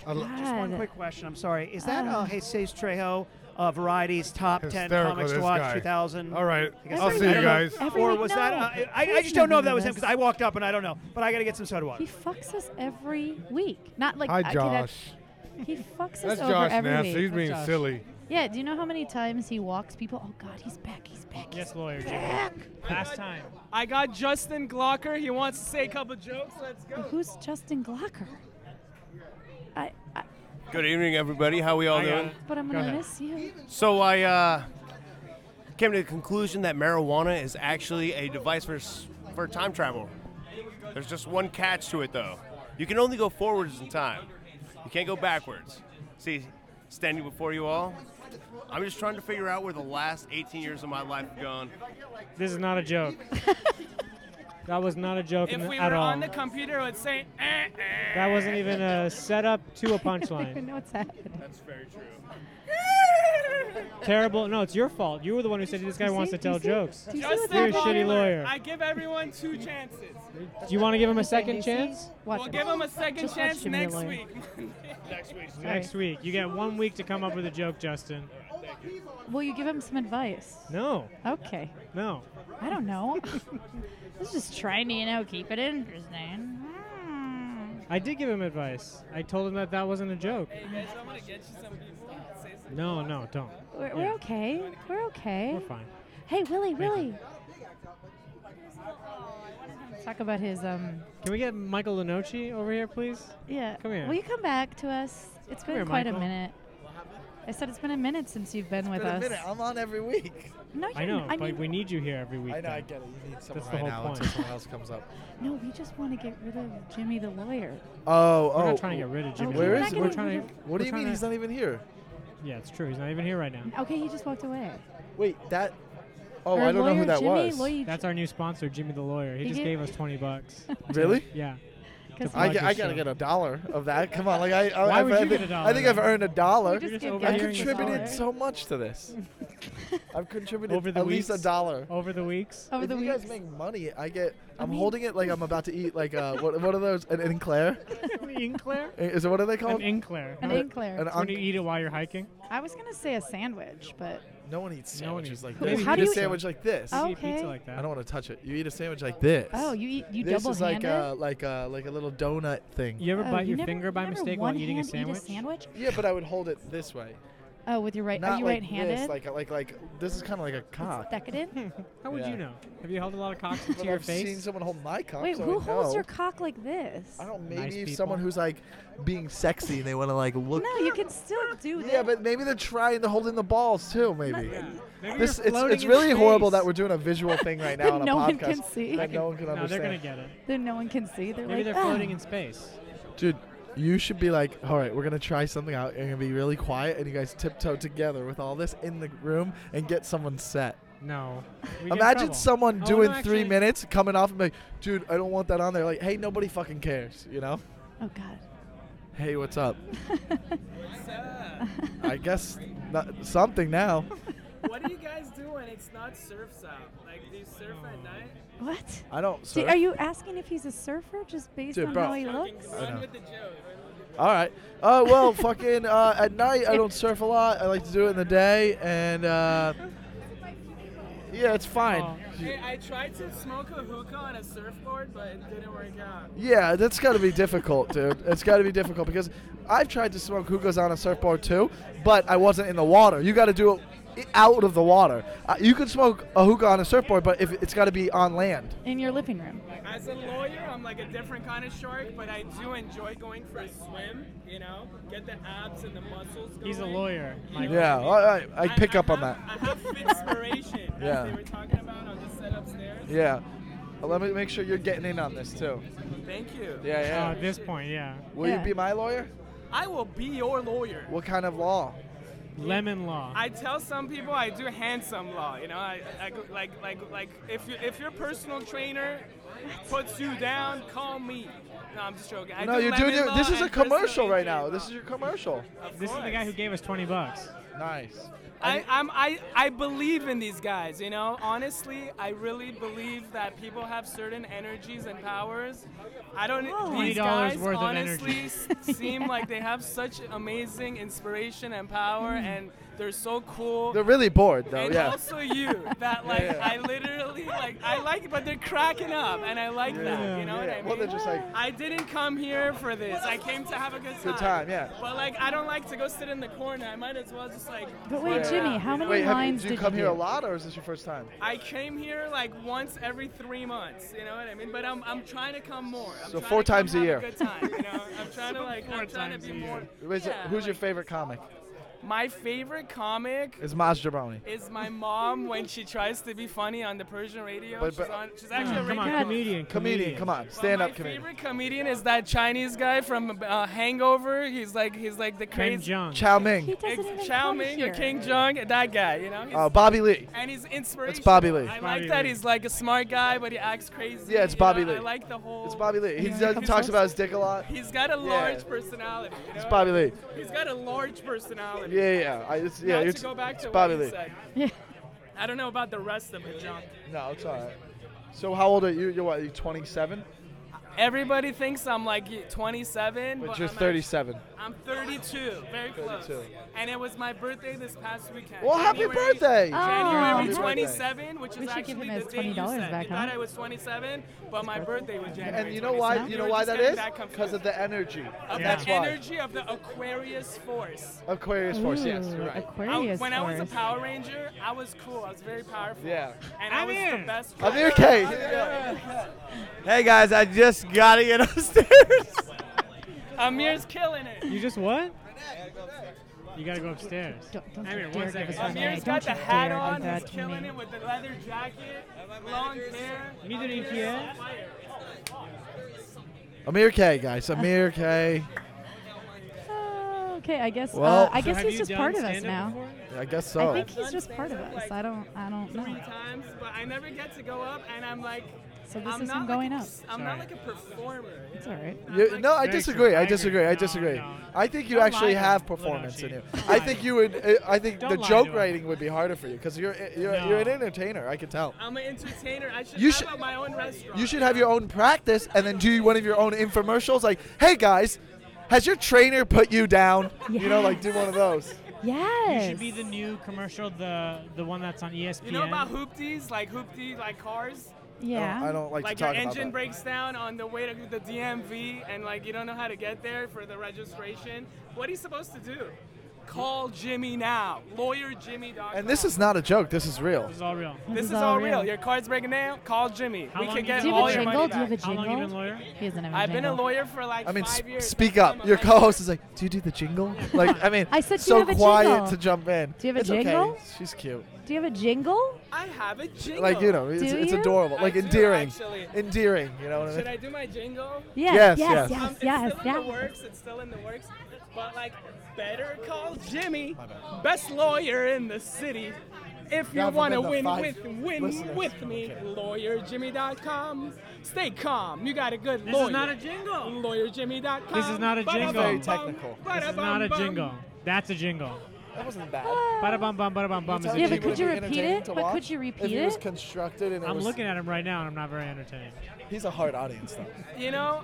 Speaker 9: I lo-
Speaker 10: Uh, Just one
Speaker 1: God.
Speaker 10: quick question. I'm sorry. Is that uh, Jesus Trejo uh, Variety's top ten
Speaker 9: Hysterical,
Speaker 10: comics to
Speaker 9: this
Speaker 10: watch
Speaker 9: guy.
Speaker 10: 2000?
Speaker 9: All right.
Speaker 10: I guess
Speaker 9: I'll
Speaker 10: I
Speaker 9: see you
Speaker 10: don't know.
Speaker 9: guys.
Speaker 1: Every
Speaker 10: Or
Speaker 1: week,
Speaker 10: was that?
Speaker 1: no.
Speaker 10: Uh, I, I
Speaker 1: Please
Speaker 10: just don't know if
Speaker 1: remember
Speaker 10: that was him
Speaker 1: this.
Speaker 10: because I walked up and I don't know. But I got to get some soda water.
Speaker 1: He fucks us every week. Not like
Speaker 9: Hi,
Speaker 1: I- okay, that-
Speaker 9: Josh.
Speaker 1: He fucks us
Speaker 9: That's
Speaker 1: over
Speaker 9: Josh
Speaker 1: every
Speaker 9: Nasty. He's
Speaker 1: week.
Speaker 9: being
Speaker 2: Josh.
Speaker 9: silly.
Speaker 1: Yeah. Do you know how many times he walks people? Oh God, he's back. He's back.
Speaker 2: Yes,
Speaker 1: he's
Speaker 2: lawyer. Jimmy.
Speaker 1: back.
Speaker 2: Last time.
Speaker 6: I got Justin Glocker. He wants to say a couple jokes. Let's go.
Speaker 1: Who's Justin Glocker? I, I
Speaker 4: Good evening, everybody. How we all
Speaker 2: I got it.
Speaker 1: but I'm
Speaker 2: Go
Speaker 1: gonna
Speaker 2: ahead.
Speaker 1: miss you.
Speaker 11: So I uh, came to the conclusion that marijuana is actually a device for s- for time travel. There's just one catch to it, though. You can only go forwards in time. You can't go backwards. See, standing before you all, I'm just trying to figure out where the last 18 years of my life have gone.
Speaker 2: This is not a
Speaker 1: [laughs]
Speaker 2: joke. that was not a joke
Speaker 6: If
Speaker 2: in-
Speaker 6: we
Speaker 2: at
Speaker 6: were
Speaker 2: all.
Speaker 6: on the computer, it would say, eh, eh.
Speaker 2: that wasn't even a setup to a
Speaker 1: [laughs] I
Speaker 6: [laughs]
Speaker 1: don't even
Speaker 2: punchline.
Speaker 1: know what's happening.
Speaker 2: Terrible. No, it's your fault. You were the one who said this guy
Speaker 1: You
Speaker 2: wants
Speaker 1: see-
Speaker 2: to
Speaker 1: do
Speaker 2: tell
Speaker 1: you see-
Speaker 2: jokes.
Speaker 1: [laughs] do you see what's
Speaker 6: Justin
Speaker 2: You're a
Speaker 1: happening?
Speaker 2: shitty lawyer.
Speaker 6: I give everyone two chances.
Speaker 2: Do you want to give him a second
Speaker 1: ABC?
Speaker 2: chance?
Speaker 1: Watch
Speaker 6: We'll
Speaker 1: it.
Speaker 6: give him a second
Speaker 1: Just watch
Speaker 6: chance
Speaker 1: him be a
Speaker 6: next
Speaker 1: lawyer.
Speaker 2: [laughs]
Speaker 6: week.
Speaker 2: Next week. You get one week to come up with a joke, Justin.
Speaker 1: Will you give him some advice?
Speaker 2: No,
Speaker 1: Okay.
Speaker 2: no.
Speaker 1: I don't
Speaker 9: [laughs]
Speaker 1: know. this is just trying to, you know, keep it interesting. Mm.
Speaker 2: I did give him advice. I told him that that wasn't a joke.
Speaker 6: Hey guys, I'm gonna get you some people. Say some.
Speaker 2: No, no, don't.
Speaker 1: We're, we're
Speaker 2: Yeah.
Speaker 1: okay. We're okay.
Speaker 2: We're fine.
Speaker 1: Hey, Willie, Willie. Talk about his um.
Speaker 2: Can we get Michael Lenoci over here, please?
Speaker 1: Yeah.
Speaker 2: Come here.
Speaker 1: Will you come back to us? It's been
Speaker 2: here,
Speaker 1: quite
Speaker 2: Michael.
Speaker 1: a minute. I said it's been a minute since you've been with us.
Speaker 10: I'm on every week.
Speaker 1: no, you
Speaker 2: I know,
Speaker 1: didn't. I
Speaker 2: but
Speaker 1: mean,
Speaker 2: we need you here every week. then.
Speaker 10: it. You need
Speaker 2: That's the whole point.
Speaker 10: else comes up.
Speaker 1: no, we just want to get rid of Jimmy the lawyer.
Speaker 10: Oh,
Speaker 2: We're not trying to get rid of Jimmy.
Speaker 1: we're
Speaker 2: We're
Speaker 1: not
Speaker 2: we're
Speaker 1: getting
Speaker 2: trying
Speaker 1: rid
Speaker 2: to.
Speaker 10: What
Speaker 2: do you mean he's
Speaker 10: not even here?
Speaker 2: Yeah, it's true. He's not even here right now.
Speaker 1: Okay, he just walked away.
Speaker 10: Wait, that.
Speaker 1: Oh, I don't know who that Jimmy, was. Lawyer,
Speaker 2: That's our new sponsor, Jimmy the lawyer. He,
Speaker 1: He
Speaker 2: just
Speaker 1: gi-
Speaker 2: gave us twenty bucks.
Speaker 10: Really?
Speaker 2: [laughs] yeah.
Speaker 1: Because
Speaker 2: I get-
Speaker 1: we
Speaker 2: I gotta get
Speaker 10: a dollar of that. Come on, like I, I,
Speaker 2: Why would you get a dollar? then?
Speaker 10: earned a dollar.
Speaker 2: You're
Speaker 1: just
Speaker 2: just
Speaker 1: give
Speaker 2: overhearing
Speaker 1: guys a
Speaker 2: yourself.
Speaker 1: dollar.
Speaker 2: Contributed
Speaker 10: much to
Speaker 2: [laughs]
Speaker 10: this. I've contributed
Speaker 2: Over the weeks?
Speaker 10: dollar.
Speaker 2: over the weeks.
Speaker 1: over
Speaker 10: if
Speaker 1: the
Speaker 10: you
Speaker 1: weeks.
Speaker 10: guys make money, I get. I'm
Speaker 1: mean-
Speaker 10: holding it like I'm about to eat like uh, what, what are those? An Inclair?
Speaker 2: [laughs] An Inclair?
Speaker 10: Is it what are they
Speaker 2: An
Speaker 10: called?
Speaker 2: Inclair.
Speaker 1: An Inclair.
Speaker 10: An
Speaker 2: When you
Speaker 10: unc-
Speaker 2: eat it while you're hiking.
Speaker 1: I was gonna say a sandwich, but
Speaker 10: no one eats
Speaker 2: No one
Speaker 10: sandwiches
Speaker 2: eats-
Speaker 10: like
Speaker 1: Maybe
Speaker 10: this.
Speaker 1: How
Speaker 10: you
Speaker 1: do
Speaker 10: eat
Speaker 1: you-
Speaker 10: a sandwich like this.
Speaker 2: You
Speaker 1: Oh.
Speaker 10: I
Speaker 2: eat
Speaker 1: Okay.
Speaker 2: pizza like that.
Speaker 10: don't want to touch it. You eat a sandwich like this.
Speaker 1: oh, you eat you
Speaker 10: this
Speaker 1: double
Speaker 10: is like
Speaker 1: handed.
Speaker 10: a like a like a little donut thing.
Speaker 2: You ever bite your
Speaker 1: uh, Oh, never,
Speaker 2: finger by
Speaker 1: never
Speaker 2: mistake while
Speaker 1: one
Speaker 2: eating a
Speaker 1: hand
Speaker 2: sandwich?
Speaker 1: Eat a sandwich?
Speaker 10: Yeah, but I would hold it this way.
Speaker 1: Oh, with your right.
Speaker 10: Not
Speaker 1: are you
Speaker 10: like
Speaker 1: right-handed?
Speaker 10: This, like like like this is kind of like a
Speaker 1: it's
Speaker 10: cock.
Speaker 1: decadent.
Speaker 2: [laughs] How would
Speaker 10: Yeah.
Speaker 2: you know? Have you held a lot of cocks
Speaker 10: But
Speaker 2: to your
Speaker 10: I've seen
Speaker 2: face?
Speaker 10: someone hold my cock.
Speaker 1: Wait,
Speaker 10: so I
Speaker 1: who holds
Speaker 10: know.
Speaker 1: your cock like this?
Speaker 10: I don't.
Speaker 2: Nice
Speaker 10: Maybe
Speaker 2: people.
Speaker 10: someone who's like being sexy and they want to like look.
Speaker 1: No, you can still do that.
Speaker 10: Yeah, but maybe they're trying to hold in the balls too. Maybe.
Speaker 2: Maybe you're
Speaker 10: This it's,
Speaker 2: floating
Speaker 10: it's
Speaker 2: in
Speaker 10: really horrible
Speaker 2: space.
Speaker 10: that we're doing a visual thing right
Speaker 1: [laughs]
Speaker 10: now
Speaker 1: That
Speaker 10: on a
Speaker 1: no
Speaker 10: podcast
Speaker 1: one can see.
Speaker 10: that no one can
Speaker 2: No, they're
Speaker 10: understand.
Speaker 2: gonna get it.
Speaker 1: Then no one can see. They're
Speaker 2: Maybe
Speaker 1: like,
Speaker 2: they're
Speaker 1: "Ah."
Speaker 2: floating in space.
Speaker 10: Dude, you should be like, all right, we're gonna try something out. You're gonna be really quiet, and you guys tiptoe together with all this in the room and get someone set.
Speaker 2: No. We get in
Speaker 10: Imagine
Speaker 2: trouble.
Speaker 10: someone
Speaker 2: Oh,
Speaker 10: doing
Speaker 2: no,
Speaker 10: three
Speaker 2: actually-
Speaker 10: minutes, coming off and be like, dude, I don't want that on there. Like, hey, nobody fucking cares, you know?
Speaker 1: Oh God.
Speaker 10: Hey, what's
Speaker 1: [laughs]
Speaker 10: up? I guess not, something now.
Speaker 6: what do you guys do when it's not surfs out? Like, do you surf at night?
Speaker 1: What?
Speaker 10: I don't.
Speaker 1: Do-
Speaker 10: Surf.
Speaker 1: are you asking if he's a surfer just based
Speaker 10: Dude,
Speaker 1: on
Speaker 10: bro.
Speaker 1: how he
Speaker 6: Fucking
Speaker 1: looks?
Speaker 10: I know.
Speaker 6: Run with the joke.
Speaker 10: All right. Uh, well, fucking uh, at night, I don't surf a lot. I like to do it in the day, and uh, yeah, it's fine.
Speaker 2: Oh.
Speaker 6: Hey, I tried to smoke a hookah on a surfboard, but it didn't work out.
Speaker 10: Yeah, that's got to be difficult, dude. It's got to be difficult because I've tried to smoke hookahs on a surfboard too, but I wasn't in the water. You got to do it i- out of the water. Uh, you could smoke a hookah on a surfboard, but if it's got to be on land.
Speaker 1: In your living room.
Speaker 6: As a lawyer, I'm like a different kind of shark, but I do enjoy going for a swim. You know, get the abs and the muscles. Going.
Speaker 2: He's a lawyer. Michael.
Speaker 10: Yeah, I, I, I pick up on
Speaker 6: have-
Speaker 10: that.
Speaker 6: I
Speaker 10: [laughs]
Speaker 6: have inspiration.
Speaker 10: Yeah.
Speaker 6: yeah. They were talking about on the set upstairs.
Speaker 10: Yeah. Uh, Let me make sure you're getting in on this too.
Speaker 6: Thank you. Uh,
Speaker 10: Yeah,
Speaker 2: Oh,
Speaker 10: yeah.
Speaker 2: at this point, yeah.
Speaker 10: Will
Speaker 1: Yeah.
Speaker 10: you be my lawyer?
Speaker 6: I will be your lawyer.
Speaker 10: What kind of law?
Speaker 2: Lemon law.
Speaker 6: I tell some people I do handsome law. You know, I, I go- like like like if you if your personal trainer puts you down, call me. No, I'm just joking. I
Speaker 10: no,
Speaker 6: do
Speaker 10: you're doing
Speaker 6: lemon
Speaker 10: your,
Speaker 6: law
Speaker 10: This is a
Speaker 6: and personal
Speaker 10: commercial right
Speaker 6: injury
Speaker 10: now.
Speaker 6: law.
Speaker 10: This is your commercial.
Speaker 6: Of
Speaker 2: This is the
Speaker 6: course.
Speaker 2: guy who gave us 20 bucks.
Speaker 10: Nice.
Speaker 6: I, I'm, I, I believe in these guys, you know? Honestly, I really believe that people have certain energies and powers. I don't these
Speaker 2: $20
Speaker 6: guys
Speaker 2: worth of
Speaker 6: honestly
Speaker 2: energy.
Speaker 6: s- seem
Speaker 1: [laughs]
Speaker 6: like they have such amazing inspiration and power
Speaker 1: Mm.
Speaker 6: and they're so cool.
Speaker 10: They're really bored though.
Speaker 6: and
Speaker 10: yeah.
Speaker 6: also you
Speaker 10: [laughs]
Speaker 6: that like
Speaker 10: Yeah.
Speaker 6: I literally like I like it, but they're cracking up and I like that. You know what I
Speaker 10: Yeah.
Speaker 6: mean?
Speaker 10: Well, they're just like-
Speaker 6: I didn't come here for this. I came to have a good time.
Speaker 10: Good time, yeah.
Speaker 6: But like I don't like to go sit in the corner. I might as well just like
Speaker 1: But wait,
Speaker 6: Yeah.
Speaker 1: Jimmy, how many
Speaker 10: Wait, have you,
Speaker 1: lines
Speaker 10: do you
Speaker 1: did
Speaker 10: come
Speaker 1: you
Speaker 10: here a
Speaker 1: do?
Speaker 10: lot, or is this your first time?
Speaker 6: I came here like once every three months, you know what I mean? But I'm, I'm trying to come more. I'm
Speaker 10: So
Speaker 6: trying
Speaker 10: four
Speaker 6: to come
Speaker 10: times a
Speaker 6: have
Speaker 10: year.
Speaker 6: good time, you know? I'm trying to like,
Speaker 2: Four
Speaker 6: I'm trying to
Speaker 2: times a
Speaker 6: be
Speaker 2: year.
Speaker 6: more.
Speaker 10: Who is it-
Speaker 6: yeah,
Speaker 10: who's your
Speaker 6: like-
Speaker 10: favorite comic?
Speaker 6: My favorite comic
Speaker 10: It's Maz Jabroni.
Speaker 6: is my mom when she tries to be funny on the Persian radio.
Speaker 10: But-
Speaker 6: she's,
Speaker 10: but-
Speaker 6: on,
Speaker 1: Oh,
Speaker 6: she's actually a
Speaker 2: Come
Speaker 6: radio.
Speaker 2: on, comedian,
Speaker 10: Comedian, come on,
Speaker 6: But
Speaker 10: stand
Speaker 6: my
Speaker 10: up comedian.
Speaker 6: favorite comedian is that Chinese guy from uh, Hangover. He's like he's like the
Speaker 2: Ken
Speaker 6: crazy
Speaker 2: Jung.
Speaker 10: Chow
Speaker 1: He
Speaker 10: Ming,
Speaker 1: doesn't even
Speaker 6: Chow
Speaker 1: come
Speaker 6: Ming
Speaker 1: here.
Speaker 6: or King Jong, that guy, you know? He's-
Speaker 10: uh, Bobby Lee.
Speaker 6: and he's inspirational.
Speaker 10: Bobby Lee.
Speaker 6: I
Speaker 2: Bobby
Speaker 6: like that
Speaker 2: Lee.
Speaker 6: he's like a smart guy, but he acts crazy.
Speaker 10: Yeah, it's
Speaker 6: you
Speaker 10: Bobby
Speaker 6: know?
Speaker 10: Lee.
Speaker 6: I like the whole.
Speaker 10: It's Bobby Lee. He
Speaker 6: Yeah.
Speaker 10: does, talks about his dick a lot.
Speaker 6: He's got a
Speaker 10: Yeah.
Speaker 6: large personality. You know?
Speaker 10: It's Bobby Lee.
Speaker 6: He's got a large personality.
Speaker 10: Yeah, yeah. yeah. I, it's, yeah
Speaker 6: Not
Speaker 10: it's,
Speaker 6: to go back
Speaker 10: it's
Speaker 6: to
Speaker 10: Bobby
Speaker 6: what you
Speaker 10: Lee.
Speaker 6: said.
Speaker 1: Yeah.
Speaker 6: I don't know about the rest of it, John.
Speaker 10: No, it's all right. So how old are you? You're what? You 27?
Speaker 6: Everybody thinks I'm like 27, but,
Speaker 10: But you're
Speaker 6: I'm
Speaker 10: 37.
Speaker 6: actually- I'm 32, very close.
Speaker 10: 32.
Speaker 6: And it was my birthday this past weekend.
Speaker 10: Well, happy
Speaker 6: January-
Speaker 10: birthday!
Speaker 1: Oh.
Speaker 6: January
Speaker 10: Happy
Speaker 6: 27, which
Speaker 1: We
Speaker 6: is
Speaker 1: should give
Speaker 6: actually
Speaker 1: him his
Speaker 6: the day you
Speaker 1: $20
Speaker 6: said.
Speaker 1: back,
Speaker 6: you thought
Speaker 1: huh?
Speaker 6: I was 27, but my birthday was January.
Speaker 10: And you know
Speaker 6: 27.
Speaker 10: why? You
Speaker 6: We
Speaker 10: know
Speaker 6: were
Speaker 10: why
Speaker 6: just
Speaker 10: that
Speaker 6: getting
Speaker 10: is? Because of
Speaker 6: confused.
Speaker 10: the energy.
Speaker 6: Of
Speaker 2: Yeah.
Speaker 6: the
Speaker 10: That's why.
Speaker 6: energy of the Aquarius force.
Speaker 10: Aquarius Force. Yes,
Speaker 1: Ooh,
Speaker 10: you're right.
Speaker 6: I-
Speaker 1: Aquarius
Speaker 6: when I was a
Speaker 1: force.
Speaker 6: Power Ranger, I was cool. I was very powerful.
Speaker 10: Yeah.
Speaker 6: And i
Speaker 2: I'm
Speaker 6: was
Speaker 2: in.
Speaker 6: the best.
Speaker 10: I'm
Speaker 6: guy.
Speaker 10: here, Kate.
Speaker 2: [laughs]
Speaker 11: Hey guys, I just gotta get [laughs] upstairs.
Speaker 6: Amir's killing it.
Speaker 2: You just what? You gotta go upstairs.
Speaker 1: Don't- don't
Speaker 2: Amir,
Speaker 1: you
Speaker 2: one
Speaker 1: dare
Speaker 2: second.
Speaker 1: give us money.
Speaker 6: Amir's
Speaker 1: Don't
Speaker 6: got the
Speaker 1: you
Speaker 6: hat
Speaker 1: dare do
Speaker 6: on.
Speaker 1: that
Speaker 6: He's
Speaker 1: to
Speaker 6: killing
Speaker 1: me.
Speaker 6: it with the leather jacket, long hair.
Speaker 2: Neither in Kiev.
Speaker 10: Amir K, guys. Amir K.
Speaker 1: Oh, okay, I guess.
Speaker 10: Well-
Speaker 1: uh, I
Speaker 10: So
Speaker 2: So
Speaker 1: guess
Speaker 2: have
Speaker 1: he's
Speaker 2: you
Speaker 1: just
Speaker 2: done
Speaker 1: part of us
Speaker 2: stand-up
Speaker 1: now.
Speaker 2: before?
Speaker 10: I guess
Speaker 1: I
Speaker 10: so.
Speaker 1: think he's
Speaker 6: done
Speaker 1: just part of
Speaker 6: stand-up,
Speaker 1: us.
Speaker 6: like,
Speaker 1: I don't. I don't know.
Speaker 6: Three times, but I never get to go up, and I'm like,
Speaker 1: So this
Speaker 6: I'm
Speaker 1: isn't
Speaker 6: not
Speaker 1: going
Speaker 6: like
Speaker 1: up.
Speaker 6: A, I'm not like a performer.
Speaker 1: It's all right.
Speaker 10: You, no, I
Speaker 2: Very
Speaker 10: disagree.
Speaker 2: true. I
Speaker 10: I
Speaker 2: agree.
Speaker 10: disagree. I
Speaker 2: No,
Speaker 10: disagree.
Speaker 2: no.
Speaker 10: I think you
Speaker 2: Don't
Speaker 10: actually
Speaker 2: lie to
Speaker 10: have
Speaker 2: him,
Speaker 10: performance in you.
Speaker 2: Ludovic. Don't
Speaker 10: I
Speaker 2: lie
Speaker 10: think
Speaker 2: to
Speaker 10: you would. uh, I think
Speaker 2: Don't
Speaker 10: the
Speaker 2: lie to
Speaker 10: joke
Speaker 2: him.
Speaker 10: writing would be harder for you because you're you're,
Speaker 2: No.
Speaker 10: you're an entertainer. I can tell.
Speaker 6: I'm an entertainer. I should
Speaker 10: Oh. You
Speaker 6: have
Speaker 10: should-
Speaker 6: my own restaurant.
Speaker 10: You should have your own practice and then do one of your own infomercials. Like, hey guys, has your trainer put you down? You know, like do one of those.
Speaker 1: Yes.
Speaker 2: You should be the new commercial, the the one that's on E ESPN.
Speaker 6: You know about hoopties, like hoopties, like cars.
Speaker 1: yeah.
Speaker 10: I don't, I don't like,
Speaker 6: like
Speaker 10: to talk
Speaker 6: your engine
Speaker 10: about that.
Speaker 6: breaks down on the way to the DMV and like you don't know how to get there for the registration. What are you supposed to do? Call Jimmy now, lawyer Jimmy.
Speaker 10: And this is not a joke. This is real.
Speaker 2: This is all real.
Speaker 6: this is all real. Your car's breaking down. Call Jimmy.
Speaker 2: How
Speaker 6: we
Speaker 2: long
Speaker 6: can
Speaker 2: you
Speaker 6: get
Speaker 1: do you
Speaker 6: all
Speaker 1: have a
Speaker 6: your
Speaker 1: jingle?
Speaker 6: money
Speaker 1: Do you have a
Speaker 6: back.
Speaker 2: How
Speaker 1: jingle?
Speaker 2: long you been a lawyer?
Speaker 1: He doesn't have a
Speaker 6: I've been a
Speaker 1: jingle.
Speaker 6: lawyer for like
Speaker 10: I mean,
Speaker 6: five
Speaker 10: sp-
Speaker 6: years.
Speaker 10: speak
Speaker 6: That's why
Speaker 10: up.
Speaker 6: I'm
Speaker 10: Your
Speaker 6: like-
Speaker 10: co-host is like, "Do you do the
Speaker 1: [laughs]
Speaker 10: jingle?" Like, I mean,
Speaker 1: I said, "Do
Speaker 10: so
Speaker 1: you have a
Speaker 10: quiet
Speaker 1: jingle?"
Speaker 10: to jump in.
Speaker 1: Do you have a
Speaker 10: it's
Speaker 1: jingle?
Speaker 10: Okay. She's cute.
Speaker 1: Do you have a jingle?
Speaker 6: I have a jingle.
Speaker 10: Like you know, it's,
Speaker 1: Do
Speaker 10: it's
Speaker 1: you?
Speaker 10: adorable.
Speaker 6: I
Speaker 10: Like
Speaker 6: do,
Speaker 10: endearing.
Speaker 6: actually.
Speaker 10: Endearing. You know what I mean?
Speaker 6: Should I do my jingle?
Speaker 10: Yes,
Speaker 1: Yes. Yes.
Speaker 10: yes.
Speaker 6: Um,
Speaker 1: Yes.
Speaker 6: it's still
Speaker 1: Yes.
Speaker 6: in
Speaker 1: yes.
Speaker 6: the works. It's still in the works. But like, better call Jimmy, best lawyer in the city. If you
Speaker 10: Y'all
Speaker 6: want to
Speaker 10: have been
Speaker 6: win
Speaker 10: the
Speaker 6: with
Speaker 10: five
Speaker 6: win
Speaker 10: listeners.
Speaker 6: with me, lawyerjimmy.com. Stay calm. You got a good
Speaker 2: This
Speaker 6: lawyer.
Speaker 2: is not a jingle.
Speaker 6: Lawyerjimmy.com.
Speaker 2: This is not a
Speaker 6: Ba-da-bum-bum,
Speaker 2: jingle. Very
Speaker 10: technical.
Speaker 2: This is
Speaker 6: ba-da-bum-bum.
Speaker 2: not a jingle. That's a jingle.
Speaker 10: that wasn't bad.
Speaker 2: Bada bum bum bada bum bum. is a
Speaker 1: Yeah,
Speaker 10: Telling
Speaker 1: but
Speaker 10: people
Speaker 2: jingle.
Speaker 1: could you
Speaker 10: it'd be
Speaker 1: repeat
Speaker 10: entertaining
Speaker 1: it?
Speaker 10: to
Speaker 1: But
Speaker 10: watch
Speaker 1: could you
Speaker 10: if
Speaker 1: repeat
Speaker 10: it? was
Speaker 1: it?
Speaker 10: constructed and it
Speaker 2: I'm
Speaker 10: was-
Speaker 2: looking at him right now, and I'm not very entertained.
Speaker 10: He's a hard audience though.
Speaker 6: You know,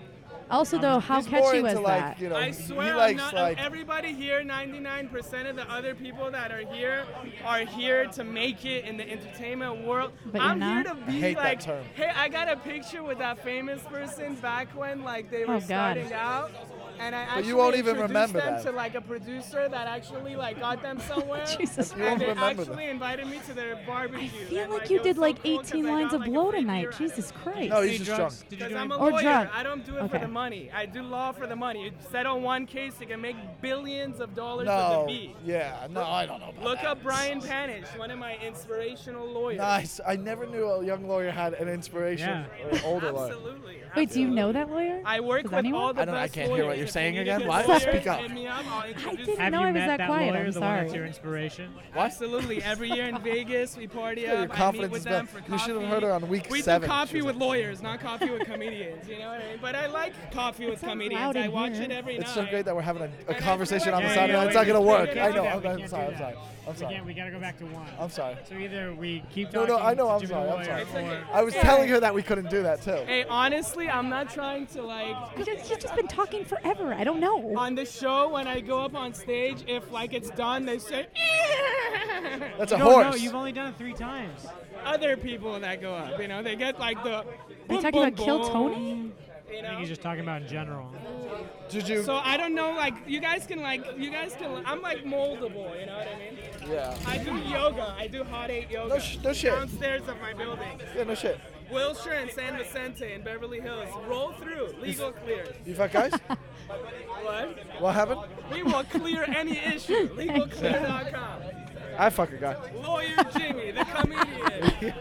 Speaker 1: Also, though, how
Speaker 10: He's more
Speaker 1: catchy was
Speaker 10: into, like,
Speaker 1: that?
Speaker 10: you know,
Speaker 6: I
Speaker 10: he-
Speaker 6: swear,
Speaker 10: he
Speaker 6: I'm
Speaker 10: likes
Speaker 6: not,
Speaker 10: like
Speaker 6: everybody here, 99% of the other people that are here, are here to make it in the entertainment world.
Speaker 1: But you're
Speaker 6: I'm here to
Speaker 1: not?
Speaker 6: be
Speaker 10: I hate that
Speaker 6: like,
Speaker 10: term.
Speaker 6: hey, I got a picture with that famous person back when like they were
Speaker 1: Oh, God.
Speaker 6: starting out. And I actually
Speaker 10: But you won't even
Speaker 6: introduced
Speaker 10: remember
Speaker 6: them
Speaker 10: that.
Speaker 6: to like a producer that actually like got
Speaker 1: [laughs]
Speaker 6: them somewhere.
Speaker 1: Jesus
Speaker 10: You won't
Speaker 6: and they
Speaker 10: remember
Speaker 6: actually invited me to their
Speaker 1: I
Speaker 6: barbecue.
Speaker 1: feel
Speaker 6: and,
Speaker 1: like
Speaker 6: it
Speaker 1: you
Speaker 6: was
Speaker 1: did
Speaker 6: so
Speaker 1: like
Speaker 6: cool 'cause I
Speaker 1: 18 lines
Speaker 6: got,
Speaker 1: of
Speaker 6: like, a
Speaker 1: blow
Speaker 6: free beer
Speaker 1: tonight.
Speaker 6: out of it.
Speaker 1: Jesus Christ.
Speaker 10: No, he's
Speaker 2: Any
Speaker 10: just
Speaker 2: drugs?
Speaker 10: drunk.
Speaker 2: Did you Oh,
Speaker 6: Because
Speaker 2: do
Speaker 6: I'm a
Speaker 2: any-
Speaker 1: Or
Speaker 6: lawyer.
Speaker 1: drugs.
Speaker 6: I don't do it
Speaker 1: Okay.
Speaker 6: for the money. I do law for the money. You settle one case, you can make billions of dollars
Speaker 10: no,
Speaker 6: with the beat.
Speaker 10: yeah, no, I don't know. About
Speaker 6: Look
Speaker 10: that.
Speaker 6: up Brian Panish, one of my inspirational lawyers.
Speaker 10: Nice. I never knew a young lawyer had an inspiration
Speaker 2: Yeah.
Speaker 10: or an older lawyer.
Speaker 6: Absolutely.
Speaker 1: Wait, do you
Speaker 6: absolutely.
Speaker 1: know that lawyer?
Speaker 6: I work
Speaker 1: Does
Speaker 6: with
Speaker 1: anyone?
Speaker 6: all the
Speaker 10: I don't. I
Speaker 6: best
Speaker 10: can't
Speaker 6: lawyers.
Speaker 10: hear what you're you're
Speaker 6: If
Speaker 10: saying
Speaker 6: you need
Speaker 10: again?
Speaker 6: a
Speaker 10: Why?
Speaker 6: lawyer,
Speaker 10: Speak up.
Speaker 6: hit me up, I'll introduce
Speaker 1: didn't
Speaker 6: you.
Speaker 2: Have
Speaker 1: know
Speaker 2: you
Speaker 1: I was
Speaker 2: met
Speaker 1: that quiet,
Speaker 2: lawyer,
Speaker 1: I'm
Speaker 2: the one that's
Speaker 1: sorry.
Speaker 2: your inspiration?
Speaker 6: [laughs] Absolutely. Every year in Vegas, we party
Speaker 10: Yeah, your
Speaker 6: up. I meet
Speaker 10: confidence
Speaker 6: with
Speaker 10: is
Speaker 6: them
Speaker 10: bad.
Speaker 6: for coffee.
Speaker 10: You should have heard her on week
Speaker 6: we
Speaker 10: seven.
Speaker 6: do coffee
Speaker 10: She was
Speaker 6: with
Speaker 10: like-
Speaker 6: lawyers, not coffee with comedians. You know what I mean? But I like coffee with
Speaker 1: sounds
Speaker 6: comedians.
Speaker 1: loud
Speaker 6: I
Speaker 1: in
Speaker 6: watch
Speaker 1: here.
Speaker 6: it every
Speaker 10: It's so
Speaker 6: night.
Speaker 10: great that we're having a, a
Speaker 6: I feel
Speaker 10: conversation
Speaker 6: like
Speaker 10: on the
Speaker 6: Yeah,
Speaker 10: side,
Speaker 6: yeah,
Speaker 10: and it's
Speaker 6: yeah,
Speaker 10: not gonna
Speaker 6: we
Speaker 10: work.
Speaker 6: can't
Speaker 10: I
Speaker 6: do
Speaker 10: know.
Speaker 6: that.
Speaker 10: I'm,
Speaker 6: We
Speaker 10: I'm
Speaker 6: can't
Speaker 10: sorry. I'm
Speaker 6: do
Speaker 10: sorry. I'm
Speaker 2: We
Speaker 10: sorry.
Speaker 2: can't. We gotta go back to one.
Speaker 10: I'm sorry.
Speaker 2: So either we keep
Speaker 10: No,
Speaker 2: talking.
Speaker 10: no, I know.
Speaker 2: to
Speaker 10: I'm
Speaker 2: Jimmy
Speaker 10: sorry. I'm
Speaker 2: Lawyer
Speaker 10: sorry.
Speaker 6: It's okay.
Speaker 10: I was telling her that we couldn't do that too.
Speaker 6: Hey, honestly, I'm not trying to like.
Speaker 1: Because you've just been talking forever. I don't know.
Speaker 6: On the show, when I go up on stage, if like it's done, they say
Speaker 10: That's a
Speaker 2: no, no,
Speaker 10: horse.
Speaker 2: you've only done it three times.
Speaker 6: other people that go up. You know, they get like the.
Speaker 1: Are you
Speaker 6: boom,
Speaker 1: talking
Speaker 6: boom,
Speaker 1: about Kill
Speaker 6: boom,
Speaker 1: Tony?
Speaker 6: You
Speaker 2: I think
Speaker 6: know?
Speaker 2: he's just talking about in general.
Speaker 1: [laughs]
Speaker 10: Did you?
Speaker 6: So I don't know, like you guys can like you guys can. I'm like moldable, you know what I mean?
Speaker 10: yeah.
Speaker 6: I do yoga. I do hot eight yoga.
Speaker 10: No sh- no shit.
Speaker 6: Downstairs of my building,
Speaker 10: Yeah. No shit.
Speaker 6: Wilshire and San Vicente in Beverly Hills. Roll through, legal clear.
Speaker 10: You fuck guys?
Speaker 6: [laughs] What?
Speaker 10: what happened?
Speaker 6: We will clear any
Speaker 10: [laughs]
Speaker 6: issue. LegalClear.com.
Speaker 10: I fuck a guy.
Speaker 6: Lawyer Jimmy, the comedian.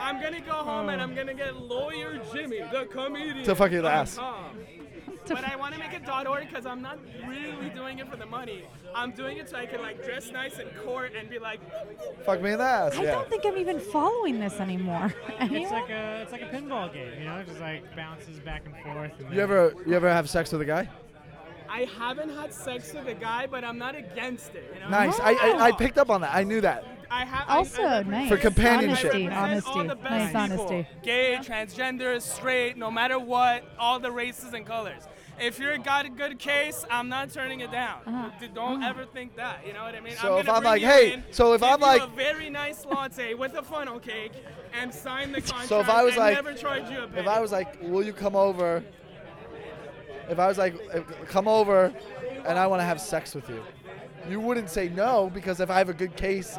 Speaker 6: I'm gonna go home and I'm gonna get Lawyer Jimmy, the comedian.
Speaker 10: To fuck your ass.
Speaker 6: .com. But I want to make it .org because I'm not really doing it for the money. I'm doing it so I can like dress nice in court and be like,
Speaker 10: Fuck me in the ass.
Speaker 1: I
Speaker 10: Yeah.
Speaker 1: don't think I'm even following this anymore.
Speaker 2: It's like a it's like a pinball game, you know, it just like bounces back and forth.
Speaker 10: [laughs]
Speaker 2: And
Speaker 10: You ever you ever have sex with a guy?
Speaker 6: I haven't had sex with a guy, but I'm not against it. You know?
Speaker 10: Nice. I, I I picked up on that. I knew that.
Speaker 6: I have I-
Speaker 1: Also,
Speaker 6: I
Speaker 1: nice.
Speaker 10: For companionship.
Speaker 6: I represent all
Speaker 1: Honesty,
Speaker 6: the
Speaker 1: honesty.
Speaker 6: best
Speaker 1: Nice
Speaker 6: people.
Speaker 1: honesty.
Speaker 6: Gay, transgender, straight, no matter what, all the races and colors. If you're got a good case, I'm not turning it down. D- Don't ever think that. You know what I mean?
Speaker 10: So if
Speaker 6: gonna
Speaker 10: I'm
Speaker 6: bring
Speaker 10: like,
Speaker 6: you
Speaker 10: hey,
Speaker 6: in,
Speaker 10: so if
Speaker 6: give
Speaker 10: I'm
Speaker 6: you
Speaker 10: like-
Speaker 6: a very nice latte with a funnel cake, and sign the contract,
Speaker 10: So if I was
Speaker 6: and
Speaker 10: like-
Speaker 6: never charge you a penny.
Speaker 10: If I was like, will you come over? If I was like, if- come over, and I want to have sex with you, you wouldn't say no because if I have a good case,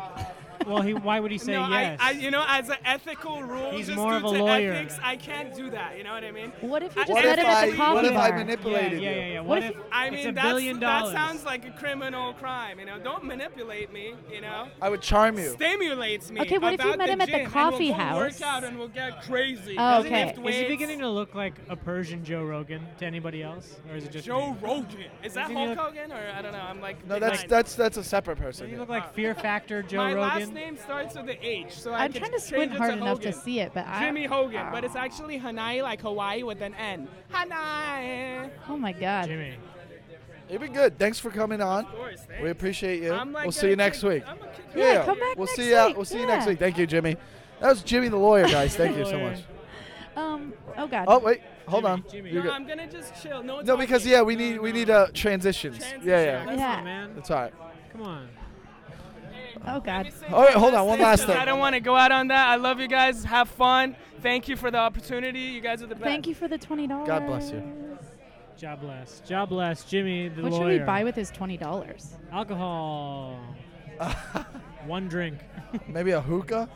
Speaker 2: Well, he why would
Speaker 10: [laughs]
Speaker 2: he say
Speaker 6: no,
Speaker 2: yes?
Speaker 6: I, I, you know, as an ethical rule,
Speaker 2: He's
Speaker 6: just
Speaker 2: more of
Speaker 6: due
Speaker 2: a
Speaker 6: to
Speaker 2: lawyer.
Speaker 6: ethics, I can't do that. You know what I mean?
Speaker 1: What if you
Speaker 6: I-
Speaker 1: just
Speaker 10: what
Speaker 1: said
Speaker 10: if
Speaker 1: it at the
Speaker 10: I
Speaker 1: coffee
Speaker 10: what if I
Speaker 1: bar?
Speaker 2: yeah,
Speaker 10: manipulated
Speaker 2: yeah, yeah,
Speaker 10: you?
Speaker 2: yeah. What,
Speaker 1: What
Speaker 2: if,
Speaker 1: if-
Speaker 6: I
Speaker 2: it's a
Speaker 6: mean, that's,
Speaker 2: billion
Speaker 6: that
Speaker 2: dollars?
Speaker 6: sounds like a criminal crime. You know, don't manipulate me. You know,
Speaker 10: I would charm you.
Speaker 6: stimulates me.
Speaker 1: Okay, what if you
Speaker 6: about
Speaker 1: met him at the
Speaker 6: gym, and
Speaker 1: coffee
Speaker 6: we'll go
Speaker 1: house?
Speaker 6: Work out and we'll get crazy.
Speaker 1: Oh,
Speaker 6: Doesn't
Speaker 1: okay.
Speaker 6: lift
Speaker 1: Is
Speaker 2: is he
Speaker 6: weights.
Speaker 2: beginning to look like a Persian Joe Rogan to anybody else, or is it just
Speaker 6: Joe
Speaker 2: me?
Speaker 6: Rogan? Is that
Speaker 2: Doesn't he
Speaker 6: Hulk
Speaker 2: look-
Speaker 6: Hogan or I don't know? I'm like
Speaker 10: No, that's
Speaker 6: behind.
Speaker 10: that's that's a separate
Speaker 2: Does he
Speaker 10: person.
Speaker 2: look like Fear Factor Joe
Speaker 6: My
Speaker 2: Rogan?
Speaker 6: last name starts with the H, so I
Speaker 1: I'm
Speaker 6: could
Speaker 1: trying to
Speaker 6: change
Speaker 1: squint
Speaker 6: it
Speaker 1: hard enough to
Speaker 6: Hogan.
Speaker 1: see it, but I. Oh.
Speaker 6: Jimmy Hogan, but it's actually Hanai, like Hawaii with an N. Hanai.
Speaker 1: Oh my God.
Speaker 2: Jimmy.
Speaker 10: It'd be good. Thanks for coming on.
Speaker 6: Of course,
Speaker 10: We
Speaker 6: thanks.
Speaker 10: appreciate you.
Speaker 6: I'm like
Speaker 10: we'll see you
Speaker 6: gonna
Speaker 10: next
Speaker 6: kick-
Speaker 10: week.
Speaker 6: I'm gonna kick your
Speaker 1: Yeah,
Speaker 6: ass.
Speaker 1: come back
Speaker 10: We'll
Speaker 1: next
Speaker 10: see you.
Speaker 1: week.
Speaker 10: We'll see you next
Speaker 1: Yeah.
Speaker 10: week. Thank you, Jimmy. That was Jimmy the lawyer,
Speaker 1: [laughs]
Speaker 10: guys. Thank you so
Speaker 2: Lawyer.
Speaker 10: much.
Speaker 1: Um. Oh God.
Speaker 10: Oh wait, hold
Speaker 2: Jimmy,
Speaker 10: on.
Speaker 2: Jimmy.
Speaker 10: You're
Speaker 6: No,
Speaker 10: good.
Speaker 6: I'm gonna just chill. No,
Speaker 10: No, because
Speaker 6: talking.
Speaker 10: yeah, we need we need uh transitions. Yeah, yeah.
Speaker 6: Transition.
Speaker 2: Come
Speaker 1: Yeah.
Speaker 2: on, man.
Speaker 10: That's all right.
Speaker 2: Come on.
Speaker 1: Oh God.
Speaker 10: All right, hold on. One
Speaker 6: Listen,
Speaker 10: last
Speaker 6: I don't
Speaker 10: thing.
Speaker 6: want to go out on that. I love you guys. Have fun. Thank you for the opportunity. You guys are the best.
Speaker 1: Thank you for the twenty dollars.
Speaker 10: God bless you.
Speaker 2: Job bless. Job bless. Jimmy, the
Speaker 1: What should
Speaker 2: lawyer.
Speaker 1: we buy with his twenty dollars?
Speaker 10: [laughs]
Speaker 2: Alcohol. One drink.
Speaker 10: Maybe a hookah.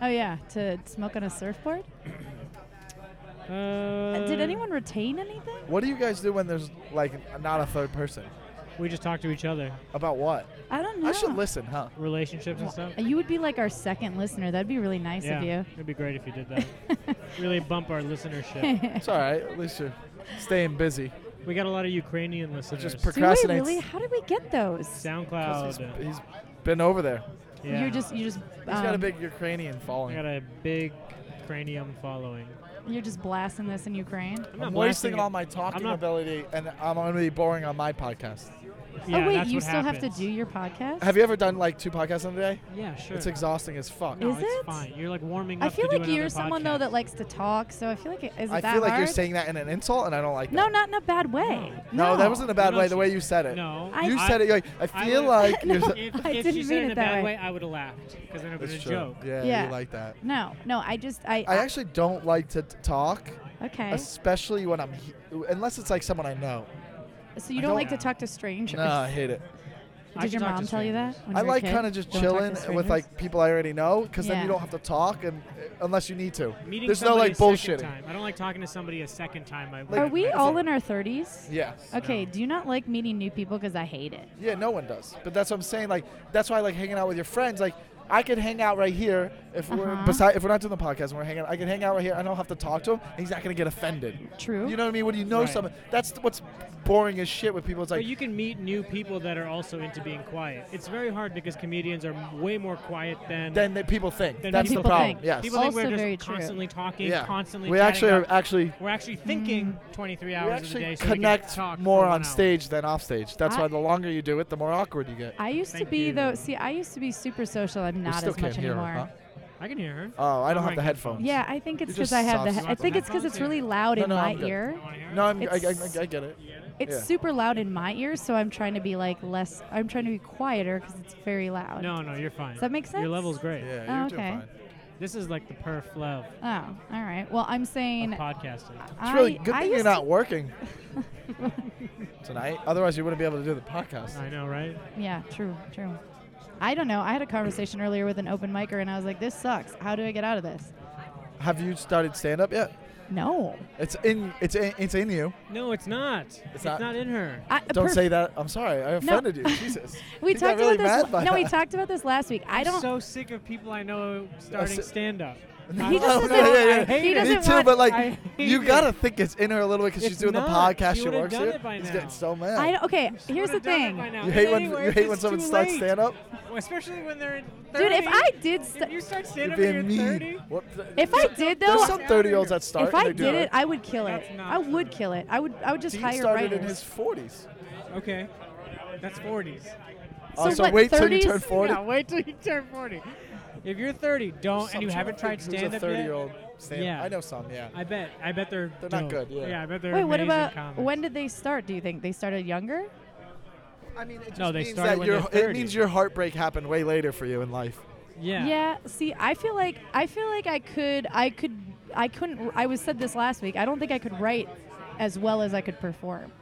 Speaker 1: Oh yeah, to smoke on a surfboard.
Speaker 2: Uh,
Speaker 1: Uh, Did anyone retain anything?
Speaker 10: What do you guys do when there's like not a third person?
Speaker 2: We just talk to each other.
Speaker 10: About what?
Speaker 1: I don't know.
Speaker 10: I should listen, huh?
Speaker 2: Relationships and
Speaker 1: Well,
Speaker 2: stuff.
Speaker 1: You would be like our second listener. That'd be really nice
Speaker 2: yeah,
Speaker 1: of you.
Speaker 2: it'd be great if you did that.
Speaker 1: [laughs]
Speaker 2: really bump our listenership.
Speaker 10: It's all right. At least you're staying busy.
Speaker 2: We got a lot of Ukrainian listeners.
Speaker 10: Just
Speaker 1: Do we
Speaker 10: procrastinates.
Speaker 1: really? How did we get those?
Speaker 10: Oh, He's,
Speaker 2: SoundCloud.
Speaker 10: he's been over there.
Speaker 2: Yeah.
Speaker 1: You're just you just
Speaker 10: He's got a
Speaker 1: um,
Speaker 10: big Ukrainian
Speaker 2: I
Speaker 10: following.
Speaker 2: got a big cranium following.
Speaker 1: you're just blasting this in Ukraine.
Speaker 2: I'm,
Speaker 10: I'm
Speaker 2: not
Speaker 10: wasting
Speaker 2: blasting
Speaker 10: all
Speaker 2: it.
Speaker 10: my talking
Speaker 2: I'm not-
Speaker 10: ability, and I'm going to be boring on my podcast.
Speaker 2: Yeah,
Speaker 1: oh wait,
Speaker 2: that's
Speaker 1: you
Speaker 2: what
Speaker 1: still have
Speaker 2: happens.
Speaker 1: to do your podcast.
Speaker 10: Have you ever done like two podcasts in a day?
Speaker 2: Yeah, sure.
Speaker 10: It's exhausting as fuck.
Speaker 2: no,
Speaker 1: Is
Speaker 2: it's
Speaker 1: it?
Speaker 2: fine. You're like warming up.
Speaker 1: I feel
Speaker 2: to do
Speaker 1: like you're
Speaker 2: another
Speaker 1: someone though
Speaker 2: podcast.
Speaker 1: that likes to talk, so I feel like it, is it
Speaker 10: I
Speaker 1: that
Speaker 10: feel like you're
Speaker 1: hard?
Speaker 10: saying that in an insult, and I don't like that.
Speaker 1: no, not in a bad way.
Speaker 10: No, that wasn't a bad
Speaker 2: No,
Speaker 10: way.
Speaker 2: she-
Speaker 10: The way you said it.
Speaker 2: No,
Speaker 1: I-
Speaker 10: You
Speaker 1: I-
Speaker 10: said it you're like I
Speaker 2: I
Speaker 10: feel
Speaker 2: would- [laughs]
Speaker 10: like
Speaker 1: No,
Speaker 10: you're. sa-
Speaker 2: If,
Speaker 1: [laughs] I
Speaker 2: if
Speaker 1: didn't
Speaker 2: she
Speaker 1: mean
Speaker 2: said
Speaker 1: it
Speaker 2: it in a
Speaker 1: that
Speaker 2: bad
Speaker 1: way.
Speaker 2: way, I would have laughed because then it
Speaker 10: [laughs]
Speaker 2: would
Speaker 10: That's
Speaker 2: have been a
Speaker 10: true.
Speaker 2: joke.
Speaker 10: Yeah,
Speaker 1: Yeah.
Speaker 10: you like that.
Speaker 1: No, no, I just I
Speaker 10: I actually don't like to t- talk,
Speaker 1: okay.
Speaker 10: especially when I'm, he- unless it's like someone I know.
Speaker 1: So you
Speaker 10: I
Speaker 1: don't,
Speaker 10: don't-
Speaker 1: like to talk to strangers.
Speaker 10: No, I hate it.
Speaker 2: I
Speaker 1: Did
Speaker 2: should
Speaker 1: your
Speaker 2: talk to
Speaker 1: mom tell you that?
Speaker 2: strangers.
Speaker 1: when
Speaker 10: I
Speaker 1: you were a
Speaker 10: like
Speaker 1: kid?
Speaker 10: kind of just
Speaker 1: Don't talk to
Speaker 10: chilling with
Speaker 1: strangers?
Speaker 10: like people I already know, because then
Speaker 1: Yeah.
Speaker 10: you don't have to talk, and unless you need to.
Speaker 2: Meeting
Speaker 10: There's no
Speaker 2: somebody
Speaker 10: like
Speaker 2: a second
Speaker 10: bullshitting.
Speaker 2: Time. I don't like talking to somebody a second time. I
Speaker 1: Are
Speaker 2: wouldn't
Speaker 1: we
Speaker 2: like-
Speaker 1: all in our thirties?
Speaker 10: Yeah.
Speaker 1: Okay. Do you not like meeting new people? Because I hate it.
Speaker 10: Yeah, no one does. But that's what I'm saying. Like that's why I like hanging out with your friends. Like I could hang out right here if we're
Speaker 1: Uh-huh.
Speaker 10: beside if we're not doing the podcast and we're hanging out. I could hang out right here. I don't have to talk to him. And he's not gonna get offended.
Speaker 1: True.
Speaker 10: You know what I mean? When you know
Speaker 2: Right.
Speaker 10: someone, that's th- what's boring as shit with people. It's like
Speaker 2: but you can meet new people that are also into being quiet. It's very hard because comedians are way more quiet than
Speaker 10: then that people think.
Speaker 2: than
Speaker 10: that's the
Speaker 2: people
Speaker 10: problem.
Speaker 2: think.
Speaker 10: Yes.
Speaker 2: People think we're just constantly talking,
Speaker 10: Yeah.
Speaker 2: constantly.
Speaker 10: We
Speaker 2: chatting
Speaker 10: actually are
Speaker 2: up.
Speaker 10: actually-
Speaker 2: we're actually thinking
Speaker 1: Mm. [laughs]
Speaker 2: 23 hours
Speaker 10: we
Speaker 2: of the
Speaker 10: actually
Speaker 2: day. so we can
Speaker 10: connect
Speaker 2: talk for
Speaker 10: more
Speaker 2: one
Speaker 10: on
Speaker 2: hour.
Speaker 10: stage than off stage. That's
Speaker 1: I-
Speaker 10: why the longer you do it, the more awkward you get.
Speaker 1: I used to be though. See, I used to be super social. I'm not
Speaker 10: still
Speaker 1: as much
Speaker 10: can't hear her,
Speaker 1: anymore.
Speaker 10: huh?
Speaker 2: I can hear her.
Speaker 10: Oh, I don't have the headphones.
Speaker 1: Yeah, I think it's
Speaker 10: You're just
Speaker 1: because I have the.
Speaker 10: soft.
Speaker 1: He- I think it's because it's really loud
Speaker 10: No,
Speaker 1: in
Speaker 10: no,
Speaker 1: my
Speaker 10: I'm good.
Speaker 1: ear.
Speaker 10: No, I'm, I, I,
Speaker 1: It's-
Speaker 10: I get it.
Speaker 1: It's
Speaker 10: Yeah.
Speaker 1: super loud in my ear, so I'm trying to be like less. I'm trying to be quieter because it's very loud.
Speaker 2: No, no, you're fine.
Speaker 1: Does that make sense?
Speaker 2: Your level's great.
Speaker 1: Oh, okay.
Speaker 2: This is like the perf level
Speaker 1: Oh, all right. Well, I'm
Speaker 2: of
Speaker 1: saying.
Speaker 2: podcasting.
Speaker 10: It's really
Speaker 1: I-
Speaker 10: good
Speaker 1: I
Speaker 10: thing you're
Speaker 1: used to-
Speaker 10: not working
Speaker 1: [laughs]
Speaker 10: tonight. Otherwise, you wouldn't be able to do the podcast.
Speaker 2: I know, right?
Speaker 1: Yeah, true, true. I don't know. I had a conversation earlier with an open micer, and I was like, "This sucks. How do I get out of this?"
Speaker 10: Have you started stand up yet?
Speaker 1: No.
Speaker 10: It's in. It's in, it's in you.
Speaker 2: No, it's not. It's
Speaker 10: not-
Speaker 2: not in her.
Speaker 1: I,
Speaker 10: Don't
Speaker 1: Uh, perf-
Speaker 10: say that. I'm sorry. I
Speaker 1: No. [laughs]
Speaker 10: offended you.
Speaker 2: [laughs]
Speaker 10: Jesus.
Speaker 1: We
Speaker 10: You got
Speaker 1: talked
Speaker 10: really
Speaker 1: about
Speaker 10: mad
Speaker 1: this.
Speaker 10: by
Speaker 1: No, we
Speaker 10: that.
Speaker 1: talked about this last week. I
Speaker 2: I'm
Speaker 1: don't.
Speaker 2: so sick of people I know starting
Speaker 10: s-
Speaker 2: stand up.
Speaker 1: He just doesn't-
Speaker 10: yeah, yeah, yeah.
Speaker 2: I hate
Speaker 1: he
Speaker 2: it.
Speaker 1: doesn't
Speaker 10: Me too,
Speaker 1: want-
Speaker 10: but
Speaker 2: I
Speaker 10: like,
Speaker 2: hate
Speaker 10: you
Speaker 2: it.
Speaker 10: gotta think it's in her a little bit because she's
Speaker 2: It's
Speaker 10: doing
Speaker 2: not.
Speaker 10: the podcast.
Speaker 2: She
Speaker 10: She
Speaker 2: would've
Speaker 10: works
Speaker 2: done
Speaker 10: here.
Speaker 2: it by
Speaker 10: He's
Speaker 2: now.
Speaker 10: getting so mad.
Speaker 1: I don't- okay. Here's the
Speaker 2: Would've done it
Speaker 1: thing.
Speaker 2: by now.
Speaker 10: You hate when
Speaker 2: Anyway,
Speaker 10: you
Speaker 2: it's
Speaker 10: hate when
Speaker 2: just
Speaker 10: someone
Speaker 2: too
Speaker 10: starts
Speaker 2: late.
Speaker 10: stand up.
Speaker 2: Well, Especially when they're in 30.
Speaker 1: Dude, if I did st-
Speaker 2: If you start
Speaker 10: You're
Speaker 2: stand up when you're
Speaker 10: being mean.
Speaker 2: 30,
Speaker 10: What the-
Speaker 1: if I did though,
Speaker 10: There's some 30 year olds that start.
Speaker 1: if
Speaker 10: and
Speaker 1: I
Speaker 10: they do
Speaker 1: did it, I would kill it.
Speaker 2: That's not
Speaker 1: I would kill it. I would. I would just
Speaker 10: Dean
Speaker 1: hire
Speaker 10: started in
Speaker 1: writers.
Speaker 10: his 40s.
Speaker 2: okay, that's 40s.
Speaker 10: Oh, so
Speaker 1: what,
Speaker 10: wait till you
Speaker 1: 30s?
Speaker 10: turn 40.
Speaker 2: Yeah, wait till you turn [laughs] 40. If you're 30, don't and you
Speaker 10: Some
Speaker 2: haven't
Speaker 10: chick
Speaker 2: tried
Speaker 10: who's a
Speaker 2: stand up yet.
Speaker 10: 30-year-old stand-up.
Speaker 2: Yeah.
Speaker 10: I know some. Yeah.
Speaker 2: I bet. I bet they're.
Speaker 10: They're not
Speaker 2: dope.
Speaker 10: good, yeah.
Speaker 2: I bet they're.
Speaker 1: Wait, what
Speaker 2: amazing
Speaker 1: about
Speaker 2: comics.
Speaker 1: [laughs] when did they start? Do you think they started younger?
Speaker 10: I mean, it just
Speaker 2: No, they
Speaker 10: means
Speaker 2: started
Speaker 10: that
Speaker 2: when
Speaker 10: your
Speaker 2: they're
Speaker 10: it
Speaker 2: 30.
Speaker 10: means your heartbreak happened way later for you in life.
Speaker 2: Yeah.
Speaker 1: See, I feel like I feel like I could. I could. I couldn't. I was said this last week. I don't think I could write as well as I could perform.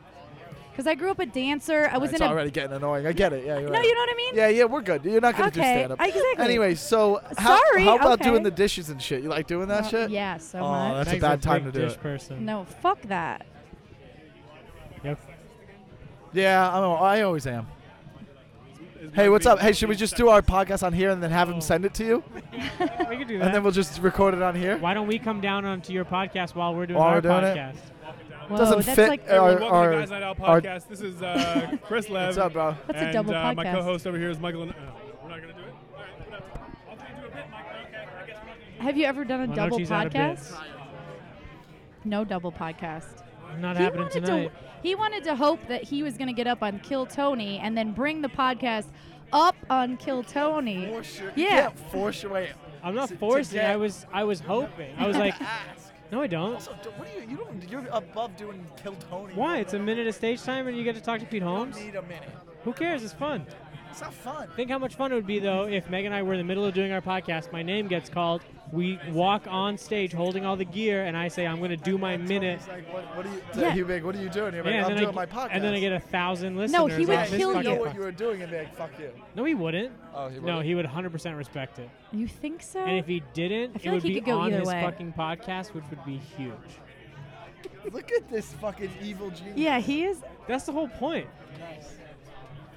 Speaker 1: Because I grew up a dancer. I was
Speaker 10: it's
Speaker 1: in a.
Speaker 10: already getting annoying. I get it. Yeah, you're
Speaker 1: No,
Speaker 10: right.
Speaker 1: you know what I mean.
Speaker 10: Yeah, yeah, we're good. You're not gonna do
Speaker 1: Okay,
Speaker 10: stand up.
Speaker 1: exactly.
Speaker 10: Anyway, so how,
Speaker 1: Sorry,
Speaker 10: how about
Speaker 1: okay.
Speaker 10: doing the dishes and shit? You like doing that
Speaker 1: Well,
Speaker 10: shit?
Speaker 1: Yeah, so
Speaker 10: Oh,
Speaker 1: much.
Speaker 10: that's a
Speaker 2: Meg's
Speaker 10: bad time
Speaker 2: big
Speaker 10: to do
Speaker 2: dish
Speaker 10: it.
Speaker 2: Person.
Speaker 1: No, fuck that.
Speaker 2: Yep.
Speaker 10: Yeah, I, know, I always am. Hey, what's up? Hey, should we just do our podcast on here and then have him send it to
Speaker 2: [laughs]
Speaker 10: you,
Speaker 2: we can Oh. do that.
Speaker 10: and then we'll just record it on here?
Speaker 2: Why don't we come down onto your podcast while we're doing
Speaker 10: While
Speaker 2: our
Speaker 10: we're doing it?
Speaker 2: podcast?
Speaker 1: Whoa,
Speaker 10: Doesn't
Speaker 1: that's
Speaker 10: fit
Speaker 1: like
Speaker 10: our-
Speaker 12: Welcome
Speaker 10: our-
Speaker 12: to Guys Night Out
Speaker 10: our-
Speaker 12: podcast. this is uh, Chris Lev.
Speaker 10: What's up, bro?
Speaker 1: That's a
Speaker 12: and,
Speaker 1: double
Speaker 12: uh, My
Speaker 1: podcast.
Speaker 12: co-host over here is Michael. And, oh, we're not gonna do it. All right, whatever. I'll do do a bit, Michael. Okay, I guess we're not gonna do
Speaker 1: Have you ever done a
Speaker 2: Why don't
Speaker 1: double
Speaker 2: she's out of
Speaker 1: podcast?
Speaker 2: bits?
Speaker 1: No double podcast.
Speaker 2: Not
Speaker 1: he
Speaker 2: happening
Speaker 1: wanted
Speaker 2: tonight.
Speaker 1: to. He wanted to hope that he was going to get up on Kill Tony and then bring the podcast up on Kill Tony.
Speaker 10: You
Speaker 1: yeah.
Speaker 10: can't force your way.
Speaker 2: I'm not forcing.
Speaker 10: get-
Speaker 2: I was. I was hoping. I was like, no, I don't.
Speaker 10: Also, what are you? You don't. You're above doing kill Tony.
Speaker 2: Why? It's a minute of stage time, and you get to talk to Pete Holmes.
Speaker 10: Need a minute.
Speaker 2: Who cares? It's fun.
Speaker 10: It's not fun.
Speaker 2: Think how much fun it would be though if Meg and I were in the middle of doing our podcast. My name gets called. We walk on stage holding all the gear, and I say, "I'm going to do my minute."
Speaker 10: It's like, what, what are you?
Speaker 1: Yeah.
Speaker 10: Yeah. Hey, big, what are you doing? You're like,
Speaker 2: Yeah,
Speaker 10: I'm
Speaker 2: and,
Speaker 10: doing
Speaker 2: then
Speaker 10: my
Speaker 2: I, g-
Speaker 10: podcast.
Speaker 2: and then I get a thousand listeners.
Speaker 1: No, he would
Speaker 2: on this
Speaker 1: kill
Speaker 10: know
Speaker 2: fucking
Speaker 1: you.
Speaker 10: what
Speaker 2: podcast.
Speaker 10: you were doing and be like, fuck you.
Speaker 2: No, he wouldn't.
Speaker 10: Oh, he
Speaker 2: No,
Speaker 10: wouldn't?
Speaker 2: he would 100% respect it.
Speaker 1: You think so?
Speaker 2: And if he didn't,
Speaker 1: I
Speaker 2: it
Speaker 1: feel
Speaker 2: would
Speaker 1: like he
Speaker 2: be
Speaker 1: could go
Speaker 2: on
Speaker 1: either
Speaker 2: his
Speaker 1: way.
Speaker 2: fucking podcast, which would be huge.
Speaker 10: [laughs] Look at this fucking evil genius.
Speaker 1: yeah, he is.
Speaker 2: That's the whole point.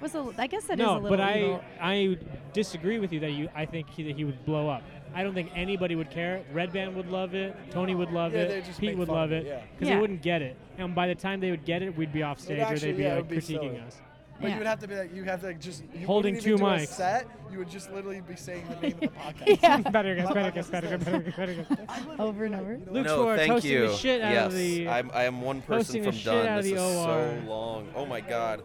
Speaker 1: Was a, I guess that is
Speaker 2: no,
Speaker 1: a little
Speaker 2: but I,
Speaker 1: evil.
Speaker 2: I disagree with you that you. I think he, that he would blow up. I don't think anybody would care. Red Band would love it. Tony would love
Speaker 10: Yeah,
Speaker 2: it.
Speaker 10: they'd just
Speaker 2: Pete
Speaker 10: make
Speaker 2: would
Speaker 10: fun
Speaker 2: love
Speaker 10: of
Speaker 2: it
Speaker 10: it, yeah.
Speaker 2: because
Speaker 1: Yeah.
Speaker 2: they wouldn't get it. And by the time they would get it, we'd be off stage or
Speaker 10: actually-
Speaker 2: they'd be
Speaker 10: yeah, it
Speaker 2: like
Speaker 10: would be
Speaker 2: critiquing
Speaker 10: silly.
Speaker 2: us.
Speaker 10: But
Speaker 1: Yeah.
Speaker 10: you would have to be like, you have to like just you
Speaker 2: Holding
Speaker 10: wouldn't
Speaker 2: two
Speaker 10: even do a
Speaker 2: mics.
Speaker 10: set. You would just literally be saying the
Speaker 1: [laughs]
Speaker 10: name of the podcast.
Speaker 1: Yeah.
Speaker 2: better guess, better guess, better guess, better guess, better guess.
Speaker 1: [laughs] Over and over.
Speaker 2: Luke
Speaker 13: no,
Speaker 2: Swore
Speaker 13: thank
Speaker 2: toasting
Speaker 13: you.
Speaker 2: the shit out
Speaker 13: yes,
Speaker 2: of the.
Speaker 13: I'm, I am one person
Speaker 2: toasting the
Speaker 13: from
Speaker 2: shit
Speaker 13: done.
Speaker 2: out of
Speaker 13: This
Speaker 2: the
Speaker 13: is
Speaker 2: OR.
Speaker 13: so long. Oh my god.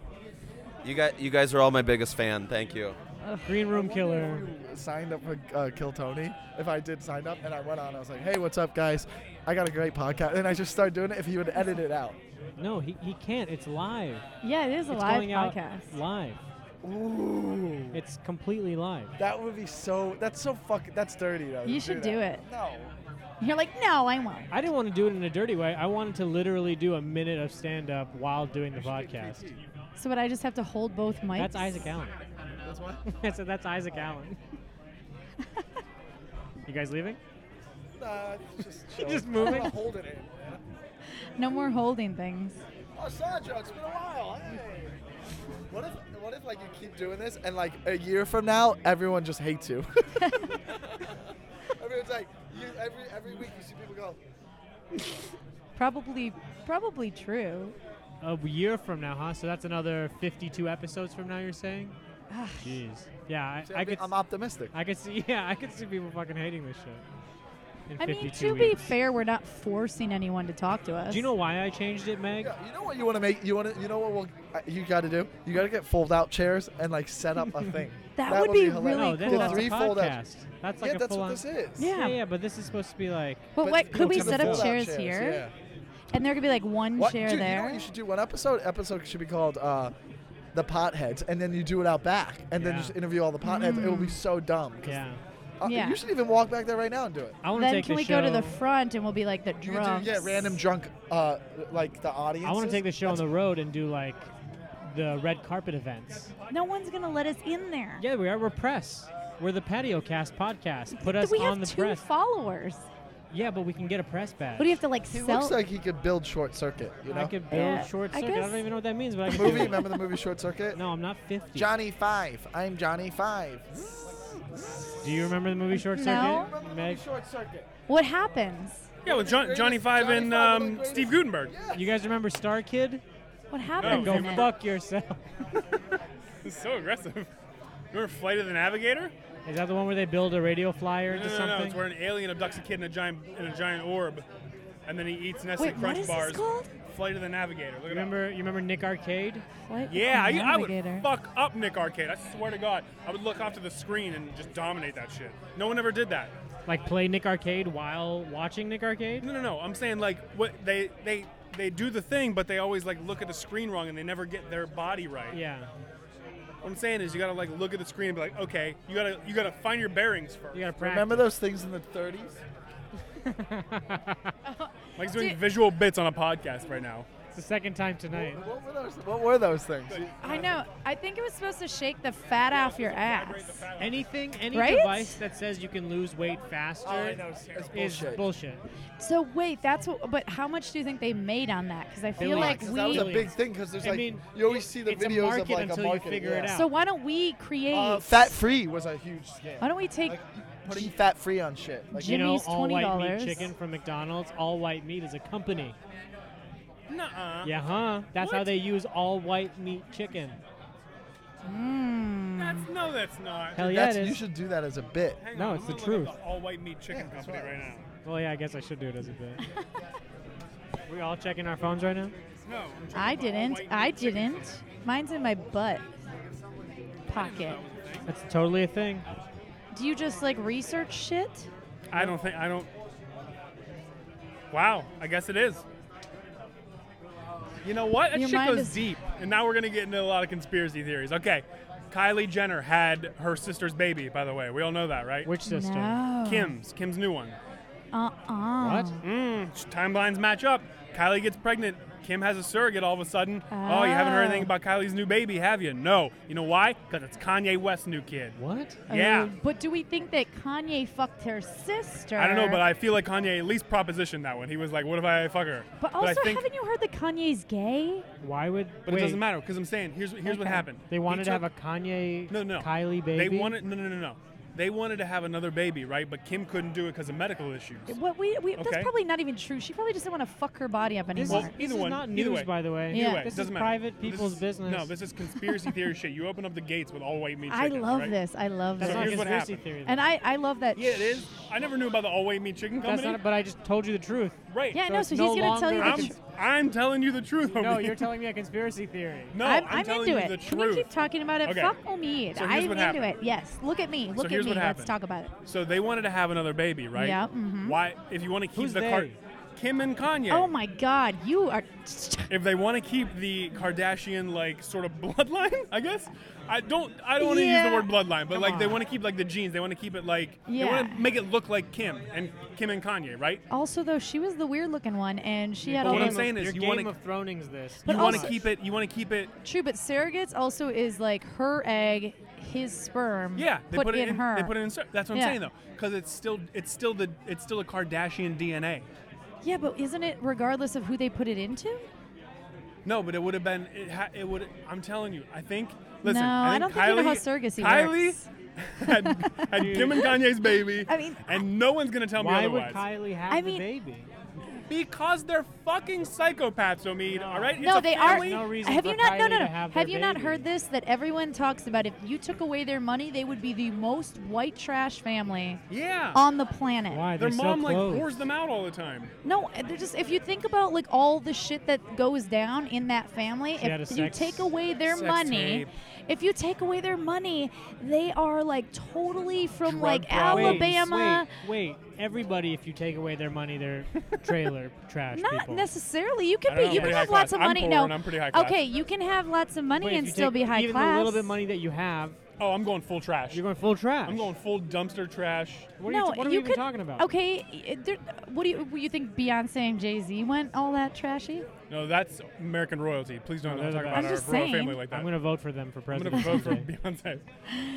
Speaker 13: You got you guys are all my biggest fan. Thank you.
Speaker 2: Green Room Killer.
Speaker 10: Signed up for uh, Kill Tony. If I did sign up and I went on, I was like, hey, what's up, guys? I got a great podcast. And I just started doing it. If he would edit it
Speaker 1: [laughs]
Speaker 10: out.
Speaker 2: No, he, he can't. It's live.
Speaker 1: Yeah, it is a
Speaker 2: it's
Speaker 1: live
Speaker 2: going out
Speaker 1: podcast.
Speaker 2: live.
Speaker 10: Ooh.
Speaker 2: It's completely live.
Speaker 10: That would be so. That's so fucking. That's dirty though.
Speaker 1: You
Speaker 10: to
Speaker 1: should
Speaker 10: that.
Speaker 1: do it.
Speaker 10: No.
Speaker 1: You're like, no, I won't.
Speaker 2: I didn't want to do it in a dirty way. I wanted to literally do a minute of stand up while doing the podcast.
Speaker 1: So, would I just have to hold both mics?
Speaker 2: That's Isaac Allen. That's what? [laughs] I said that's Isaac Allen. you guys leaving?
Speaker 10: Nah, just chill.
Speaker 2: Just moving?
Speaker 10: I'm gonna hold it in.
Speaker 1: No more holding things.
Speaker 10: Oh, Sanjo, it's been a while. Hey. What if, what if like you keep doing this and like a year from now everyone just hates you? [laughs] Everyone's like, you, every every week you see people go.
Speaker 1: Probably, probably true.
Speaker 2: A year from now, huh? So that's another 52 episodes from now. You're saying?
Speaker 1: Ah.
Speaker 2: Jeez. Yeah, I,
Speaker 10: See,
Speaker 2: I
Speaker 10: I'm
Speaker 2: could.
Speaker 10: be- I'm
Speaker 2: s-
Speaker 10: optimistic.
Speaker 2: I could see. [laughs] Yeah, I could see people fucking hating this shit. In
Speaker 1: I mean,
Speaker 2: 52
Speaker 1: to be
Speaker 2: weeks.
Speaker 1: fair, we're not forcing anyone to talk to us.
Speaker 2: Do you know why I changed it, Meg?
Speaker 10: You know what you want to make? You want to? You know what? We'll, uh, you got to do? You got to get fold out chairs and like set up a thing.
Speaker 1: [laughs] That would be
Speaker 10: hilarious.
Speaker 1: really No,
Speaker 2: then cool. that's a
Speaker 10: fold-out-
Speaker 2: podcast. That's like
Speaker 10: yeah,
Speaker 2: a
Speaker 10: that's what
Speaker 2: full-on-
Speaker 10: this is.
Speaker 2: Yeah. Yeah, yeah, but this is supposed to be like.
Speaker 1: But,
Speaker 10: But
Speaker 1: what
Speaker 10: you
Speaker 1: could we
Speaker 10: can
Speaker 1: set up
Speaker 10: fold out
Speaker 1: chairs,
Speaker 10: chairs,
Speaker 1: here?
Speaker 10: yeah.
Speaker 1: And there could be like one
Speaker 10: What-
Speaker 1: chair
Speaker 10: dude, You know
Speaker 1: there.
Speaker 10: what you should do? One episode episode should be called uh, the potheads, and then you do it out back, and then
Speaker 2: Yeah.
Speaker 10: just interview all the potheads. It will be so dumb. 'cause,
Speaker 2: Yeah.
Speaker 10: uh,
Speaker 1: Mm. Yeah.
Speaker 10: You should even walk back there right now and do it.
Speaker 2: I want
Speaker 1: then can we go to the front and we'll be like the
Speaker 10: You could
Speaker 1: drunks?
Speaker 10: do, yeah, random drunk, uh, like the audience.
Speaker 2: I want to take the show on the road and do like the red carpet events.
Speaker 1: No one's gonna let us in there.
Speaker 2: Yeah, we are. We're press. We're the Patio Cast podcast. Put us
Speaker 1: we
Speaker 2: on
Speaker 1: have
Speaker 2: the
Speaker 1: two
Speaker 2: press.
Speaker 1: followers.
Speaker 2: yeah, but we can get a press badge.
Speaker 1: What do you have to like
Speaker 10: He
Speaker 1: sell?
Speaker 10: looks like he could build short circuit. You know,
Speaker 2: I could build
Speaker 1: Yeah,
Speaker 2: short
Speaker 1: I
Speaker 2: circuit. I,
Speaker 1: guess-
Speaker 2: don't even know what that means, but I can
Speaker 10: movie.
Speaker 2: do it.
Speaker 10: Remember the movie Short Circuit?
Speaker 2: No, I'm not 50.
Speaker 10: Johnny Five. I'm Johnny Five.
Speaker 2: Do you remember the movie Short Circuit?
Speaker 1: No.
Speaker 2: Meg?
Speaker 10: Short Circuit.
Speaker 1: what happens?
Speaker 12: Yeah, with John, Johnny Five and um, Steve Gutenberg.
Speaker 2: You guys remember Star Kid?
Speaker 1: What happens?
Speaker 2: Go
Speaker 1: in it?
Speaker 2: fuck yourself. [laughs]
Speaker 12: This is so aggressive. You remember Flight of the Navigator?
Speaker 2: Is that the one where they build a radio flyer
Speaker 12: No, no,
Speaker 2: into
Speaker 12: no,
Speaker 2: something?
Speaker 12: It's where an alien abducts a kid in a giant in a giant orb, and then he eats Nestle
Speaker 1: Wait, what
Speaker 12: Crunch
Speaker 1: is this
Speaker 12: bars.
Speaker 1: called?
Speaker 12: Flight of the Navigator. Look
Speaker 2: you
Speaker 12: at that.
Speaker 2: remember? You remember Nick Arcade?
Speaker 1: Flight
Speaker 12: Yeah, I,
Speaker 1: of the
Speaker 12: I would
Speaker 1: Navigator.
Speaker 12: fuck up Nick Arcade. I swear to God, I would look off to the screen and just dominate that shit. No one ever did that.
Speaker 2: Like play Nick Arcade while watching Nick Arcade?
Speaker 12: No, no, no. I'm saying like what they they they do the thing, but they always like look at the screen wrong and they never get their body right.
Speaker 2: Yeah.
Speaker 12: What I'm saying is you gotta like look at the screen and be like, okay, you gotta you gotta find your bearings first.
Speaker 2: You gotta practice.
Speaker 10: Remember those things in the 30s?
Speaker 12: Mike's doing
Speaker 1: Dude.
Speaker 12: visual bits on a podcast right now.
Speaker 2: It's the second time tonight.
Speaker 10: What were those? What were those things?
Speaker 1: I know. I think it was supposed to shake the fat off your ass.
Speaker 2: Anything, any
Speaker 1: Right?
Speaker 2: device that says you can lose weight faster is
Speaker 10: bullshit.
Speaker 2: bullshit.
Speaker 1: So wait, that's what. But how much do you think they made on that? Because I feel
Speaker 2: Billions.
Speaker 1: like
Speaker 2: Because
Speaker 1: we.
Speaker 10: That was a big
Speaker 2: Aliens.
Speaker 10: thing because there's
Speaker 2: I
Speaker 10: like
Speaker 2: mean,
Speaker 10: you always
Speaker 2: it-
Speaker 10: see the
Speaker 2: it's a
Speaker 10: videos of
Speaker 2: market
Speaker 10: like
Speaker 2: until
Speaker 10: a
Speaker 2: you
Speaker 10: market.
Speaker 2: figure it
Speaker 10: yeah.
Speaker 2: out.
Speaker 1: So why don't we create?
Speaker 10: Uh, fat free was a huge scam.
Speaker 1: Why don't we take?
Speaker 10: Like putting fat free on shit. Like
Speaker 1: Jim- Jimmy's
Speaker 2: you know, all white
Speaker 1: $20.
Speaker 2: meat chicken from McDonald's. All white meat is a company.
Speaker 12: Nuh-uh.
Speaker 2: Yeah, huh? That's how
Speaker 12: What?
Speaker 2: they use all white meat chicken.
Speaker 1: Mm.
Speaker 12: That's no, that's not.
Speaker 2: Hell yeah,
Speaker 10: that's,
Speaker 2: it is.
Speaker 10: you should do that as a bit.
Speaker 12: Hang
Speaker 2: No,
Speaker 12: on,
Speaker 2: it's
Speaker 12: I'm
Speaker 2: the
Speaker 12: gonna look
Speaker 2: truth.
Speaker 12: up All white meat chicken
Speaker 10: Yeah, that's
Speaker 12: company
Speaker 10: what
Speaker 12: right
Speaker 10: I
Speaker 12: now.
Speaker 2: Well, yeah, I guess I should do it as a
Speaker 1: [laughs]
Speaker 2: bit. we all checking our phones right now.
Speaker 12: No, I'm checking
Speaker 1: I
Speaker 12: for all
Speaker 1: didn't.
Speaker 12: white
Speaker 1: I
Speaker 12: meat chicken
Speaker 1: didn't. Mine's in my butt
Speaker 12: company. That
Speaker 1: pocket.
Speaker 12: was a thing.
Speaker 2: That's totally a thing.
Speaker 1: Do you just like research shit?
Speaker 12: I don't think I don't. Wow, I guess it is. You know what? That
Speaker 1: Your
Speaker 12: shit
Speaker 1: mind
Speaker 12: goes
Speaker 1: is-
Speaker 12: deep, and now we're gonna get into a lot of conspiracy theories. Okay, Kylie Jenner had her sister's baby. By the way, we all know that, right?
Speaker 2: Which system?
Speaker 1: No.
Speaker 12: Kim's, Kim's new one.
Speaker 1: Uh uh
Speaker 2: What?
Speaker 12: Mm, timelines match up. Kylie gets pregnant. Kim has a surrogate all of a sudden. Oh, you haven't heard anything
Speaker 1: Oh.
Speaker 12: about Kylie's new baby, have you? No. You know why? Because it's Kanye West's new kid.
Speaker 2: What?
Speaker 12: Yeah.
Speaker 1: Oh, but do we think that Kanye fucked her sister?
Speaker 12: I don't know, but I feel like Kanye at least propositioned that one. He was like, "What if I fuck her?"
Speaker 1: But also,
Speaker 12: I think,
Speaker 1: haven't you heard that Kanye's gay?
Speaker 2: Why would?
Speaker 12: but
Speaker 2: wait,
Speaker 12: it doesn't matter because I'm saying here's here's what
Speaker 1: Okay.
Speaker 12: happened.
Speaker 2: They wanted
Speaker 12: He
Speaker 2: to have a
Speaker 12: took-
Speaker 2: Kanye
Speaker 12: no no
Speaker 2: Kylie baby.
Speaker 12: They wanted no no no no. They wanted to have another baby, right? But Kim couldn't do it because of medical issues.
Speaker 1: What we, we that's
Speaker 12: Okay.
Speaker 1: probably not even true. She probably just didn't want to fuck her body up
Speaker 2: This,
Speaker 1: anymore.
Speaker 12: Well,
Speaker 2: is, this
Speaker 12: either
Speaker 2: is
Speaker 12: one,
Speaker 2: not
Speaker 12: either
Speaker 2: news,
Speaker 12: way.
Speaker 2: by the way.
Speaker 1: Either Yeah.
Speaker 12: Anyway,
Speaker 2: This is
Speaker 12: doesn't matter.
Speaker 2: private
Speaker 12: This
Speaker 2: people's
Speaker 12: is-
Speaker 2: business.
Speaker 12: No, this is conspiracy theory shit. You open up the gates with all white meat.
Speaker 1: I
Speaker 12: chicken,
Speaker 1: love
Speaker 12: right?
Speaker 1: this. I love
Speaker 2: That's
Speaker 12: So
Speaker 2: not
Speaker 1: this.
Speaker 12: here's
Speaker 2: a
Speaker 12: what
Speaker 2: conspiracy
Speaker 12: happened.
Speaker 2: theory. though.
Speaker 1: And I, I love that.
Speaker 12: Yeah, it is. I never knew about the all white meat chicken
Speaker 2: That's
Speaker 12: company.
Speaker 2: not. But I just told you the truth.
Speaker 12: right.
Speaker 1: Yeah, I know.
Speaker 2: it's
Speaker 1: So he's
Speaker 2: no
Speaker 1: gonna tell you
Speaker 2: longer
Speaker 1: the
Speaker 12: I'm,
Speaker 1: truth.
Speaker 12: I'm telling you the truth.
Speaker 2: No,
Speaker 12: homie.
Speaker 2: you're telling me a conspiracy theory.
Speaker 12: No,
Speaker 1: I'm,
Speaker 12: I'm,
Speaker 1: I'm
Speaker 12: telling
Speaker 1: into
Speaker 12: you
Speaker 1: it.
Speaker 12: the
Speaker 1: Can
Speaker 12: truth.
Speaker 1: we keep talking about it?
Speaker 12: Okay.
Speaker 1: Fuck Omid.
Speaker 12: So
Speaker 1: I'm
Speaker 12: here's
Speaker 1: into
Speaker 12: what
Speaker 1: it.
Speaker 12: happened.
Speaker 1: Yes. Look at me. Look at
Speaker 12: here's
Speaker 1: me.
Speaker 12: what
Speaker 1: Let's
Speaker 12: happened.
Speaker 1: talk about it.
Speaker 12: So they wanted to have another baby, right?
Speaker 1: Yeah, mhm.
Speaker 12: Why, if you want to keep
Speaker 2: Who's
Speaker 12: the Kar-
Speaker 2: they?
Speaker 12: Kim and Kanye.
Speaker 1: Oh my God, you are.
Speaker 12: [laughs] If they want to keep the Kardashian like sort of [laughs] bloodline, I guess. I don't. I don't want to
Speaker 1: Yeah.
Speaker 12: use the word bloodline, but
Speaker 2: Come
Speaker 12: like they
Speaker 2: on.
Speaker 12: want to keep like the genes. They want to keep it like.
Speaker 1: Yeah.
Speaker 12: They want to make it look like Kim and Kim and Kanye, right?
Speaker 1: Also, though, she was the weird looking one, and she had
Speaker 12: But
Speaker 1: all
Speaker 12: what I'm
Speaker 1: those-
Speaker 12: saying is
Speaker 2: Your
Speaker 12: you
Speaker 2: Game
Speaker 12: wanna-
Speaker 2: of Thrones this.
Speaker 1: But
Speaker 12: you want to
Speaker 1: also-
Speaker 12: keep it. You want to keep it.
Speaker 1: True, but surrogates also is like her egg, his sperm.
Speaker 12: Yeah, they
Speaker 1: put,
Speaker 12: put, it
Speaker 1: in, her.
Speaker 12: They put it in. cer- That's what I'm
Speaker 1: Yeah.
Speaker 12: saying though, because it's still it's still the it's still a Kardashian DNA.
Speaker 1: yeah, but isn't it regardless of who they put it into?
Speaker 12: No, but it would have been. It, ha- it would. I'm telling you. I think. Listen.
Speaker 1: No, I
Speaker 12: I,
Speaker 1: don't
Speaker 12: think
Speaker 1: think you know how surrogacy
Speaker 12: Kylie, Kylie
Speaker 1: works.
Speaker 12: [laughs] had,
Speaker 2: [laughs]
Speaker 12: had Kim and Kanye's baby.
Speaker 1: I mean-
Speaker 12: and no one's gonna tell
Speaker 2: Why
Speaker 12: me
Speaker 2: would
Speaker 12: otherwise.
Speaker 2: Kylie have
Speaker 1: I
Speaker 2: the
Speaker 1: mean-
Speaker 2: baby?
Speaker 12: Because they're fucking psychopaths, Omid. All right. it's
Speaker 1: No,
Speaker 12: a
Speaker 1: they are.
Speaker 12: family.
Speaker 1: have you not? no, no, no. Have, you not heard this? That everyone talks about. If you took away their money, they would be the most white trash family.
Speaker 12: Yeah.
Speaker 1: On the planet. Why?
Speaker 12: Their mom like whores them out all the time.
Speaker 1: No, they're just. If you think about like all the shit that goes down in that family,
Speaker 12: She had a
Speaker 1: if you
Speaker 12: sex-
Speaker 1: take away their
Speaker 12: sex
Speaker 1: money,
Speaker 12: tape.
Speaker 1: if you take away their money, they are like totally from like
Speaker 2: Wait,
Speaker 1: Alabama.
Speaker 2: Wait, wait, everybody! If you take away their money,
Speaker 1: [laughs]
Speaker 2: they're trailer trash
Speaker 1: Not
Speaker 2: people.
Speaker 1: necessarily. You
Speaker 2: I
Speaker 1: can
Speaker 2: don't
Speaker 1: be.
Speaker 2: know, I'm
Speaker 1: You can
Speaker 2: pretty high
Speaker 1: have
Speaker 2: class.
Speaker 1: lots of
Speaker 2: I'm
Speaker 1: money.
Speaker 2: poor
Speaker 1: no.
Speaker 2: and I'm pretty high class.
Speaker 1: Okay, you can have lots of money
Speaker 2: Wait, if
Speaker 1: and
Speaker 2: you
Speaker 1: still
Speaker 2: take
Speaker 1: be high
Speaker 2: even
Speaker 1: class.
Speaker 2: the little bit of money that you have.
Speaker 12: Oh, I'm going full trash. You're
Speaker 2: going full trash.
Speaker 12: I'm going full dumpster trash. What
Speaker 1: no,
Speaker 12: are you, what are
Speaker 1: you
Speaker 12: we
Speaker 1: could,
Speaker 12: even talking about?
Speaker 1: Okay, y- there, what do you what you think Beyonce and Jay Z went all that trashy?
Speaker 12: No, that's American royalty. Please don't
Speaker 2: No, they're
Speaker 12: talk
Speaker 2: the
Speaker 12: about
Speaker 2: best.
Speaker 12: our
Speaker 2: I'm just
Speaker 12: royal family
Speaker 2: saying.
Speaker 12: like that.
Speaker 2: I'm gonna vote for them for
Speaker 12: I'm gonna vote
Speaker 2: president
Speaker 12: for
Speaker 2: [laughs]
Speaker 12: Beyonce.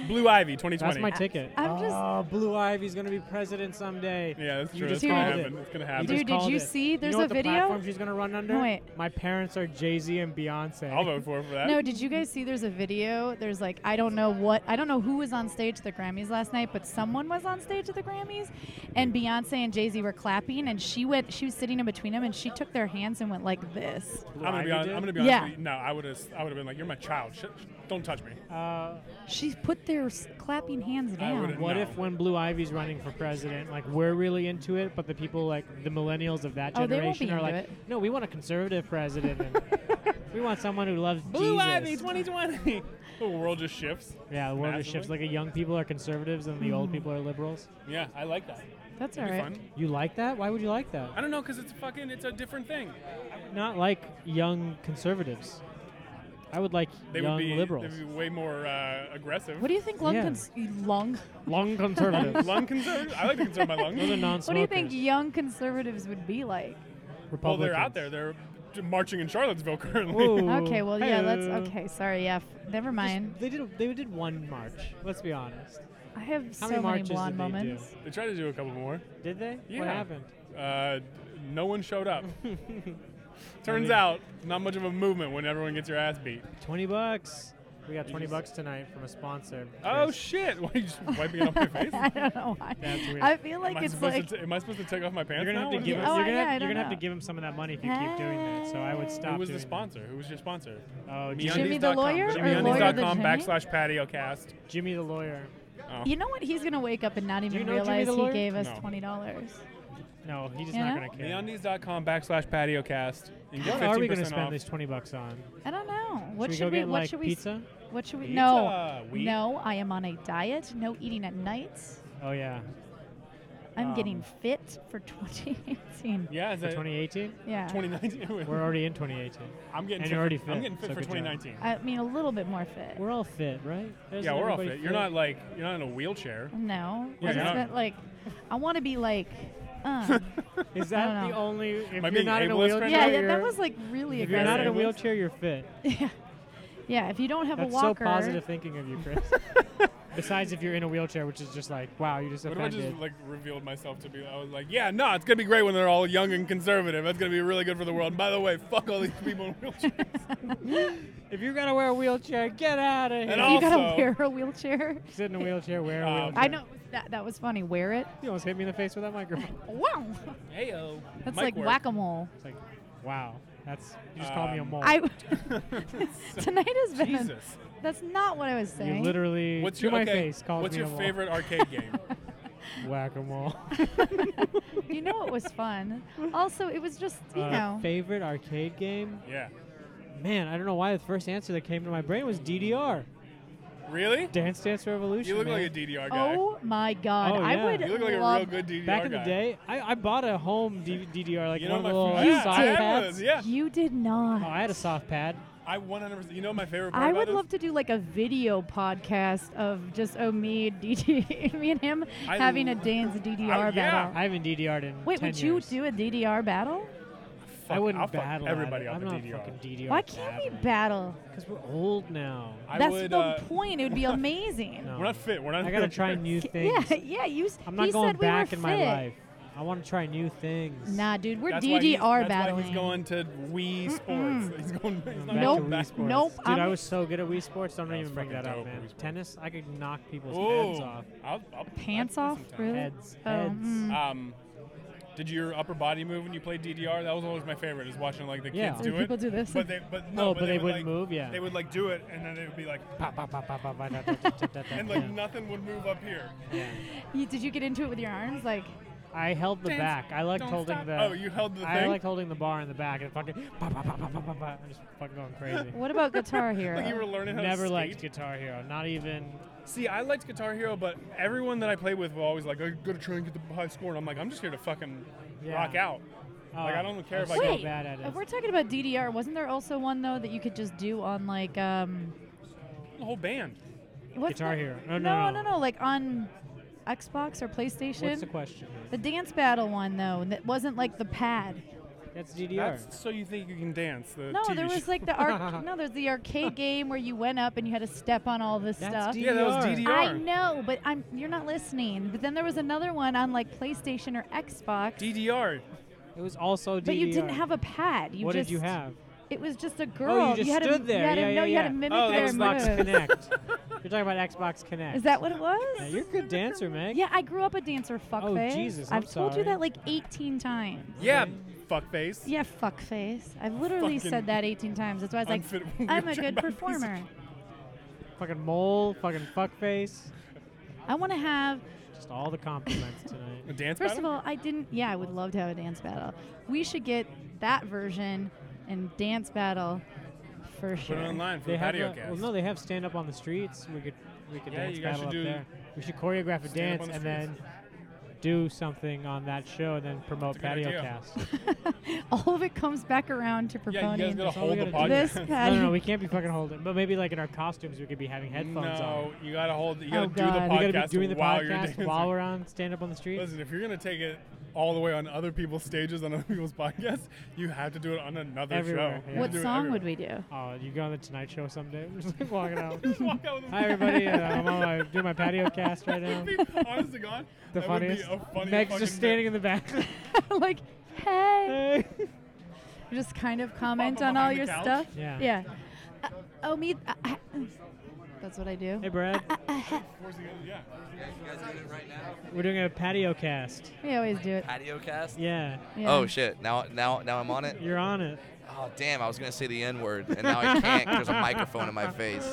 Speaker 12: Blue Ivy 2020.
Speaker 2: That's my ticket.
Speaker 1: I'm just-
Speaker 2: oh, Blue Ivy's gonna be president someday.
Speaker 12: Yeah, that's
Speaker 2: you
Speaker 12: true.
Speaker 2: Just
Speaker 12: It's gonna
Speaker 2: called
Speaker 12: happen.
Speaker 2: It.
Speaker 12: It's gonna happen.
Speaker 2: just
Speaker 1: Dude, did
Speaker 2: called
Speaker 1: you
Speaker 2: it.
Speaker 1: see?
Speaker 2: You
Speaker 1: There's
Speaker 2: know
Speaker 1: a
Speaker 2: what the
Speaker 1: video?
Speaker 2: platform she's gonna run under.
Speaker 1: No, wait.
Speaker 2: My parents are Jay Z and Beyonce.
Speaker 12: I'll vote for her for that.
Speaker 1: No, did you guys see? There's a video. There's like I don't know what I don't know who was on stage at the Grammys last night, but someone was on stage at the Grammys, and Beyonce and Jay Z were clapping, and she went. She was sitting in between them, and she took their hands and went like this.
Speaker 12: I'm gonna be honest. I'm gonna be honest.
Speaker 1: Yeah,
Speaker 12: With you. No, I would have. I would have been like, "You're my child. Shut, sh- don't touch me."
Speaker 2: Uh,
Speaker 1: she put their s- clapping hands down.
Speaker 2: What if when Blue Ivy's running for president, like we're really into it, but the people like the millennials of that
Speaker 1: Oh, they won't
Speaker 2: generation
Speaker 1: be
Speaker 2: are
Speaker 1: into
Speaker 2: like, no, we want a conservative president.
Speaker 1: [laughs]
Speaker 2: and we want someone who loves
Speaker 12: Blue
Speaker 2: Jesus.
Speaker 12: Ivy 2020. [laughs] the world just shifts.
Speaker 2: Yeah, the world just
Speaker 12: Massively.
Speaker 2: shifts. Like the young people are conservatives and the old
Speaker 12: Mhm.
Speaker 2: people are liberals.
Speaker 12: Yeah, I like that.
Speaker 1: Hmm. That's
Speaker 12: It'd be
Speaker 1: alright.
Speaker 12: fun.
Speaker 2: You like that? Why would you like that?
Speaker 12: I don't know, cause it's fucking. It's a different thing.
Speaker 2: Not like young conservatives. I would like
Speaker 12: They
Speaker 2: young
Speaker 12: would be.
Speaker 2: liberals.
Speaker 12: They'd be way more uh, aggressive.
Speaker 1: What do you think lung
Speaker 2: Yeah.
Speaker 1: cons- lung?
Speaker 2: Lung
Speaker 12: [laughs]
Speaker 2: conservatives.
Speaker 12: lung conservatives. I like to
Speaker 2: [laughs]
Speaker 12: conserve my lungs.
Speaker 2: Those are non-smokers.
Speaker 1: What do you think young conservatives would be like?
Speaker 12: Well, they're out
Speaker 2: Republicans.
Speaker 12: there. They're d- marching in Charlottesville currently.
Speaker 1: Okay, well, yeah, let's.
Speaker 2: Hey-o.
Speaker 1: Okay, sorry, yeah, f- never mind.
Speaker 2: They did. They did one march. Let's be honest.
Speaker 1: I have
Speaker 2: How
Speaker 1: so
Speaker 2: many
Speaker 1: many,
Speaker 2: marches did
Speaker 1: blonde
Speaker 2: they do?
Speaker 1: moments.
Speaker 12: They tried to do a couple more.
Speaker 2: Did they?
Speaker 12: Yeah.
Speaker 2: What happened?
Speaker 12: Uh, d- no one showed
Speaker 2: [laughs]
Speaker 12: up. Turns
Speaker 2: mean-
Speaker 12: out, not much of a movement when everyone gets your ass beat.
Speaker 2: Twenty bucks. We got twenty bucks tonight from a sponsor.
Speaker 12: Oh shit! Why are you just wiping it off
Speaker 1: [laughs]
Speaker 12: my face?
Speaker 1: I don't know why.
Speaker 2: That's weird.
Speaker 1: I feel
Speaker 12: am
Speaker 1: like
Speaker 12: I
Speaker 1: it's
Speaker 12: supposed
Speaker 1: like.
Speaker 12: to t- am I supposed to take off my pants?
Speaker 2: You're gonna have
Speaker 12: now?
Speaker 2: to
Speaker 12: What
Speaker 2: give.
Speaker 12: is
Speaker 2: Us,
Speaker 12: it?
Speaker 1: Oh,
Speaker 2: you're gonna,
Speaker 1: yeah, I
Speaker 2: have, you're
Speaker 1: don't
Speaker 2: gonna have to
Speaker 1: know.
Speaker 2: give him some of that money if you keep doing that. So I would stop.
Speaker 12: Who was the
Speaker 2: doing
Speaker 12: sponsor? Who was your sponsor?
Speaker 2: Oh,
Speaker 12: MeUndies.com.
Speaker 1: Jimmy the lawyer or lawyer the
Speaker 12: MeUndies.com
Speaker 1: Jimmy?
Speaker 12: backslash patio cast.
Speaker 2: that. Jimmy the lawyer.
Speaker 12: Oh.
Speaker 1: You know what? He's gonna wake up and not even
Speaker 2: you know Jimmy
Speaker 1: realize
Speaker 2: the
Speaker 1: he
Speaker 2: lawyer?
Speaker 1: gave us
Speaker 12: No.
Speaker 1: twenty dollars.
Speaker 2: No, he's just
Speaker 1: You
Speaker 2: not
Speaker 1: know?
Speaker 2: gonna care.
Speaker 12: MeUndies.com backslash patio cast. You can
Speaker 2: What
Speaker 12: get
Speaker 2: are we
Speaker 12: 15%
Speaker 2: gonna spend
Speaker 12: off.
Speaker 2: these twenty bucks on?
Speaker 1: I don't know. What
Speaker 2: we
Speaker 1: should,
Speaker 2: go
Speaker 1: we?
Speaker 2: get,
Speaker 1: what
Speaker 2: like,
Speaker 1: should we? s-
Speaker 2: pizza? Uh,
Speaker 1: What should we?
Speaker 12: Pizza,
Speaker 1: No,
Speaker 12: wheat?
Speaker 1: no. I am on a diet. No eating at night.
Speaker 2: Oh yeah.
Speaker 1: I'm
Speaker 2: Um,
Speaker 1: getting fit for 2018.
Speaker 12: Yeah, is
Speaker 2: For
Speaker 12: that
Speaker 2: 2018.
Speaker 1: Yeah.
Speaker 12: 2019?
Speaker 2: [laughs] We're already in 2018.
Speaker 12: I'm getting
Speaker 2: And
Speaker 12: fit
Speaker 2: you're already
Speaker 12: for-
Speaker 2: fit.
Speaker 12: I'm getting fit
Speaker 2: so
Speaker 12: for
Speaker 2: good job.
Speaker 12: 2019.
Speaker 1: I mean, a little bit more fit.
Speaker 2: We're all fit, right?
Speaker 12: yeah, we're all fit.
Speaker 2: Everybody
Speaker 12: You're not like you're not in a wheelchair.
Speaker 1: No,
Speaker 12: Yeah, you're
Speaker 1: I just
Speaker 12: not-
Speaker 1: meant like, I want to be like. Uh,
Speaker 2: [laughs] Is
Speaker 1: I don't
Speaker 2: that the
Speaker 1: know.
Speaker 2: only? If
Speaker 12: Am I
Speaker 2: you're
Speaker 12: being
Speaker 2: not in a
Speaker 12: ableist right
Speaker 2: wheelchair,
Speaker 1: yeah, yeah, that
Speaker 2: you're-
Speaker 1: was like really
Speaker 2: If you're not in a
Speaker 1: aggressive.
Speaker 2: wheelchair, you're fit.
Speaker 1: Yeah, if you don't have
Speaker 2: That's
Speaker 1: a walker.
Speaker 2: so positive thinking of you, Chris.
Speaker 1: [laughs]
Speaker 2: Besides, if you're in a wheelchair, which is just like, wow, you just
Speaker 12: What if I
Speaker 2: offended.
Speaker 12: just like revealed myself to be? I was like, yeah, no, it's gonna be great when they're all young and conservative. That's gonna be really good for the world. And by the way, fuck all these people
Speaker 1: [laughs]
Speaker 12: in wheelchairs.
Speaker 2: if you're gonna wear a wheelchair, get out of here.
Speaker 12: And
Speaker 1: you gotta
Speaker 12: also-
Speaker 1: wear a wheelchair.
Speaker 2: [laughs] Sit in a wheelchair, wear a
Speaker 12: Um,
Speaker 2: wheelchair.
Speaker 1: I know that, that was funny. Wear it.
Speaker 2: You almost hit me in the face with that microphone.
Speaker 1: Wow.
Speaker 12: Heyo.
Speaker 1: [laughs] That's
Speaker 12: Mic
Speaker 1: like
Speaker 12: work.
Speaker 1: whack a mole.
Speaker 2: It's like, wow, that's you just called me a
Speaker 12: Um,
Speaker 2: mole.
Speaker 12: [laughs]
Speaker 1: I [laughs] tonight has been. a-
Speaker 12: Jesus.
Speaker 1: that's not what I was saying.
Speaker 2: you literally
Speaker 12: What's
Speaker 2: to
Speaker 12: your
Speaker 2: my
Speaker 12: okay,
Speaker 2: face called
Speaker 12: What's
Speaker 2: me
Speaker 12: your
Speaker 2: a mole.
Speaker 12: favorite
Speaker 2: [laughs]
Speaker 12: arcade game?
Speaker 2: whack a mole?
Speaker 1: [laughs] You know it was fun. Also, it was just
Speaker 12: Uh,
Speaker 1: you know.
Speaker 2: favorite arcade game?
Speaker 12: yeah.
Speaker 2: Man, I don't know why the first answer that came to my brain was DDR,
Speaker 12: Really?
Speaker 2: Dance Dance Revolution.
Speaker 12: You look
Speaker 2: man.
Speaker 12: like a DDR guy.
Speaker 1: Oh my God!
Speaker 2: Oh, yeah.
Speaker 1: I would
Speaker 12: you look like a
Speaker 1: love.
Speaker 12: real good DDR
Speaker 2: Back in the
Speaker 12: guy.
Speaker 2: day, I, I bought a home D- DDR, like
Speaker 12: You know
Speaker 2: one of the
Speaker 12: my
Speaker 2: little
Speaker 12: friend- Yeah, I
Speaker 2: soft
Speaker 12: had one of
Speaker 2: pads.
Speaker 12: those, yeah.
Speaker 1: You did
Speaker 2: Oh, I
Speaker 1: not.
Speaker 2: had a soft pad.
Speaker 12: I 100%. You know my favorite part
Speaker 1: I
Speaker 12: about
Speaker 1: would
Speaker 12: this?
Speaker 1: love to do like a video podcast of just oh me [laughs] DD me and him
Speaker 12: I
Speaker 1: having a
Speaker 12: l-
Speaker 1: dance DDR
Speaker 12: yeah.
Speaker 1: battle.
Speaker 2: I haven't DDR'd in
Speaker 1: Wait,
Speaker 2: 10
Speaker 1: would you
Speaker 2: years.
Speaker 1: do a DDR battle?
Speaker 12: Fuck,
Speaker 2: I wouldn't
Speaker 12: I'll fuck
Speaker 2: battle at
Speaker 12: everybody
Speaker 2: it.
Speaker 12: off
Speaker 2: I'm
Speaker 12: the
Speaker 2: not
Speaker 12: DDR.
Speaker 2: fucking DDR.
Speaker 1: Why can't we battle?
Speaker 2: Because we're old now.
Speaker 12: I
Speaker 1: That's
Speaker 12: would,
Speaker 1: the
Speaker 12: uh,
Speaker 1: point. It
Speaker 12: [laughs]
Speaker 1: would be amazing.
Speaker 2: No.
Speaker 12: We're not fit. We're not. [laughs]
Speaker 2: I gotta try new things.
Speaker 1: [laughs] Yeah, yeah. You. s-
Speaker 2: I'm not
Speaker 1: he
Speaker 2: going
Speaker 1: said we were
Speaker 2: back in my
Speaker 1: fit.
Speaker 2: life. I want to try new things.
Speaker 1: Nah, dude, we're
Speaker 12: That's why he's-
Speaker 1: DDR
Speaker 12: that's Why he's
Speaker 1: battling.
Speaker 12: going to Wii Sports. He's going. He's not
Speaker 1: Nope.
Speaker 12: going back.
Speaker 1: Wii Nope,
Speaker 2: Dude,
Speaker 1: I'm-
Speaker 2: i was so good at Wii Sports. Don't even bring that
Speaker 12: fucking
Speaker 2: up,
Speaker 12: dope,
Speaker 2: man.
Speaker 12: Wii Sports.
Speaker 2: Tennis, I could knock people's heads
Speaker 12: Ooh.
Speaker 2: off.
Speaker 12: I'll, I'll,
Speaker 1: Pants
Speaker 12: I'll
Speaker 1: off?
Speaker 12: do some time.
Speaker 1: Really?
Speaker 2: Heads.
Speaker 1: Oh,
Speaker 2: heads.
Speaker 1: mm.
Speaker 12: Um, did your upper body move when you played DDR? That was always my favorite. Is watching like the
Speaker 2: Yeah.
Speaker 12: kids
Speaker 2: Do
Speaker 12: do it.
Speaker 2: people do this?
Speaker 12: But they, but no,
Speaker 2: Oh, but they
Speaker 12: would,
Speaker 2: wouldn't
Speaker 12: like-
Speaker 2: move? Yeah.
Speaker 12: They would like do it, and then it would be like
Speaker 2: pop, pop, pop, pop, pop, pop, da, da, da, da, da,
Speaker 12: and
Speaker 2: yeah.
Speaker 12: like [laughs] nothing would move up here.
Speaker 1: [laughs] You- did you get into it with your arms? Like,
Speaker 2: I held the
Speaker 1: Dance,
Speaker 2: back. I liked
Speaker 1: don't
Speaker 2: holding
Speaker 1: stop.
Speaker 2: the.
Speaker 12: Oh, you held the
Speaker 2: I
Speaker 12: thing?
Speaker 2: liked holding the bar in the back and fucking. Bah, bah, bah, bah, bah, bah, bah. I'm just fucking going crazy.
Speaker 1: What about Guitar
Speaker 12: [laughs]
Speaker 1: Hero?
Speaker 12: like you were learning how
Speaker 2: Never
Speaker 12: to skate.
Speaker 2: liked Guitar Hero. Not even.
Speaker 12: See, I liked Guitar Hero, but everyone that I played with was always like, "I gotta try and get the high score," and I'm like, "I'm just here to fucking
Speaker 2: Yeah.
Speaker 12: rock out." like
Speaker 2: Oh,
Speaker 12: I don't care
Speaker 2: I'm
Speaker 12: if I
Speaker 2: so
Speaker 12: get
Speaker 2: bad at it.
Speaker 1: if we're talking about DDR, wasn't there also one though that you could just do on like um,
Speaker 12: the whole band.
Speaker 1: what's
Speaker 2: Guitar
Speaker 1: the-
Speaker 2: Hero. No,
Speaker 1: No,
Speaker 2: no, no.
Speaker 1: no, Like on Xbox or PlayStation.
Speaker 2: What's the question?
Speaker 1: The dance battle one though that wasn't like the pad.
Speaker 2: That's DDR.
Speaker 12: That's so you think you can dance? The
Speaker 1: No,
Speaker 12: TV
Speaker 1: there was
Speaker 12: show.
Speaker 1: like the
Speaker 12: [laughs]
Speaker 1: arc. no, there's
Speaker 2: [laughs]
Speaker 1: the arcade game where you went up and you had to step on all this
Speaker 12: That's
Speaker 1: stuff.
Speaker 12: Yeah, that was DDR.
Speaker 1: I know, but I'm you're not listening. But then there was another one on like PlayStation or Xbox,
Speaker 12: DDR.
Speaker 2: It was also DDR.
Speaker 1: but you didn't have a pad. You
Speaker 2: What
Speaker 1: just
Speaker 2: did you have?
Speaker 1: It was just a girl.
Speaker 2: Oh, you just
Speaker 1: had
Speaker 2: stood
Speaker 1: to,
Speaker 2: there.
Speaker 1: You had
Speaker 2: yeah,
Speaker 1: to,
Speaker 2: yeah,
Speaker 1: no, you
Speaker 2: yeah. Oh,
Speaker 1: had to mimic their
Speaker 2: Xbox
Speaker 1: moves.
Speaker 2: Connect.
Speaker 1: [laughs]
Speaker 2: You're talking about Xbox Connect.
Speaker 1: Is that what it was?
Speaker 2: Yeah, you're a good dancer, Meg.
Speaker 1: Yeah, I grew up a dancer. Fuckface.
Speaker 2: Oh, Jesus, I'm
Speaker 1: I've told you
Speaker 2: sorry.
Speaker 1: that like 18 times.
Speaker 12: Yeah, fuckface.
Speaker 1: Yeah, fuckface. I've literally
Speaker 2: Fucking
Speaker 1: said that 18 times. That's why I was like,
Speaker 2: unfit
Speaker 1: I'm a
Speaker 2: wheelchair
Speaker 1: good
Speaker 2: bound
Speaker 1: performer.
Speaker 2: Fucking mole. Fucking fuckface.
Speaker 1: I want to have.
Speaker 2: Just all the compliments tonight.
Speaker 12: [laughs] A dance
Speaker 1: First of all, I didn't. Yeah, I would love to have a dance battle. We should get that version and dance battle for [laughs] sure.
Speaker 2: they have a- Well, no, they have stand up on the streets. We could we could
Speaker 12: Yeah,
Speaker 2: dance
Speaker 12: you guys
Speaker 2: battle
Speaker 12: should do
Speaker 2: up there. We should choreograph a
Speaker 12: stand
Speaker 2: dance
Speaker 12: up on
Speaker 2: and
Speaker 12: the
Speaker 2: then do something on that show and then promote
Speaker 12: That's a
Speaker 2: patio
Speaker 12: good idea.
Speaker 2: cast.
Speaker 1: All of it comes back around to
Speaker 12: you guys
Speaker 1: proponent.
Speaker 12: gotta That's all hold we the gotta do.
Speaker 1: this
Speaker 12: podcast.
Speaker 2: No,
Speaker 12: [laughs]
Speaker 1: patio.
Speaker 2: no, no, we can't be fucking holding. But maybe like in our costumes, we could be having [laughs] headphones
Speaker 12: no,
Speaker 2: on.
Speaker 12: you gotta hold. You gotta
Speaker 2: Oh,
Speaker 12: do the
Speaker 2: God.
Speaker 12: podcast
Speaker 2: We gotta be doing the
Speaker 12: while you're
Speaker 2: podcast
Speaker 12: dancing.
Speaker 2: while we're on stand up on the street.
Speaker 12: Listen, if you're gonna take it all the way on other people's stages on other [laughs] people's podcasts, you have to do it on another
Speaker 2: Everywhere,
Speaker 12: show.
Speaker 2: yeah. What
Speaker 12: Do it
Speaker 1: song
Speaker 12: everywhere.
Speaker 1: would we do?
Speaker 2: Oh, you go on the Tonight Show someday. [laughs] We're just like walking out.
Speaker 12: Walk out with a- [laughs]
Speaker 2: Hi everybody, uh, I'm on my doing my patio cast right now.
Speaker 12: That'd be- honest to God,
Speaker 2: The
Speaker 12: that would be
Speaker 2: funniest.
Speaker 12: a funny
Speaker 2: Meg's
Speaker 12: fucking
Speaker 2: just standing in the back.
Speaker 1: [laughs] like, hey. [laughs] Just kind of comment on all
Speaker 2: behind the
Speaker 1: your
Speaker 2: couch?
Speaker 1: stuff.
Speaker 2: Yeah.
Speaker 1: Yeah. Uh, oh, me. uh, uh, that's what I do.
Speaker 2: Hey Brad,
Speaker 12: Forcing it- yeah.
Speaker 2: we're doing a patio cast.
Speaker 1: [laughs] We always do it.
Speaker 13: Patio cast.
Speaker 2: Yeah.
Speaker 13: Oh shit! Now, now, now I'm on it.
Speaker 2: You're on it.
Speaker 13: Oh damn! I was gonna say the N word, and
Speaker 2: [laughs]
Speaker 13: now I can't. 'cause There's a microphone in my face.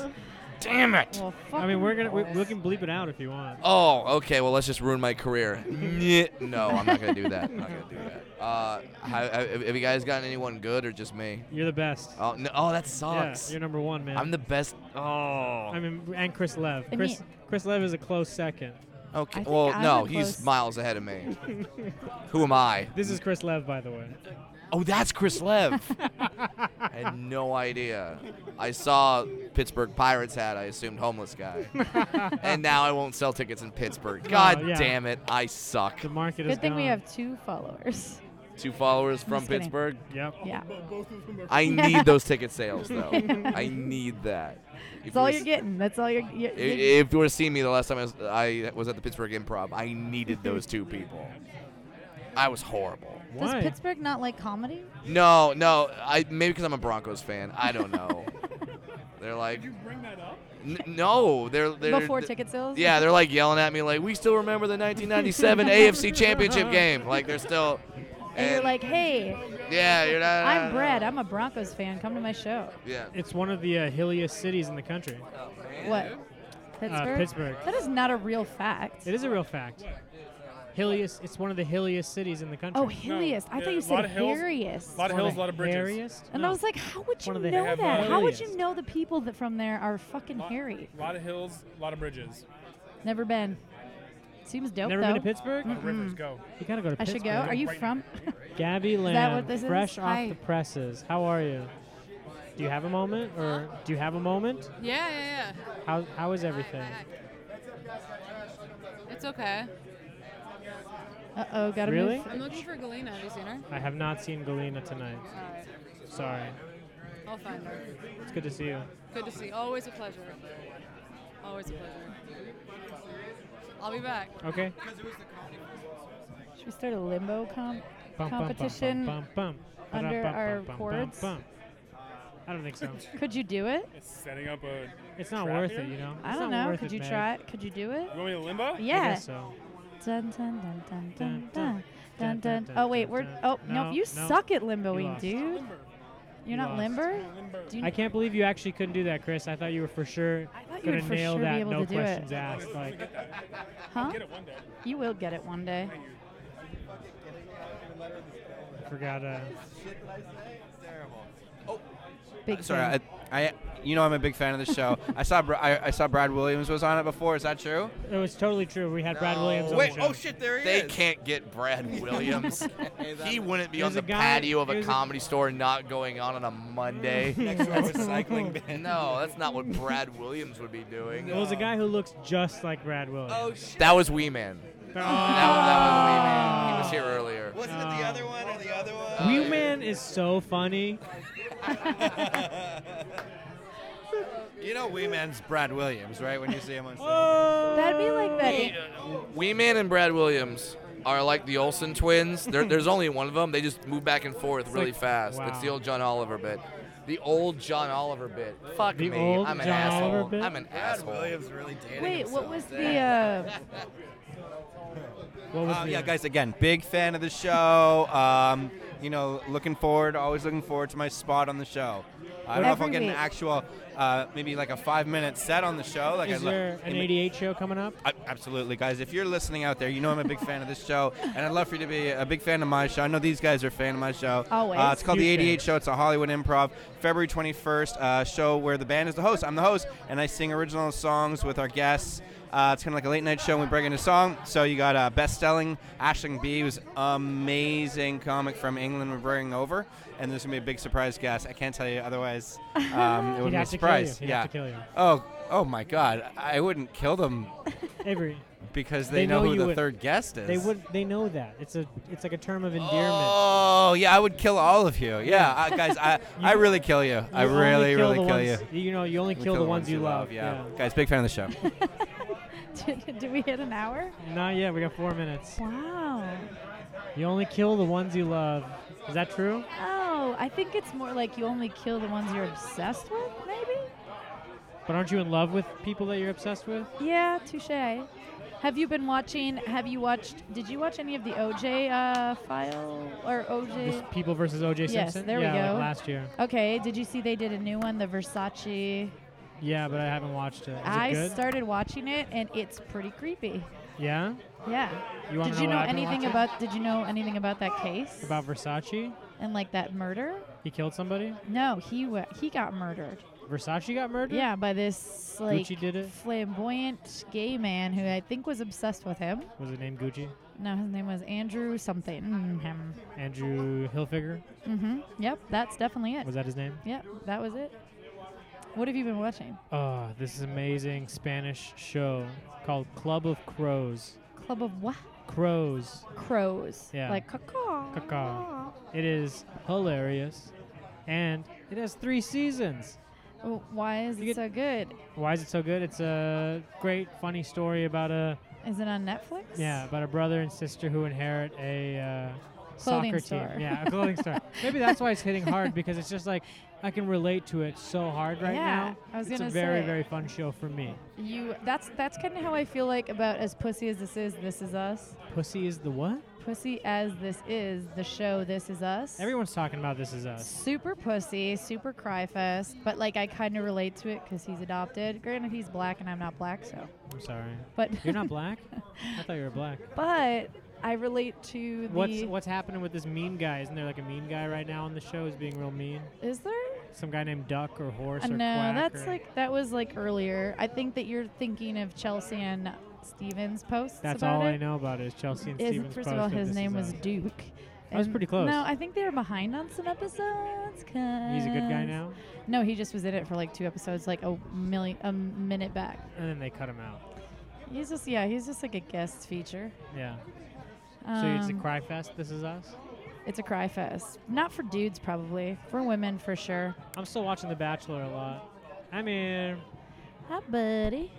Speaker 13: Damn it!
Speaker 2: I mean, we're gonna we, we can bleep it out if you want.
Speaker 13: Oh, okay. Well, let's just ruin my career. Nyeh. no, Oh, I'm not gonna do that.
Speaker 2: [laughs]
Speaker 13: I'm not gonna do that. Uh, have, have have you guys gotten anyone good or just me?
Speaker 2: You're the best.
Speaker 13: Oh, no, oh that
Speaker 2: Yeah,
Speaker 13: sucks.
Speaker 2: you're number one, man.
Speaker 13: I'm the best. Oh.
Speaker 2: I mean, and Chris Lev.
Speaker 1: I
Speaker 2: Chris
Speaker 1: mean-
Speaker 2: Chris Lev is a close second.
Speaker 13: Okay.
Speaker 1: think
Speaker 13: Well,
Speaker 1: I'm
Speaker 13: no,
Speaker 1: the
Speaker 13: he's
Speaker 1: close-
Speaker 13: miles ahead
Speaker 2: [laughs]
Speaker 13: of me. Who am I?
Speaker 2: This is Chris Lev, by the way.
Speaker 13: Oh, that's Chris Lev.
Speaker 1: [laughs]
Speaker 13: I had no idea. I saw Pittsburgh Pirates hat. I assumed homeless
Speaker 2: [laughs]
Speaker 13: guy. and now I won't sell tickets in Pittsburgh. God
Speaker 2: yeah.
Speaker 13: damn it! I suck.
Speaker 2: The market is
Speaker 1: Good thing we
Speaker 2: gone.
Speaker 1: have two
Speaker 13: [laughs]
Speaker 1: followers.
Speaker 13: Two followers from
Speaker 1: just kidding.
Speaker 13: Pittsburgh.
Speaker 2: Yep.
Speaker 1: Yeah. [laughs]
Speaker 13: I need those ticket sales though. I need that. If
Speaker 1: That's all
Speaker 13: we're
Speaker 1: you're getting. That's all you're. you
Speaker 13: I- If you were seeing me the last time I was, I was at the Pittsburgh Improv, I needed those two people. I was horrible.
Speaker 1: does Pittsburgh not like comedy?
Speaker 13: No, no. I maybe because I'm a Broncos fan. I don't know. they're like. Did you bring that up? no, they're, they're
Speaker 1: Before
Speaker 13: th-
Speaker 1: ticket sales?
Speaker 13: Yeah, they're like yelling at me like, "We still remember the
Speaker 1: [laughs]
Speaker 13: 1997 AFC Championship game." Like they're still.
Speaker 1: And you're like, hey,
Speaker 13: Yeah, you're not.
Speaker 1: I'm Brad. I'm a Broncos fan. Come to my show.
Speaker 13: Yeah.
Speaker 2: It's one of the uh, hilliest cities in the country.
Speaker 1: What? Pittsburgh?
Speaker 2: Uh, Pittsburgh.
Speaker 1: That is not a real fact.
Speaker 2: It is a real fact. Hilliest. It's one of the hilliest cities in the country.
Speaker 1: Oh, hilliest. I thought you said hilliest.
Speaker 12: lot of
Speaker 2: One
Speaker 12: hills, lot of bridges.
Speaker 2: Hairiest?
Speaker 1: And I
Speaker 2: No.
Speaker 1: was like, how would you
Speaker 2: One of the
Speaker 1: know
Speaker 2: hairiest.
Speaker 1: that? How would you know the people that from there are fucking hairy?
Speaker 12: uh, A lot of hills, a lot of bridges.
Speaker 1: Never been. Seems dope
Speaker 2: Never
Speaker 1: though. Mm.
Speaker 2: been to Pittsburg?
Speaker 12: Lot of Uh, rivers, go.
Speaker 2: You gotta go to
Speaker 1: I
Speaker 2: Pittsburgh.
Speaker 1: should go. Are you from?
Speaker 2: Gabby
Speaker 1: Is that
Speaker 2: Lamb,
Speaker 1: what this is?
Speaker 2: fresh off
Speaker 8: Hi.
Speaker 2: the presses. How are you? Do you have a moment, or do you have a moment?
Speaker 8: Yeah, yeah,
Speaker 2: How how is everything?
Speaker 8: yeah. It's okay.
Speaker 1: Uh oh, gotta
Speaker 2: Really?
Speaker 1: move.
Speaker 8: I'm looking for Galena. Have you seen her?
Speaker 2: I have not seen Galena tonight.
Speaker 8: Alright.
Speaker 2: Sorry.
Speaker 8: I'll find her.
Speaker 2: It's good to see you.
Speaker 8: Good to see. Always a pleasure. Always a pleasure. I'll be back.
Speaker 2: Okay.
Speaker 1: Should we start a limbo com-
Speaker 2: Bum, bum, bum,
Speaker 1: competition
Speaker 2: bum, bum, bum.
Speaker 1: under
Speaker 2: Ba-dum, bum,
Speaker 1: our
Speaker 2: bum, bum,
Speaker 1: chords?
Speaker 2: bum. I don't think so.
Speaker 1: Could you do it?
Speaker 12: It's setting up a.
Speaker 2: It's not
Speaker 12: trap
Speaker 2: worth
Speaker 12: here?
Speaker 2: it, you know.
Speaker 1: I don't know. Could you try it? Could you do it?
Speaker 12: You want me to limbo?
Speaker 1: Yeah.
Speaker 12: I guess so.
Speaker 1: Dun, dun, dun,
Speaker 12: Dun,
Speaker 1: dun, dun, dun.
Speaker 12: dun, dun,
Speaker 1: Dun, dun.
Speaker 12: dun,
Speaker 1: Oh, wait.
Speaker 12: dun,
Speaker 1: We're.
Speaker 12: dun.
Speaker 1: Oh,
Speaker 2: No,
Speaker 1: no. You
Speaker 2: no.
Speaker 1: suck at
Speaker 2: You
Speaker 1: limboing,
Speaker 2: lost.
Speaker 1: dude. You're
Speaker 2: You
Speaker 1: not
Speaker 2: lost.
Speaker 1: limber? Do you
Speaker 2: I can't believe you actually couldn't do that, Chris. I thought you were for sure
Speaker 1: thought you
Speaker 2: gonna
Speaker 1: would for
Speaker 2: nail
Speaker 1: sure be
Speaker 2: that.
Speaker 1: able
Speaker 2: no
Speaker 1: to do it.
Speaker 2: questions asked. Like,
Speaker 1: Huh? You will get it one day.
Speaker 2: forgot. Uh,
Speaker 10: Oh,
Speaker 1: Big
Speaker 14: Sorry, I, I, you know I'm a big fan of the show. I saw Br- I, I saw Brad Williams was on it before. Is that true?
Speaker 2: it was totally true. We had Brad Williams. On
Speaker 13: Wait,
Speaker 2: the show.
Speaker 13: oh shit, there he they is. They can't get Brad Williams. he
Speaker 1: [laughs]
Speaker 13: wouldn't be
Speaker 2: There's
Speaker 13: on
Speaker 2: a
Speaker 13: the
Speaker 2: guy-
Speaker 13: patio of a
Speaker 2: there's a-
Speaker 13: comedy store not going on on a Monday.
Speaker 2: Next to a recycling
Speaker 13: bin. [laughs] No, that's not what Brad Williams would be doing.
Speaker 2: There was a guy who looks just like Brad Williams. Oh shit.
Speaker 13: That was Wee Man. That, that was Wee Man. He was here earlier.
Speaker 14: Wasn't it the other one or the other one?
Speaker 2: Wee Man is so funny.
Speaker 14: You know, Wee Man's Brad Williams, right? When you see him [laughs] on stage.
Speaker 1: That'd be like that.
Speaker 13: Wee Man and Brad Williams are like the Olsen twins. There, there's only one of them. They just move back and forth really
Speaker 2: like-
Speaker 13: fast.
Speaker 2: wow.
Speaker 13: It's the old John Oliver bit. The old John Oliver bit. Fuck
Speaker 2: The
Speaker 13: me.
Speaker 2: old
Speaker 13: I'm an
Speaker 2: John
Speaker 13: asshole.
Speaker 2: Oliver bit?
Speaker 13: I'm an
Speaker 2: Brad
Speaker 13: asshole.
Speaker 14: Williams really dated
Speaker 1: Wait, what was the?
Speaker 14: there.
Speaker 1: Uh, [laughs]
Speaker 2: What was
Speaker 14: Uh,
Speaker 2: the-
Speaker 14: yeah, guys, again, big fan of the show. Um, you know, looking forward, always looking forward to my spot on the show. I don't know if I'll
Speaker 2: Every
Speaker 14: get an
Speaker 2: week.
Speaker 14: actual, uh, maybe like a five minute set on the show. Like
Speaker 2: Is
Speaker 14: I'd lo-
Speaker 2: there an
Speaker 14: Maybe-
Speaker 2: 88 show coming up?
Speaker 14: I- Absolutely, guys. If you're listening out there, you know I'm a big fan of this show, and I'd love for you to be a big fan of my show. I know these guys are a fan of my show.
Speaker 1: Always.
Speaker 14: Uh, it's called The
Speaker 1: Huge fan.
Speaker 14: 88 Show. It's a Hollywood improv, February 21st uh, show where the band is the host. I'm the host, and I sing original songs with our guests. Uh, it's kind of like a late night show, and we break into song. So you got uh, best selling Ashling B, who's amazing comic from England, we're bringing over. And there's going to be a big surprise guest. I can't tell you otherwise.
Speaker 2: [laughs]
Speaker 14: Um, it would
Speaker 2: He'd
Speaker 14: be a
Speaker 2: have to kill you.
Speaker 14: surprise.
Speaker 2: He'd
Speaker 14: yeah.
Speaker 2: have to kill you.
Speaker 14: Oh, oh my God. I wouldn't kill them
Speaker 2: Avery.
Speaker 14: [laughs] because [laughs] they, know, who
Speaker 2: you
Speaker 14: the
Speaker 2: would-
Speaker 14: third guest is.
Speaker 2: They would. They know that. It's a. It's like a term of endearment.
Speaker 14: Oh yeah, I would kill all of you. Yeah,
Speaker 2: Yeah.
Speaker 14: I,
Speaker 2: [laughs]
Speaker 14: guys, I, I really kill you. I
Speaker 2: You only
Speaker 14: really
Speaker 2: kill
Speaker 14: really
Speaker 2: the
Speaker 14: kill
Speaker 2: ones-
Speaker 14: you.
Speaker 2: you know, you only
Speaker 14: We
Speaker 2: kill the ones you love,
Speaker 14: Yeah. guys, big fan of the show.
Speaker 1: did, did we hit an hour?
Speaker 2: Not yet. We got four minutes.
Speaker 1: Wow.
Speaker 2: You only kill the ones you love. Is that true?
Speaker 1: Oh, I think it's more like you only kill the ones you're obsessed with, maybe.
Speaker 2: But aren't you in love with people that you're obsessed with?
Speaker 1: Yeah, touche. Have you been watching? Have you watched? Did you watch any of the OJ uh, file or
Speaker 2: This
Speaker 1: OJ?
Speaker 2: people versus O.J.
Speaker 1: Yes,
Speaker 2: Simpson.
Speaker 1: there
Speaker 2: yeah,
Speaker 1: we
Speaker 2: like
Speaker 1: go.
Speaker 2: last year.
Speaker 1: Okay, did you see they did a new one, the Versace?
Speaker 2: Yeah, but I haven't watched it. Is
Speaker 1: I
Speaker 2: it good?
Speaker 1: started watching it and it's pretty creepy.
Speaker 2: yeah.
Speaker 1: Yeah.
Speaker 2: You wanna
Speaker 1: did you
Speaker 2: know
Speaker 1: know
Speaker 2: what I've been watching?
Speaker 1: anything about? Did you know anything about that case
Speaker 2: About Versace.
Speaker 1: and like that murder?
Speaker 2: He killed somebody.
Speaker 1: No, he wa he got murdered.
Speaker 2: Versace got murdered.
Speaker 1: Yeah, by this like
Speaker 2: Gucci did it?
Speaker 1: flamboyant gay man who I think was obsessed with him.
Speaker 2: Was it named Gucci?
Speaker 1: No, his name was Andrew something. Mm-hmm.
Speaker 2: Andrew Hilfiger.
Speaker 1: hmm Yep, that's definitely it.
Speaker 2: Was that his name?
Speaker 1: Yep, that was it. What have you been watching?
Speaker 2: Oh, this is amazing Spanish show called Club of Crows.
Speaker 1: Club of what?
Speaker 2: Crows.
Speaker 1: Crows.
Speaker 2: Yeah.
Speaker 1: Like caw-caw.
Speaker 2: Caw-caw. It is hilarious, and it has three seasons.
Speaker 1: Oh, Why is it so good?
Speaker 2: Why is it so good? It's a great, funny story about a
Speaker 1: Is it on Netflix?
Speaker 2: yeah about a brother and sister who inherit a uh,
Speaker 1: Clothing
Speaker 2: soccer
Speaker 1: store.
Speaker 2: team. Yeah, a clothing
Speaker 1: [laughs]
Speaker 2: store. Maybe that's why it's hitting hard because it's just like I can relate to it so hard right
Speaker 1: Yeah,
Speaker 2: now.
Speaker 1: I was
Speaker 2: it's a
Speaker 1: gonna
Speaker 2: very
Speaker 1: say.
Speaker 2: very fun show for me.
Speaker 1: You. That's that's kind of how I feel like about as pussy as this is. This is us.
Speaker 2: Pussy is the what?
Speaker 1: Pussy as this is the show. This is us.
Speaker 2: Everyone's talking about this is us.
Speaker 1: Super pussy, super cry fest, but like I kind of relate to it because he's adopted. Granted, he's black and I'm not black, so.
Speaker 2: I'm sorry.
Speaker 1: But-
Speaker 2: you're not black.
Speaker 1: [laughs]
Speaker 2: I thought you were black.
Speaker 1: But I relate to the.
Speaker 2: What's what's happening with this mean guy? Isn't there like a mean guy right now on the show who's being real mean?
Speaker 1: Is there?
Speaker 2: Some guy named Duck or Horse
Speaker 1: Uh,
Speaker 2: or
Speaker 1: no,
Speaker 2: Quack
Speaker 1: that's
Speaker 2: or-
Speaker 1: like that was like earlier. I think that you're thinking of Chelsea and Stevens posts.
Speaker 2: That's
Speaker 1: about
Speaker 2: all
Speaker 1: it.
Speaker 2: I know about it is Chelsea and
Speaker 1: Is-
Speaker 2: Stevens.
Speaker 1: first of all,
Speaker 2: posted
Speaker 1: his
Speaker 2: this
Speaker 1: name
Speaker 2: is
Speaker 1: was
Speaker 2: us.
Speaker 1: Duke.
Speaker 2: I was Oh,
Speaker 1: And-
Speaker 2: pretty close.
Speaker 1: No, I think they were behind on some episodes.
Speaker 2: He's a good guy
Speaker 1: 'cause-
Speaker 2: now?
Speaker 1: No, he just was in it for like two episodes, like a million, a minute back.
Speaker 2: And then they cut him out.
Speaker 1: He's just yeah, he's just like a guest feature.
Speaker 2: Yeah. so it's a
Speaker 1: Um,
Speaker 2: cry fest. This is us.
Speaker 1: It's a cry fest. Not for dudes, probably. For women, for sure.
Speaker 2: I'm still watching The Bachelor a lot. I mean,
Speaker 1: Hi, buddy.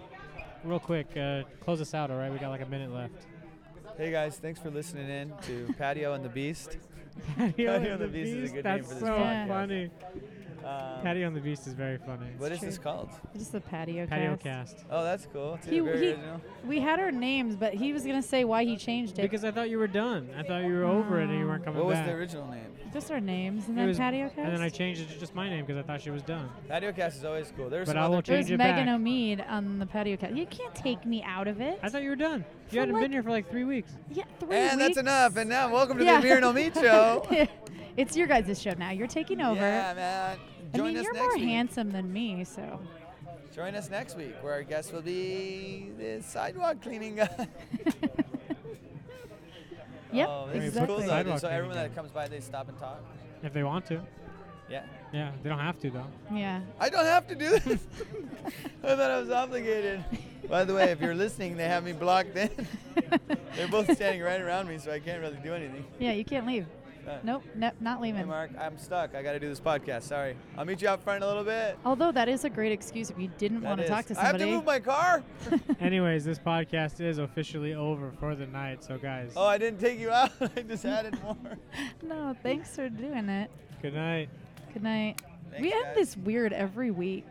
Speaker 2: real quick, uh, close us out. All right, we got like a minute left.
Speaker 10: Hey guys, thanks for listening in to Patio and the Beast.
Speaker 2: Patio and the
Speaker 10: is
Speaker 2: Beast,
Speaker 10: a good name
Speaker 2: that's
Speaker 10: for this
Speaker 2: so
Speaker 10: podcast.
Speaker 2: funny.
Speaker 10: Um,
Speaker 2: Patty on the Beast is very funny.
Speaker 10: What is this called?
Speaker 1: This is the patio,
Speaker 2: Patio
Speaker 1: cast.
Speaker 10: Oh, that's cool. Too.
Speaker 1: He,
Speaker 10: Very
Speaker 1: he,
Speaker 10: original.
Speaker 1: we had our names, but he was gonna say why he changed it.
Speaker 2: Because I thought you were done. I thought you were over it and you weren't coming
Speaker 10: What was
Speaker 2: back.
Speaker 10: the original name?
Speaker 1: just our names and
Speaker 2: It
Speaker 1: then
Speaker 2: was-
Speaker 1: patio cast.
Speaker 2: And then I changed it to just my name because I thought she was done.
Speaker 10: Patio Cast is always cool. There's
Speaker 2: But
Speaker 10: some
Speaker 2: I will
Speaker 10: other
Speaker 2: change
Speaker 1: There's
Speaker 2: it
Speaker 1: Megan
Speaker 2: back.
Speaker 1: O'Mead on the patio cast. You can't take me out of it. I
Speaker 2: thought you were done. You hadn't been here for like three weeks.
Speaker 1: Yeah, three
Speaker 10: And
Speaker 1: weeks.
Speaker 10: that's enough. And now, welcome to
Speaker 1: Yeah.
Speaker 10: the Amir and Omid
Speaker 14: [laughs]
Speaker 1: [laughs]
Speaker 10: show.
Speaker 1: it's your guys' show now. You're taking over.
Speaker 10: Yeah, man. Join
Speaker 1: I mean,
Speaker 10: us
Speaker 1: you're
Speaker 10: next
Speaker 1: more
Speaker 10: week.
Speaker 1: handsome than me, so.
Speaker 10: Join us next week, where our guest will be the sidewalk cleaning
Speaker 2: [laughs]
Speaker 10: guy. [laughs]
Speaker 1: Yep,
Speaker 10: Oh,
Speaker 2: Maybe
Speaker 10: this is
Speaker 2: put
Speaker 10: cool
Speaker 2: the
Speaker 10: though.
Speaker 2: sidewalk
Speaker 10: So
Speaker 2: cleaning
Speaker 10: everyone
Speaker 2: guy.
Speaker 10: that comes by, they stop and talk.
Speaker 2: If they want to.
Speaker 10: Yeah.
Speaker 2: Yeah, they don't have to though.
Speaker 1: Yeah.
Speaker 10: I don't have to do this. [laughs] I thought I was obligated. By the way, if you're listening, they have me blocked
Speaker 1: [laughs]
Speaker 10: in. They're both standing right around me, so I can't really do anything.
Speaker 1: Yeah, you can't leave.
Speaker 10: Uh,
Speaker 1: Nope, no, not
Speaker 10: Hey,
Speaker 1: leaving.
Speaker 10: Mark, I'm stuck. I got to do this podcast. Sorry. I'll meet you out front in a little bit.
Speaker 1: Although that is a great excuse if you didn't
Speaker 10: That
Speaker 1: want to
Speaker 10: is-
Speaker 1: talk to
Speaker 10: I have
Speaker 1: somebody.
Speaker 10: to move my car. [laughs]
Speaker 2: Anyways, this podcast is officially over for the night. So guys,
Speaker 10: Oh, I didn't take you out. [laughs] I just added more.
Speaker 1: [laughs] no, thanks for doing it.
Speaker 2: good night.
Speaker 1: Good night. we end this weird every week.